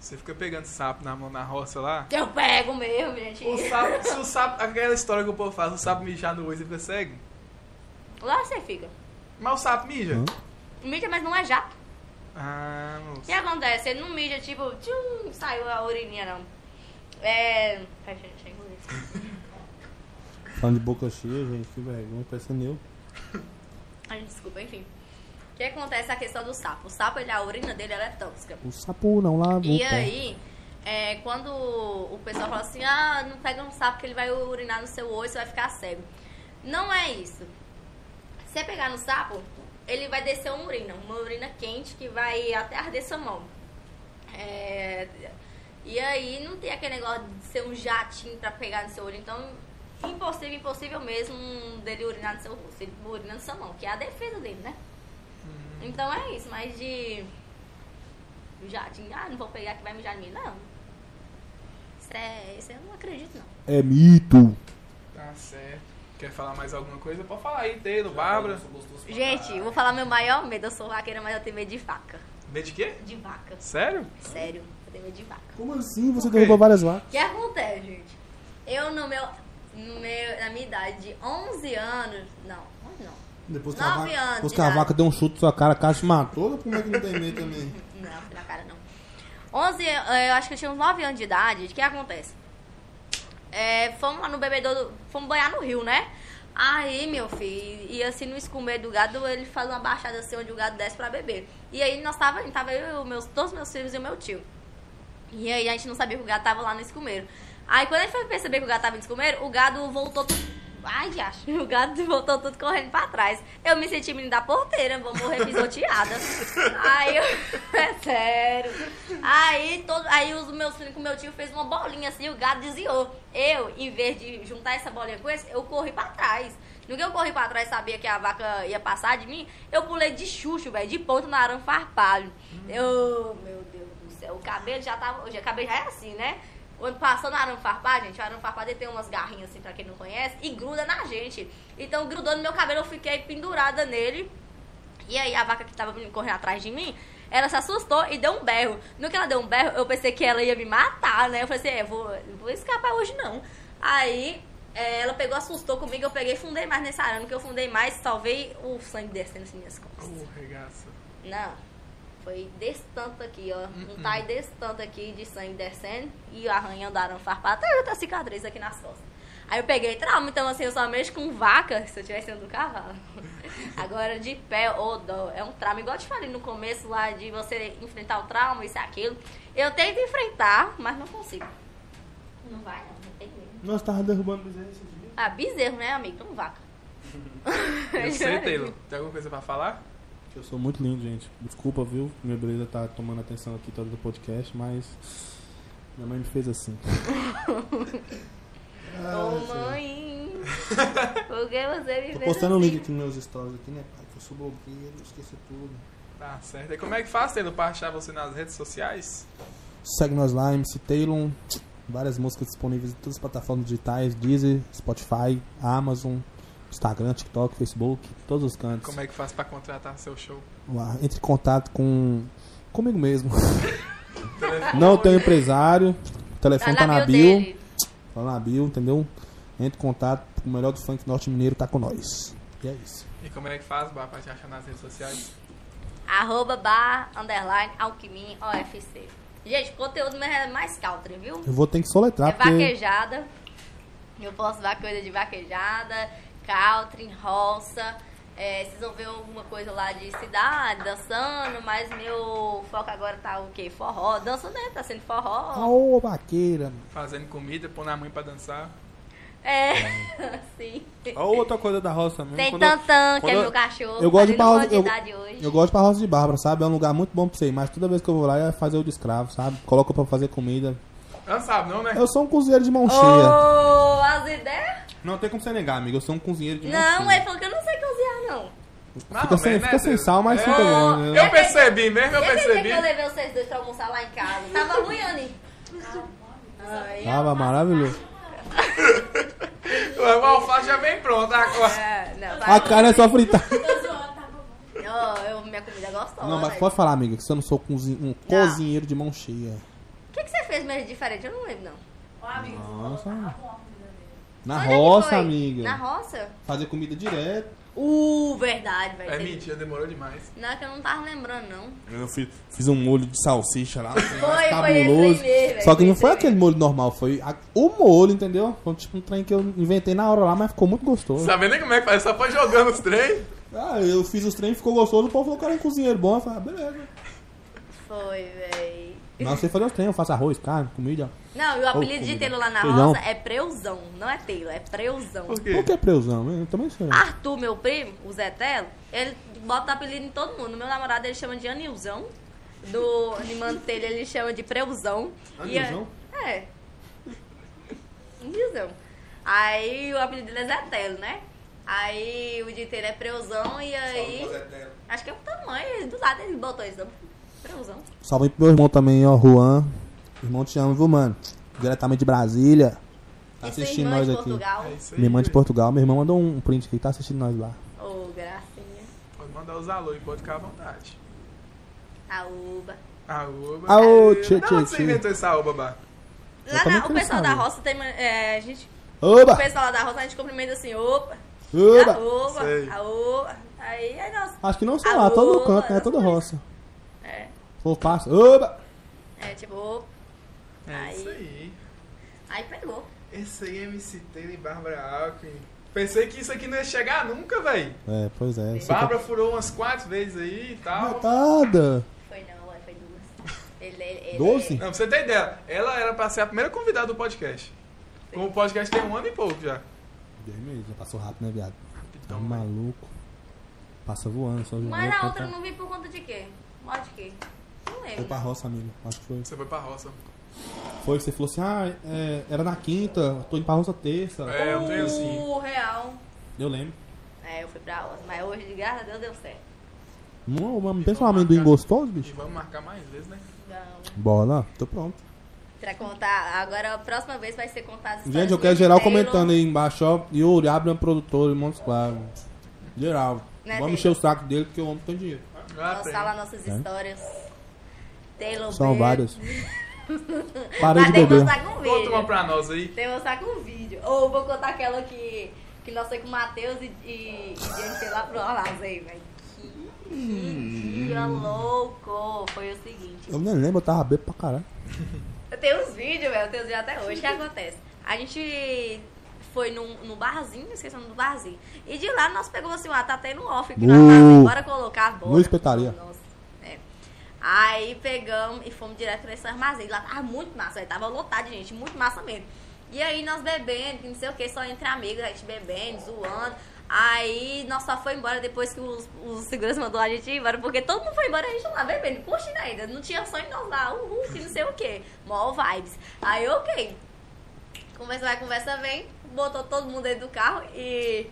Speaker 1: Você fica pegando sapo na mão na roça lá?
Speaker 3: Eu pego mesmo, gente.
Speaker 1: O sapo, se o sapo, aquela história que o povo faz, o sapo mijar no olho, você fica cego?
Speaker 3: Lá você fica.
Speaker 1: Mas o sapo mija?
Speaker 2: Hã?
Speaker 3: Mídia, mas não é jato.
Speaker 1: Ah,
Speaker 3: O
Speaker 1: moço.
Speaker 3: que acontece? Ele não mídia, tipo, tchum, saiu a urininha, não. É. Ai, gente, é inglês.
Speaker 2: Falando de boca cheia, gente, que vergonha, parecendo eu.
Speaker 3: Ai, desculpa, enfim. O que acontece é a questão do sapo? O sapo, ele, a urina dele ela é tóxica.
Speaker 2: O sapo não lava o
Speaker 3: E
Speaker 2: pé.
Speaker 3: aí, é, quando o pessoal fala assim, ah, não pega um sapo que ele vai urinar no seu olho, você vai ficar cego. Não é isso. Se você pegar no sapo, ele vai descer uma urina, uma urina quente que vai até arder sua mão. É, e aí não tem aquele negócio de ser um jatinho pra pegar no seu olho, então impossível, impossível mesmo dele urinar no seu rosto, ele urina na sua mão, que é a defesa dele, né? Então é isso, mas de jatinho, ah, não vou pegar que vai mijar em mim, não. Isso, é, isso eu não acredito, não.
Speaker 2: É mito.
Speaker 1: Tá certo. Quer falar mais alguma coisa? Pode falar aí, Taylor, Bárbara.
Speaker 3: Gente, eu vou falar meu maior medo, eu sou vaqueira, mas eu tenho medo de vaca.
Speaker 1: Medo de quê?
Speaker 3: De vaca,
Speaker 1: Sério?
Speaker 3: sério, eu tenho medo de vaca.
Speaker 2: Como assim? Você
Speaker 1: Por quê?
Speaker 2: derrubou várias vacas.
Speaker 3: O que acontece, gente? Eu, no meu, no meu, na minha idade de 11 anos, não, 11 não,
Speaker 2: Depois
Speaker 3: que a Nove vaca- anos
Speaker 2: depois
Speaker 3: depois de
Speaker 2: que
Speaker 3: que a
Speaker 2: a
Speaker 3: idade.
Speaker 2: vaca
Speaker 3: vaca
Speaker 2: deu um chute na sua cara, a caixa matou, como é que não tem medo também?
Speaker 3: Não, fui na cara não. 11, eh, eu acho que eu tinha uns 9 anos de idade. O que acontece? É, fomos lá no bebedouro, fomos banhar no rio, né? Aí, meu filho, e assim no escumeiro do gado, ele faz uma baixada assim onde o gado desce pra beber. E aí nós tava, tava eu, meus, todos meus filhos e o meu tio. E aí a gente não sabia que o gado tava lá no escumeiro. Aí quando a gente foi perceber que o gado tava no escumeiro, o gado voltou tudo. Ai, acho. [laughs] O gado voltou tudo correndo pra trás. Eu me senti menina da porteira, vou morrer pisoteada. aí eu. [laughs] É sério. Aí, todo, aí os meus filhos com meu tio fez uma bolinha assim, o gado desviou. Eu, em vez de juntar essa bolinha com esse, eu corri pra trás. No que eu corri pra trás, sabia que a vaca ia passar de mim, eu pulei de chucho, velho, de ponto na arame farpalho. Eu, meu Deus do céu, o cabelo já tava, o cabelo já é assim, né? Quando passou no arame farpado, gente, o arame farpado ele tem umas garrinhas assim, pra quem não conhece, e gruda na gente. Então grudou no meu cabelo, eu fiquei pendurada nele. E aí a vaca que tava vindo correndo atrás de mim, ela se assustou e deu um berro. No que ela deu um berro, eu pensei que ela ia me matar, né? Eu falei assim, é, vou, vou escapar hoje não. Aí é, ela pegou, assustou comigo, eu peguei e fundei mais nesse arame, que eu fundei mais, salvei o sangue descendo assim minhas costas.
Speaker 1: Ô, regaça.
Speaker 3: Não. Foi desse tanto aqui, ó.
Speaker 1: Uhum.
Speaker 3: Um tai desse tanto aqui de sangue descendo e arranhando arame farpado. Até outra cicatriz aqui nas costas. Aí eu peguei trauma, então assim, eu só mexo com vaca se eu estiver sendo
Speaker 1: [laughs]
Speaker 3: do cavalo. Agora de pé, ô dó, é um trauma. Igual eu te falei no começo lá de você enfrentar o trauma, isso e aquilo. Eu tento enfrentar, mas não consigo. Não vai, não, não tem medo.
Speaker 2: Nós tava derrubando bezerro esses dias.
Speaker 3: Ah, bezerro, né, amigo? Não vaca.
Speaker 1: [laughs] Eu sei, Taylor. Tem alguma coisa pra falar?
Speaker 2: Eu sou muito lindo, gente. Desculpa, viu? Minha beleza tá tomando atenção aqui todo do podcast, mas. Minha mãe me fez
Speaker 3: [laughs]
Speaker 2: assim. Ah, [laughs]
Speaker 3: Ô mãe, por que você me
Speaker 2: Tô
Speaker 3: fez
Speaker 2: postando o
Speaker 3: assim?
Speaker 2: link aqui nos meus stories aqui, né, pai? Que eu sou bobeiro, esqueci tudo.
Speaker 1: Tá certo. E como é que faz, Taylor, pra achar você nas redes sociais?
Speaker 2: Segue nós lá, MC Taylor. Várias músicas disponíveis em todas as plataformas digitais, Deezer, Spotify, Amazon, Instagram, TikTok, Facebook, todos os cantos.
Speaker 1: Como é que faz pra contratar seu show?
Speaker 2: Lá, entre em contato com comigo mesmo. [laughs] Não tenho empresário. O telefone tá na bio.
Speaker 3: dele.
Speaker 2: Tá na bio, entendeu? Entre em contato com o melhor do funk norte mineiro, tá com nós. E é isso.
Speaker 1: E como é que faz, Bá, pra te achar nas redes sociais?
Speaker 3: Arroba bar, underline, alquimim, OFC. Gente, o conteúdo meu é mais country, viu?
Speaker 2: Eu vou ter que soletrar,
Speaker 3: é
Speaker 2: porque
Speaker 3: vaquejada. Eu posso dar coisa de vaquejada, country, roça. É, vocês vão ver alguma coisa lá de cidade, dançando, mas meu foco agora tá o quê? Forró. Dança né? tá sendo forró.
Speaker 2: Ô, vaqueira.
Speaker 1: Fazendo comida, pondo a mãe pra dançar.
Speaker 3: É, [laughs] sim.
Speaker 8: A outra coisa da roça mesmo.
Speaker 3: Tem
Speaker 8: quando eu-
Speaker 3: Tantan, que é
Speaker 8: quando eu-
Speaker 3: meu cachorro.
Speaker 2: Eu gosto
Speaker 3: tá
Speaker 2: de
Speaker 3: ali no
Speaker 2: barrosa.
Speaker 3: Monte
Speaker 2: Eu,
Speaker 3: Idade hoje.
Speaker 2: eu gosto de barrosa de Bárbara, sabe? É um lugar muito bom pra você ir, mas toda vez que eu vou lá é fazer o de escravo, sabe? Coloca pra fazer comida.
Speaker 1: Ela não sabe, não, né?
Speaker 2: Eu sou um cozinheiro de mão cheia.
Speaker 3: Ô, as ideias?
Speaker 8: Não tem como você negar, amigo. Eu sou um cozinheiro de
Speaker 3: Não, é
Speaker 8: mão cheia. Ah,
Speaker 3: ele falou que eu não sei cozinhar, não.
Speaker 1: Não,
Speaker 2: Fica sem,
Speaker 1: mas, né,
Speaker 2: fica sem
Speaker 1: Deus?
Speaker 2: sal, mas
Speaker 1: É,
Speaker 2: fica bom. né?
Speaker 1: Eu percebi mesmo, eu
Speaker 3: Eu pensei que
Speaker 1: percebi.
Speaker 3: eu levei vocês dois pra almoçar lá em casa. Tava ruim, Anny. Aí, ó.
Speaker 2: Tava maravilhoso.
Speaker 1: O alface já vem pronto. Agora.
Speaker 3: É, não, vai.
Speaker 2: A carne é só fritar.
Speaker 3: Ó, eu, minha comida é gostosa.
Speaker 2: Não, mas
Speaker 3: né?
Speaker 2: pode falar, amiga, que se eu não sou cozi- um
Speaker 3: Tá.
Speaker 2: cozinheiro de mão cheia.
Speaker 3: O que, que você fez mesmo de diferente? Eu não lembro, não.
Speaker 2: Nossa. Na
Speaker 3: Onde é que
Speaker 2: roça,
Speaker 3: foi?
Speaker 2: amiga.
Speaker 3: Na roça?
Speaker 2: Fazer comida direto.
Speaker 3: Uh, verdade, velho.
Speaker 1: É mentira, demorou demais.
Speaker 3: Não, é que eu não tava lembrando, não.
Speaker 8: Eu fiz, fiz um molho de salsicha lá.
Speaker 3: Foi, foi esse
Speaker 2: [laughs]
Speaker 3: aí
Speaker 2: Cabuloso.
Speaker 3: mesmo. velho,
Speaker 2: Só que não
Speaker 3: esse
Speaker 2: foi
Speaker 3: aí
Speaker 2: aquele molho normal, foi a- o molho, entendeu? Foi tipo um trem que eu inventei na hora lá, mas ficou muito gostoso.
Speaker 1: Sabe nem como é que faz, só foi jogando os trem.
Speaker 2: Ah, eu fiz os trem, ficou gostoso, o povo falou que era um cozinheiro bom. Eu falei, ah,
Speaker 3: [laughs]
Speaker 2: beleza.
Speaker 3: mesmo. Foi, velho.
Speaker 2: Não, eu sei fazer os trem, eu faço arroz, carne, comida.
Speaker 3: Não, e o apelido de
Speaker 2: comida.
Speaker 3: Telo lá na
Speaker 2: Feijão.
Speaker 3: roça é Preuzão. Não é Telo, é Preuzão.
Speaker 1: Por quê?
Speaker 2: Por que preusão? né? Eu também sei.
Speaker 3: Arthur, meu primo, o Zé Telo, ele bota apelido em todo mundo. Meu namorado ele chama de Anilzão. Do de Mantelha ele chama de Preuzão. E é-
Speaker 8: Anilzão?
Speaker 3: é. Anilzão. Aí o apelido dele é Zé Telo, né? Aí o dia inteiro é Preuzão e aí. Acho que é o tamanho, do lado ele botou isso. né? Preuzão.
Speaker 2: Salve aí pro meu irmão também, ó, Juan. Irmão te amo, viu, mano? Diretamente de Brasília. Tá
Speaker 3: E sua
Speaker 2: assistindo
Speaker 3: irmã
Speaker 2: nós
Speaker 3: de
Speaker 2: aqui.
Speaker 3: Portugal.
Speaker 1: É isso aí.
Speaker 2: Minha irmã de
Speaker 1: velho.
Speaker 2: Portugal, meu irmão mandou um print aqui, tá assistindo nós lá.
Speaker 3: Ô, gracinha.
Speaker 1: Pode mandar os alô e pode ficar à vontade.
Speaker 3: A Uba.
Speaker 1: Aoba.
Speaker 2: Aô,
Speaker 1: É,
Speaker 2: tchê,
Speaker 1: da
Speaker 2: tchê,
Speaker 1: onde você
Speaker 2: tchê.
Speaker 1: inventou essa aoba, Bá?
Speaker 2: Eu
Speaker 3: Lá
Speaker 2: também
Speaker 3: na- o
Speaker 2: quero
Speaker 3: pessoal da
Speaker 2: saber.
Speaker 3: roça tem. É, a gente
Speaker 2: Oba!
Speaker 3: O pessoal lá da roça, a gente cumprimenta assim, opa,
Speaker 2: Oba!
Speaker 3: aoba,
Speaker 1: Sei.
Speaker 3: aoba. Aí, é aí nós,
Speaker 2: Acho que não só lá, todo canto, né? Toda roça.
Speaker 3: é,
Speaker 2: Pô, passa. Oba!
Speaker 3: é tipo, opa.
Speaker 1: É
Speaker 3: Aí.
Speaker 1: isso aí.
Speaker 3: Aí pegou.
Speaker 1: Esse aí é MC Taylor e Bárbara Alckmin. Pensei que isso aqui não ia chegar nunca, velho.
Speaker 2: É, pois é. Você tá...
Speaker 1: Bárbara furou umas quatro vezes aí e tal.
Speaker 2: Coitada!
Speaker 3: Foi não, ué, foi duas. Ele, ele, ele-
Speaker 2: Doze?
Speaker 1: Não, pra você ter ideia, ela era pra ser a primeira convidada do podcast. Como o podcast tem um ano e pouco já.
Speaker 2: Deus me livre, já passou rápido, né, viado? Tá
Speaker 1: Então, velho.
Speaker 2: maluco. Passa voando, só jogou.
Speaker 3: Mas a
Speaker 2: pra
Speaker 3: outra
Speaker 2: cá.
Speaker 3: não é. vi por conta de quê? Mó de quê? Não
Speaker 2: Foi
Speaker 3: lembro.
Speaker 2: pra roça, amigo. Acho que foi.
Speaker 1: você foi pra roça.
Speaker 2: Foi que você falou assim, ah, é, era na quinta, tô indo pra roça terça.
Speaker 1: É, eu tenho assim.
Speaker 3: O real.
Speaker 2: Eu lembro.
Speaker 3: É, eu fui pra roça, mas hoje, graças a Deus, deu certo.
Speaker 2: Não, mas pensa um amendoim gostoso,
Speaker 1: E
Speaker 2: bicho.
Speaker 1: vamos marcar mais vezes, né?
Speaker 3: Vamos.
Speaker 2: Bora, tô pronto.
Speaker 3: Pra contar, agora a próxima vez vai ser contar as histórias
Speaker 2: Gente, eu
Speaker 3: do
Speaker 2: quero geral
Speaker 3: Taylor.
Speaker 2: comentando aí embaixo, ó. Yuri, abre uma produtora em Montes Claros. Geral.
Speaker 3: Né,
Speaker 2: Vamos encher
Speaker 3: Taylor?
Speaker 2: o saco dele porque o homem tem dinheiro.
Speaker 1: Ah, tem.
Speaker 3: Postar lá nossas
Speaker 2: É.
Speaker 3: histórias. Taylor
Speaker 2: São
Speaker 3: Bear. [laughs]
Speaker 2: várias. Parei de
Speaker 3: Mas tem que
Speaker 2: beber.
Speaker 3: mostrar com
Speaker 1: Conta uma
Speaker 3: vídeo.
Speaker 1: pra nós aí.
Speaker 3: Tem que mostrar com um vídeo. Ou vou contar aquela que, que nós foi com o Matheus e, e, e gente lá pro Alas aí, velho. Que que dia louco! Foi o seguinte.
Speaker 2: Hum. Eu nem lembro, eu tava bebo pra caralho.
Speaker 3: Eu tenho uns vídeos, velho, eu tenho os vídeos até hoje. O que acontece? A gente foi num, é num barzinho, esqueci o nome do barzinho. E de lá nós pegamos assim, ah, tá tendo off aqui
Speaker 2: Uh!
Speaker 3: nós tava, bora colocar, bora.
Speaker 2: Luiz Petaria.
Speaker 3: Nossa, é. Aí pegamos e fomos direto pra esse armazém. Lá tava muito massa, velho, tava lotado de gente, muito massa mesmo. E aí nós bebendo, que não sei o que, só entre amigos, a gente bebendo, zoando. Aí nós só foi embora depois que os, os seguranças mandou a gente ir embora, porque todo mundo foi embora e a gente lá bebendo, curtindo ainda. Não tinha só em nós lá, uhul, que não sei o que. Mó vibes. Aí, ok. Conversa vai, conversa vem. Botou todo mundo dentro do carro e,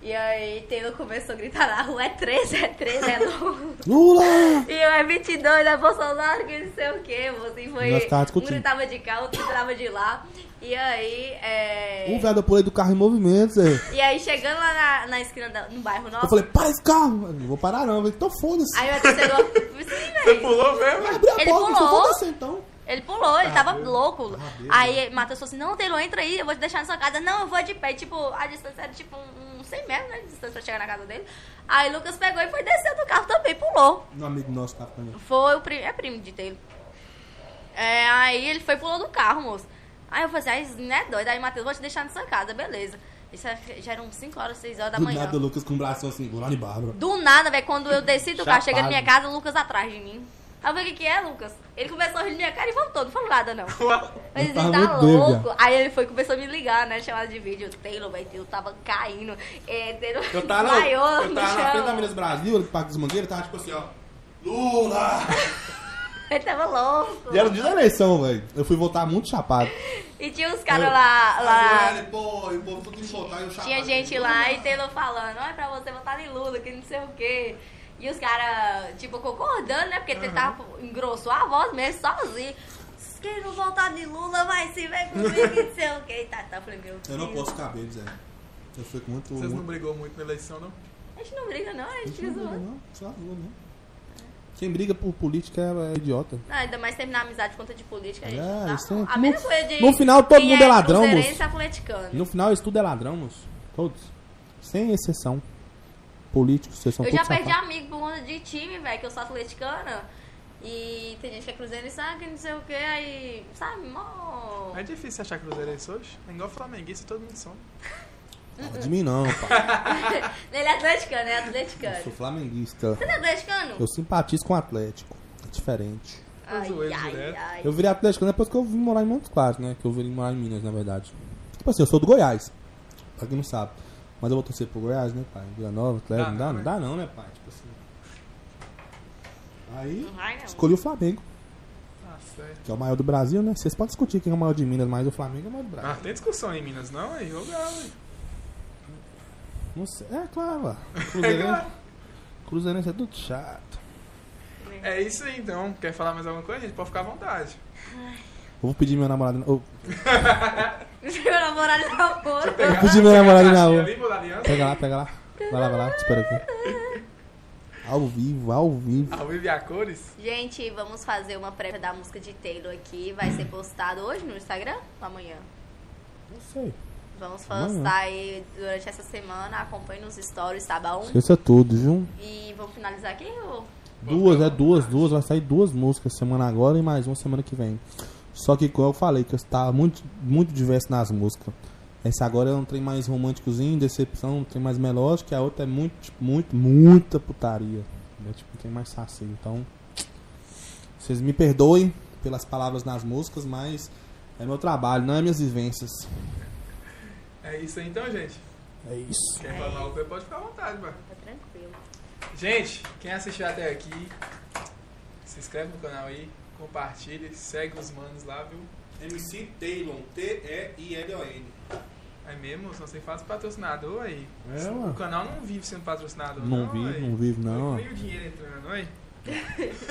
Speaker 3: E aí Taylor começou a gritar na rua, é 13, é
Speaker 2: [laughs]
Speaker 3: 13, é Lula.
Speaker 2: Lula!
Speaker 3: E eu é 22, é Bolsonaro, que não sei o quê. Assim, foi,
Speaker 2: Nós tava
Speaker 3: um
Speaker 2: discutindo.
Speaker 3: gritava de cá, outro gritava de lá. E aí, é...
Speaker 2: Um vereador pulei do carro em movimento, Zé.
Speaker 3: E aí, chegando lá na, na esquina, da- no bairro nosso,
Speaker 2: Eu falei, para esse carro! Eu não vou parar não, eu falei, então foda-se.
Speaker 3: aí o ET
Speaker 2: [laughs]
Speaker 3: chegou... Sim,
Speaker 1: Você
Speaker 3: velho.
Speaker 1: pulou mesmo?
Speaker 2: Abre a porta,
Speaker 3: ele
Speaker 2: eu falei,
Speaker 3: pulou.
Speaker 2: foda-se então.
Speaker 3: Ele pulou, ele tava louco.
Speaker 2: Deus.
Speaker 3: Aí Matheus falou assim: Não, Taylor, entra aí, eu vou te deixar na sua casa. Não, eu vou de pé. E, Tipo, a distância era tipo um, um 100 metros, né? De distância pra chegar na casa dele. Aí Lucas pegou e foi descer do carro também, pulou.
Speaker 2: Um amigo nosso tava também.
Speaker 3: Foi o primo, é primo de Taylor. É, aí ele foi e pulou do carro, moço. Aí eu falei assim: Ai, não é doido. Aí Matheus, vou te deixar na sua casa, beleza. Isso é- já eram 5 horas, 6 horas da
Speaker 2: Do
Speaker 3: manhã.
Speaker 2: nada o Lucas com o braço assim, Gulani Bárbara.
Speaker 3: Do nada, velho, quando eu desci do carro,
Speaker 2: Chapado.
Speaker 3: chegando na minha casa, o Lucas atrás de mim. Aí eu falei, o que que é, Lucas? Ele começou a rir na minha cara e voltou, não falou nada, não. Mas ele
Speaker 2: tava
Speaker 3: tá
Speaker 2: muito
Speaker 3: louco.
Speaker 2: doido,
Speaker 3: Aí ele foi e começou a me ligar, né? Chamada de vídeo. Taylor, velho, Taylor tava caindo. É, Taylor
Speaker 2: Eu tava,
Speaker 3: [laughs]
Speaker 2: na-
Speaker 3: desmaiou
Speaker 2: eu
Speaker 3: no
Speaker 2: tava na
Speaker 3: chão.
Speaker 2: frente da Minas Brasil, no Parque dos Mangueiros, tava tipo assim, ó. Lula!
Speaker 3: Ele tava louco.
Speaker 2: E era o dia da eleição, velho. Eu fui votar muito chapado.
Speaker 3: E tinha uns caras
Speaker 2: Eu-
Speaker 3: lá... lá...
Speaker 2: Aí, pô, e o povo tudo votar e eu chapado.
Speaker 3: Tinha gente lá e Taylor falando, olha pra você votar em Lula, que não sei o quê. E os caras, tipo, concordando, né? Porque
Speaker 2: Uhum.
Speaker 3: ele tava, engrossou a voz mesmo, sozinho. Quem não votar em Lula vai se ver comigo, que não sei o quê. E tá, tá, eu falei, meu
Speaker 2: Eu não
Speaker 3: filho,
Speaker 2: posso ficar bêbado, Zé. Eu fico muito...
Speaker 1: Vocês não
Speaker 2: muito...
Speaker 1: brigou muito na eleição, não?
Speaker 3: A gente não briga não, a gente
Speaker 2: Não
Speaker 3: fica
Speaker 2: briga,
Speaker 3: zoando.
Speaker 2: não. Só zoa, né? Quem briga por política é é idiota.
Speaker 3: Não, Ah, ainda mais terminar a amizade por conta de política, a gente
Speaker 2: É,
Speaker 3: não tá,
Speaker 2: isso
Speaker 3: não.
Speaker 2: é-
Speaker 3: A
Speaker 2: no-
Speaker 3: mesma coisa de...
Speaker 2: no final todo
Speaker 3: quem
Speaker 2: mundo é ladrão, moço.
Speaker 3: cruzeirense é atleticano.
Speaker 2: No final, isso tudo é ladrão, moço. Todos. Sem exceção. Políticos, vocês são
Speaker 3: Eu já
Speaker 2: todos
Speaker 3: perdi
Speaker 2: safados.
Speaker 3: amigo por conta de time, velho, que eu sou atleticana. E tem gente que é cruzeiro e sabe, não sei o quê, aí... Sabe, mó...
Speaker 1: É difícil achar cruzeirense hoje. É igual flamenguista, todo mundo some.
Speaker 2: Ah, de mim não, pai.
Speaker 3: Ele é atleticano, é
Speaker 2: Eu
Speaker 3: atleticano.
Speaker 2: sou flamenguista.
Speaker 3: Você não é atleticano?
Speaker 2: Eu simpatizo com o Atlético. É diferente.
Speaker 1: Eu zoei direto.
Speaker 3: ai.
Speaker 2: Eu virei atleticano depois que eu vim morar em Montes Claros, né? Que eu vim morar em Minas, na verdade. Tipo assim, eu sou do Goiás. Pra quem não sabe. Mas eu vou torcer pro Goiás, né, pai? Vila Nova, Atlético.
Speaker 1: Dá não,
Speaker 2: Não dá, não dá não, né, pai? Tipo assim. Aí,
Speaker 3: Não vai, não.
Speaker 2: escolhi o Flamengo,
Speaker 1: Ah, sério.
Speaker 2: que é o maior do Brasil, né? Vocês podem discutir quem é o maior de Minas, mas o Flamengo é o maior do Brasil.
Speaker 1: Ah, tem discussão em Minas, não? É jogar, ué.
Speaker 2: Não sei. [laughs] É claro, ó.
Speaker 1: É
Speaker 2: Cruzeirense,
Speaker 1: claro.
Speaker 2: Cruzeirense é tudo chato.
Speaker 1: É isso aí, então. Quer falar mais alguma coisa, gente? Pode ficar à vontade.
Speaker 2: Eu vou pedir meu namorado. Eu vou
Speaker 3: [laughs] Meu namorado tá morto.
Speaker 1: Pegar-
Speaker 2: pedir meu
Speaker 1: pegar
Speaker 2: namorado
Speaker 1: a
Speaker 2: na
Speaker 1: caixinha
Speaker 2: rua.
Speaker 1: ali, vou dar aliança.
Speaker 2: Pega lá, pega lá. Vai lá, vai lá, te espero aqui. Ao vivo, ao vivo.
Speaker 1: Ao vivo e a cores.
Speaker 3: Gente, vamos fazer uma prévia da música de Taylor aqui. Vai ser postado hoje no Instagram ou amanhã?
Speaker 2: Não sei.
Speaker 3: Vamos
Speaker 2: Amanhã.
Speaker 3: postar aí durante essa semana. Acompanhe nos stories, tá bom?
Speaker 2: Esqueça tudo, viu?
Speaker 3: E vamos finalizar aqui? Ou...
Speaker 2: Duas, é duas, duas. Vai sair duas músicas semana agora e mais uma semana que vem. Só que, como eu falei, que eu estava muito, muito diverso nas músicas. Essa agora é um trem mais românticozinho, decepção, um trem mais melódico. E a outra é muito, tipo, muito, muita putaria. É tipo, um trem mais saci. Então, vocês me perdoem pelas palavras nas músicas, mas é meu trabalho, não é minhas vivências.
Speaker 1: É isso aí, então, gente.
Speaker 2: É isso.
Speaker 1: Quer falar alguma coisa, pode ficar à vontade, mano.
Speaker 3: Tá tranquilo.
Speaker 1: Gente, quem assistiu até aqui, se inscreve no canal aí, compartilha, segue os manos lá, viu?
Speaker 9: MC Taylon, T-E-I-L-O-N.
Speaker 1: É mesmo? Só sei faz patrocinador aí.
Speaker 2: É,
Speaker 1: o
Speaker 2: mano.
Speaker 1: canal não vive sendo patrocinador, não.
Speaker 2: Não vivo,
Speaker 1: aí.
Speaker 2: não vivo, não.
Speaker 1: Olha o dinheiro entrando, oi? [laughs]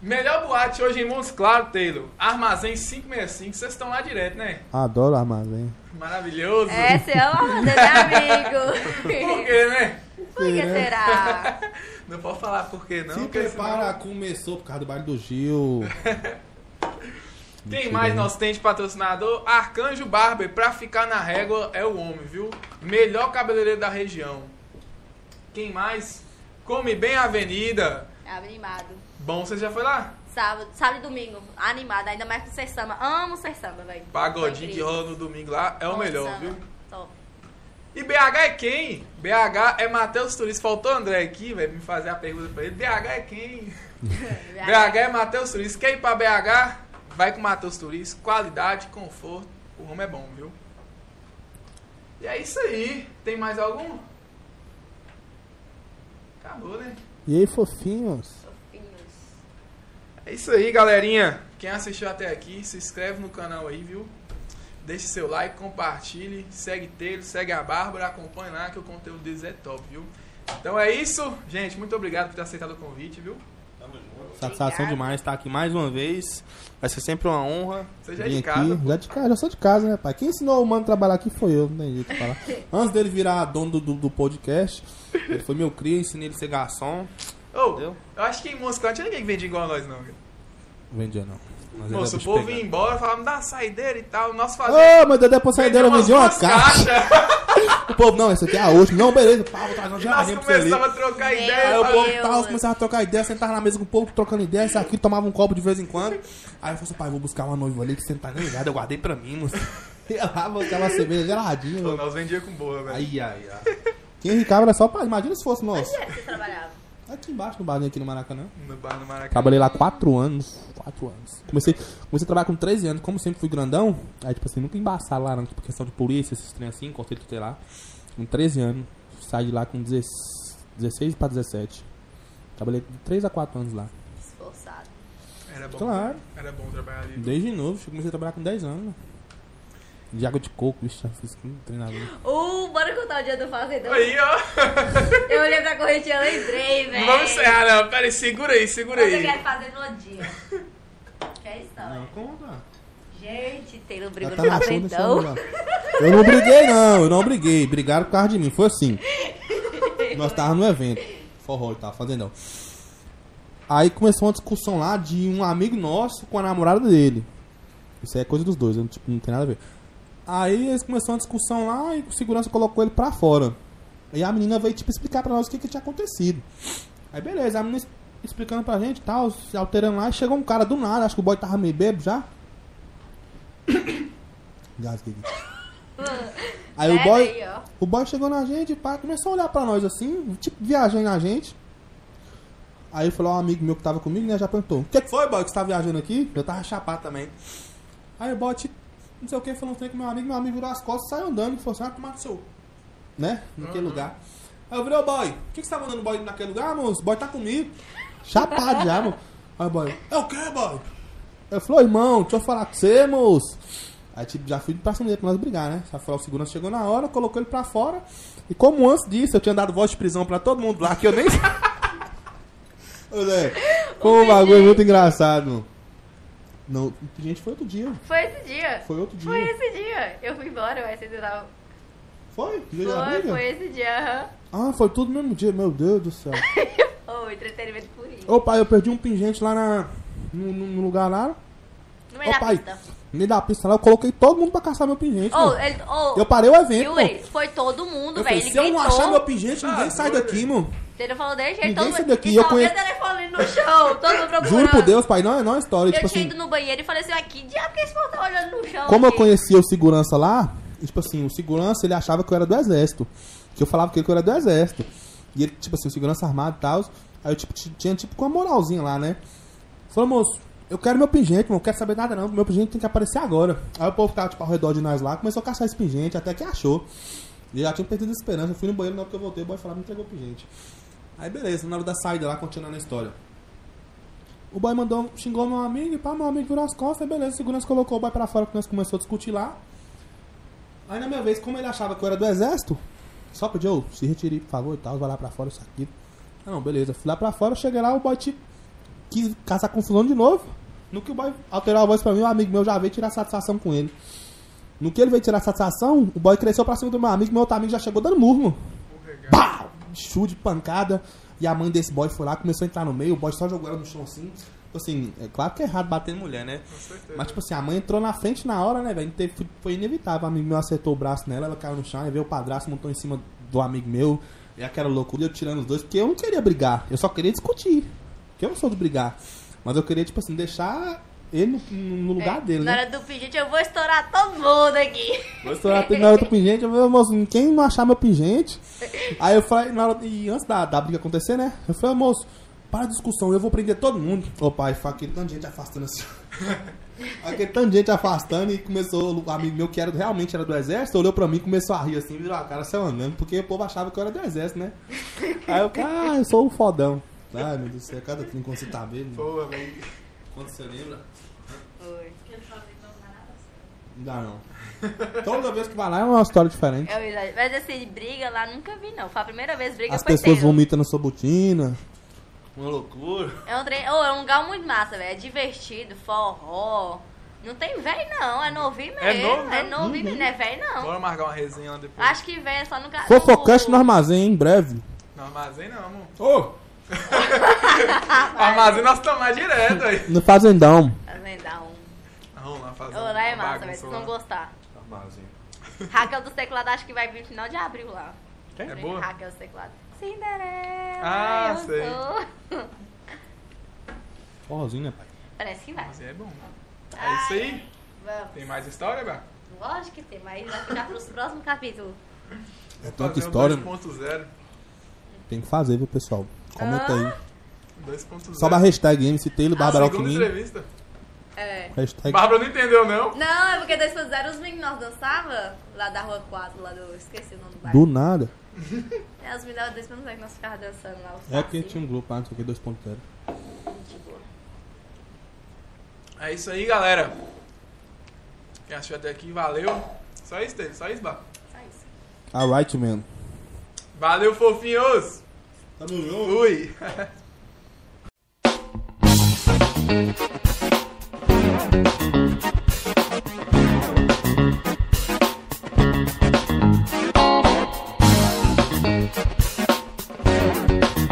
Speaker 1: Melhor boate hoje em Montes Claros, Taylor. Armazém 565, vocês estão lá direto, né?
Speaker 2: Adoro armazém.
Speaker 1: Maravilhoso.
Speaker 3: É, você é uma roda de
Speaker 1: [laughs] Por
Speaker 3: amigo.
Speaker 1: quê, né?
Speaker 3: Por que será?
Speaker 1: Não pode falar por quê, não.
Speaker 2: Se
Speaker 1: porque senão-
Speaker 2: prepara, começou por causa do baile do Gil.
Speaker 1: Quem
Speaker 2: Mentira,
Speaker 1: mais
Speaker 2: né?
Speaker 1: nós tem de patrocinador? Arcanjo Barber, pra ficar na régua, é o homem, viu? Melhor cabeleireiro da região. Quem mais? Come Bem Avenida.
Speaker 3: É Animado.
Speaker 1: Bom, você já foi lá?
Speaker 3: Sábado, sábado e domingo, animada, ainda mais com ser samba. Amo ser samba, velho.
Speaker 1: Pagodinho que rola no domingo lá é o melhor, viu?
Speaker 3: Top.
Speaker 1: [laughs] E BH é quem? BH é Matheus Turista. Faltou o André aqui, velho, me fazer a pergunta pra ele. BH é quem? BH é Matheus Turista. Quer ir pra BH? Vai com Matheus Turista. Qualidade, conforto. O homem é bom, viu? E é isso aí. Tem mais algum? Acabou, né?
Speaker 2: E aí, fofinhos?
Speaker 3: Fofinhos.
Speaker 1: É isso aí, galerinha. Quem assistiu até aqui, se inscreve no canal aí, viu? Deixe seu like, compartilhe, segue Teiro, segue a Bárbara, acompanha lá que o conteúdo deles é top, viu? Então é isso, gente. Muito obrigado por ter aceitado o convite, viu?
Speaker 10: Satisfação
Speaker 3: Obrigada.
Speaker 10: demais estar aqui mais uma vez. Vai ser sempre uma honra.
Speaker 1: Você já é
Speaker 2: Vim
Speaker 1: de
Speaker 2: aqui,
Speaker 1: casa.
Speaker 2: já de casa, já sou de casa, né, pai? Quem ensinou o mano a trabalhar aqui foi eu, não tem jeito de
Speaker 1: [laughs]
Speaker 2: falar. Antes dele virar dono do, do, do podcast,
Speaker 10: Ele foi meu cria, ensinei ele a ser garçom.
Speaker 1: Ô,
Speaker 10: Entendeu?
Speaker 1: eu acho que em Moscou não tinha ninguém que vendia igual a nós, não. cara.
Speaker 2: vendia não.
Speaker 10: Mas ele é
Speaker 1: Moço, o
Speaker 10: bicho
Speaker 1: povo
Speaker 10: pegado.
Speaker 1: ia embora, falava, me dá uma saideira e tal. Nós
Speaker 2: Ô,
Speaker 1: fazíamos.
Speaker 2: mas depois sair é dela, eu vendi uma caixa. O povo, não, esse aqui é a hoje. Não, beleza, pá, vou trazer uma
Speaker 1: E nós
Speaker 2: geladinha pra você ali.
Speaker 1: começamos a trocar
Speaker 3: Meu
Speaker 1: ideia.
Speaker 3: Deus.
Speaker 1: falava,
Speaker 2: povo tal, começava a trocar ideia, sentava na mesa com o povo, trocando ideia, isso aqui, tomava um copo de vez em quando. Aí eu falei assim, pai, vou buscar uma noiva ali que você não tá nem ligado, eu guardei pra mim, moço. [laughs] Ia lá, buscava uma cerveja geladinha,
Speaker 1: Pô,
Speaker 2: mano.
Speaker 1: Nós vendia com boa, velho.
Speaker 10: Ai, ai, ai.
Speaker 2: Quem ficava era só, pai, imagina se fosse nós.
Speaker 3: Onde é que você trabalhava?
Speaker 2: Aqui embaixo, no barzinho aqui no Maracanã.
Speaker 1: No bar do Maracanã.
Speaker 2: Trabalhei lá quatro anos. Quatro anos. Comecei, comecei a trabalhar com 13 anos, como sempre fui grandão. Aí, tipo assim, nunca embaçaram lá, não. Tipo, questão de polícia, esses trem assim, conselho tutelar. Com 13 anos. Saí de lá com 16, 16 pra 17. Trabalhei de 3 a 4 anos lá.
Speaker 3: Esforçado.
Speaker 1: Era bom.
Speaker 2: Claro.
Speaker 1: Era bom trabalhar ali.
Speaker 2: Desde novo, comecei a trabalhar com 10 anos. né? De água de coco, bicho, já fiz um treinamento.
Speaker 3: Uh, bora contar o dia do fazendão.
Speaker 1: Aí, ó.
Speaker 3: Eu olhei pra correntinha, eu lembrei, velho.
Speaker 1: Não vamos encerrar, não. Pera aí, segura aí, segura
Speaker 3: Você
Speaker 1: aí.
Speaker 3: quer fazer no dia. Que é história.
Speaker 2: Ah, conta.
Speaker 3: Gente, Taylor
Speaker 2: Já
Speaker 3: brigou
Speaker 2: tá
Speaker 3: no
Speaker 2: na show, deixa eu
Speaker 3: fazendão.
Speaker 2: olhar. Eu não briguei, não, eu não briguei. Brigaram por causa de mim, foi assim. Nós tava no evento, forró e tava fazendo. Aí começou uma discussão lá de um amigo nosso com a namorada dele. Isso aí é coisa dos dois, eu, tipo, não tem nada a ver. Aí eles começaram uma discussão lá e o segurança colocou ele pra fora. E a menina veio, tipo, explicar pra nós o que, que tinha acontecido. Aí beleza, a menina es- explicando pra gente e tal, se alterando lá. E chegou um cara do nada, acho que o boy tava meio bêbado já. [coughs] Gasguei. Aí o
Speaker 3: Pega
Speaker 2: boy,
Speaker 3: aí, ó.
Speaker 2: o boy chegou na gente, pá, começou a olhar pra nós assim, tipo, viajando na gente. Aí falou um amigo meu que tava comigo, né, já perguntou, o que que foi, boy, que você tá viajando aqui? Eu tava chapado também. Aí o boy, tipo, não sei o que, falou um trem com meu amigo, meu amigo virou as costas, saiu andando, falou assim, ah, tomar no seu, né, naquele lugar. Aí eu virei, ô boy, o que que você tá mandando o boy naquele lugar, moço? O boy tá comigo. Chapado já, mano. Aí o boy, é o que, boy? Eu falei, ô, irmão, deixa eu falar com você, moço. Aí, tipo, já fui pra cima dele pra nós brigar, né? Só foi o segurança chegou na hora, colocou ele pra fora. E como antes disso eu tinha dado voz de prisão pra todo mundo lá, que eu nem. [laughs] Ô, Zé, Foi um bagulho muito engraçado, mano. Não, gente, foi outro dia.
Speaker 3: Foi esse dia.
Speaker 2: Foi outro dia.
Speaker 3: Foi esse dia. Eu fui embora, mas vocês estavam.
Speaker 2: Foi? Dia da
Speaker 3: Foi,
Speaker 2: briga?
Speaker 3: foi esse dia. aham.
Speaker 2: Ah, foi tudo no mesmo dia, meu Deus do céu.
Speaker 3: Oh, entretenimento purinho.
Speaker 2: Ô, pai, eu perdi um pingente lá na, no, no- no lugar lá.
Speaker 3: No
Speaker 2: Ô,
Speaker 3: meio da
Speaker 2: pai,
Speaker 3: pista.
Speaker 2: no meio da pista lá, eu coloquei todo mundo pra caçar meu pingente.
Speaker 3: Oh,
Speaker 2: mano.
Speaker 3: ele. Oh,
Speaker 2: Eu parei o evento,
Speaker 3: Yuri,
Speaker 2: mano.
Speaker 3: foi todo mundo,
Speaker 2: Eu
Speaker 3: velho.
Speaker 2: falei,
Speaker 3: Ele
Speaker 2: se eu não achar meu
Speaker 3: gritou.
Speaker 2: pingente,
Speaker 1: Ah,
Speaker 2: ninguém sai
Speaker 1: doido.
Speaker 2: daqui, mano.
Speaker 3: Ele não falou desse jeito,
Speaker 2: Ninguém
Speaker 3: todo
Speaker 2: saiu
Speaker 3: mundo.
Speaker 2: daqui,
Speaker 3: E
Speaker 2: eu
Speaker 3: só
Speaker 2: conhe-
Speaker 3: via telefone no chão, todo mundo procurando.
Speaker 2: Juro por Deus, pai, não é, não é história.
Speaker 3: Eu
Speaker 2: tipo
Speaker 3: tinha
Speaker 2: assim,
Speaker 3: ido no banheiro e falei assim, aqui diabo que esse povo tá olhando no chão.
Speaker 2: como eu
Speaker 3: aqui?"
Speaker 2: conhecia o segurança lá, tipo assim, o segurança ele achava que eu era do exército. Que eu falava que ele que eu era do exército. E ele, tipo assim, o segurança armado e tal. Aí eu tipo, t- tinha tipo com uma moralzinha lá, né? Falou, moço, eu quero meu pingente, não quero saber nada não. Meu pingente tem que aparecer agora. Aí o povo tava tipo ao redor de nós lá, começou a caçar esse pingente, até que achou. E eu já tinha perdido a esperança. Eu fui no banheiro, na hora que eu voltei, o boy falou, me entregou o pingente. Aí beleza, na hora da saída lá, continuando a história. O boy mandou, xingou meu amigo, e pá, meu amigo virou as costas, beleza, o segurança colocou o boy pra fora que nós começou a discutir lá. Aí na minha vez, como ele achava que eu era do exército, só pediu, "Ô, se retire, por favor, e tal, vai lá pra fora, isso aqui. Ah, Não, beleza, fui lá pra fora, cheguei lá, o boy tipo, quis caçar confusão de novo. No que o boy alterou a voz pra mim, o amigo meu já veio tirar satisfação com ele. No que ele veio tirar satisfação, o boy cresceu pra cima do meu amigo, meu outro amigo já chegou dando murro, mano. Pá! Chute, pancada. E a mãe desse boy foi lá, começou a entrar no meio, o boy só jogou ela no chão assim. Tipo assim, é claro que é errado bater em mulher, né? Mas tipo assim, a mãe entrou na frente na hora, né, velho? Não teve- Foi, foi inevitável. O amigo meu acertou o braço nela, ela caiu no chão, aí veio o padrasto, montou em cima do amigo meu. E aquela loucura, eu tirando os dois, porque eu não queria brigar, eu só queria discutir. Porque eu não sou de brigar. Mas eu queria, tipo assim, deixar ele no, no lugar dele,
Speaker 3: É, Na
Speaker 2: né?
Speaker 3: hora do pedido, eu vou estourar todo mundo aqui.
Speaker 2: Moço, ela tem na hora do pingente, eu falei, moço, quem não achar meu pingente? Aí eu falei, na hora, e antes da, da briga acontecer, né? Eu falei, moço, para a discussão, eu vou prender todo mundo. Ô pai, foi aquele tanto de gente afastando
Speaker 3: [laughs]
Speaker 2: assim. aquele tanto de gente afastando e começou, o amigo meu que era, realmente era do exército, olhou pra mim, começou a rir assim, virou a cara, saiu andando, porque o povo achava que eu era do exército,
Speaker 3: [laughs]
Speaker 2: né? Aí eu, ah, eu sou um fodão. Ai, meu Deus do céu, cada crime quando você tá vendo,
Speaker 1: Boa, velho.
Speaker 2: quando você lembra.
Speaker 3: Oi.
Speaker 9: Não dá não.
Speaker 2: Toda vez que vai lá é uma história diferente.
Speaker 3: É o exagero. Mas assim, briga lá nunca vi, não. Foi É, a primeira vez briga
Speaker 2: As
Speaker 3: foi
Speaker 2: pessoas
Speaker 3: feio.
Speaker 2: vomitam na sua botina.
Speaker 9: Uma loucura.
Speaker 3: É um, trem, oh, é um lugar muito massa, velho. É divertido, forró. Não tem velho, não. É novinho mesmo.
Speaker 1: É novo, né?
Speaker 3: É novinho
Speaker 2: Uhum.
Speaker 3: mesmo, não é velho, não.
Speaker 1: Bora marcar uma resenha lá depois.
Speaker 3: Acho que velho é só no caso.
Speaker 2: Fofocante no armazém, em breve.
Speaker 1: Não armazém não, amor.
Speaker 9: Ô!
Speaker 3: Ah,
Speaker 1: Armazém nós estamos mais direto aí.
Speaker 2: No fazendão.
Speaker 3: Fazendão.
Speaker 1: Vamos lá fazer.
Speaker 3: um- Ô, lá é
Speaker 1: uma
Speaker 3: massa, velho.
Speaker 1: bagunça
Speaker 3: Vocês
Speaker 1: lá.
Speaker 3: vão gostar.
Speaker 9: Armazém.
Speaker 3: Raquel dos Teclados acho que vai vir no final de abril lá.
Speaker 1: Quem? É
Speaker 3: Vem
Speaker 1: boa?
Speaker 3: Raquel dos Teclados. Cinderela.
Speaker 1: Ah,
Speaker 3: eu
Speaker 1: sei.
Speaker 3: sou. [laughs]
Speaker 2: Forrozinho, né, pai?
Speaker 3: Parece que vai.
Speaker 1: Armazém é bom. É isso aí.
Speaker 3: Vamos.
Speaker 1: Tem mais história, Bá?
Speaker 3: Lógico que tem, mas vai ficar pros próximos capítulos.
Speaker 2: É
Speaker 1: Fazer
Speaker 2: tanta
Speaker 1: um
Speaker 2: história.
Speaker 1: 2.0.
Speaker 2: Tem que fazer, viu, pessoal? Comenta aí.
Speaker 1: 2.0.
Speaker 2: Sobe a hashtag MC Taylor Bárbara
Speaker 1: Ah, Segunda
Speaker 2: Alckmin.
Speaker 1: entrevista.
Speaker 3: É.
Speaker 2: Hashtag
Speaker 1: Bárbara não entendeu, não.
Speaker 3: Não, é porque 2.0 os meninos nós dançava lá da rua 4, lá do. Esqueci o nome do
Speaker 2: do
Speaker 3: bairro.
Speaker 2: nada.
Speaker 3: É, os meninos 2.0 que nós ficava dançando lá. os
Speaker 2: É porque
Speaker 3: passinhos.
Speaker 2: tinha um grupo lá, não sei o que, 2.0.
Speaker 3: Gente boa.
Speaker 1: É isso aí, galera. Quem assistiu até aqui, valeu. Só isso, Teve. Só isso, Bá.
Speaker 2: um-
Speaker 3: Só isso.
Speaker 2: Alright, man.
Speaker 1: Valeu, fofinhos.
Speaker 9: Tamo junto.
Speaker 1: Fui.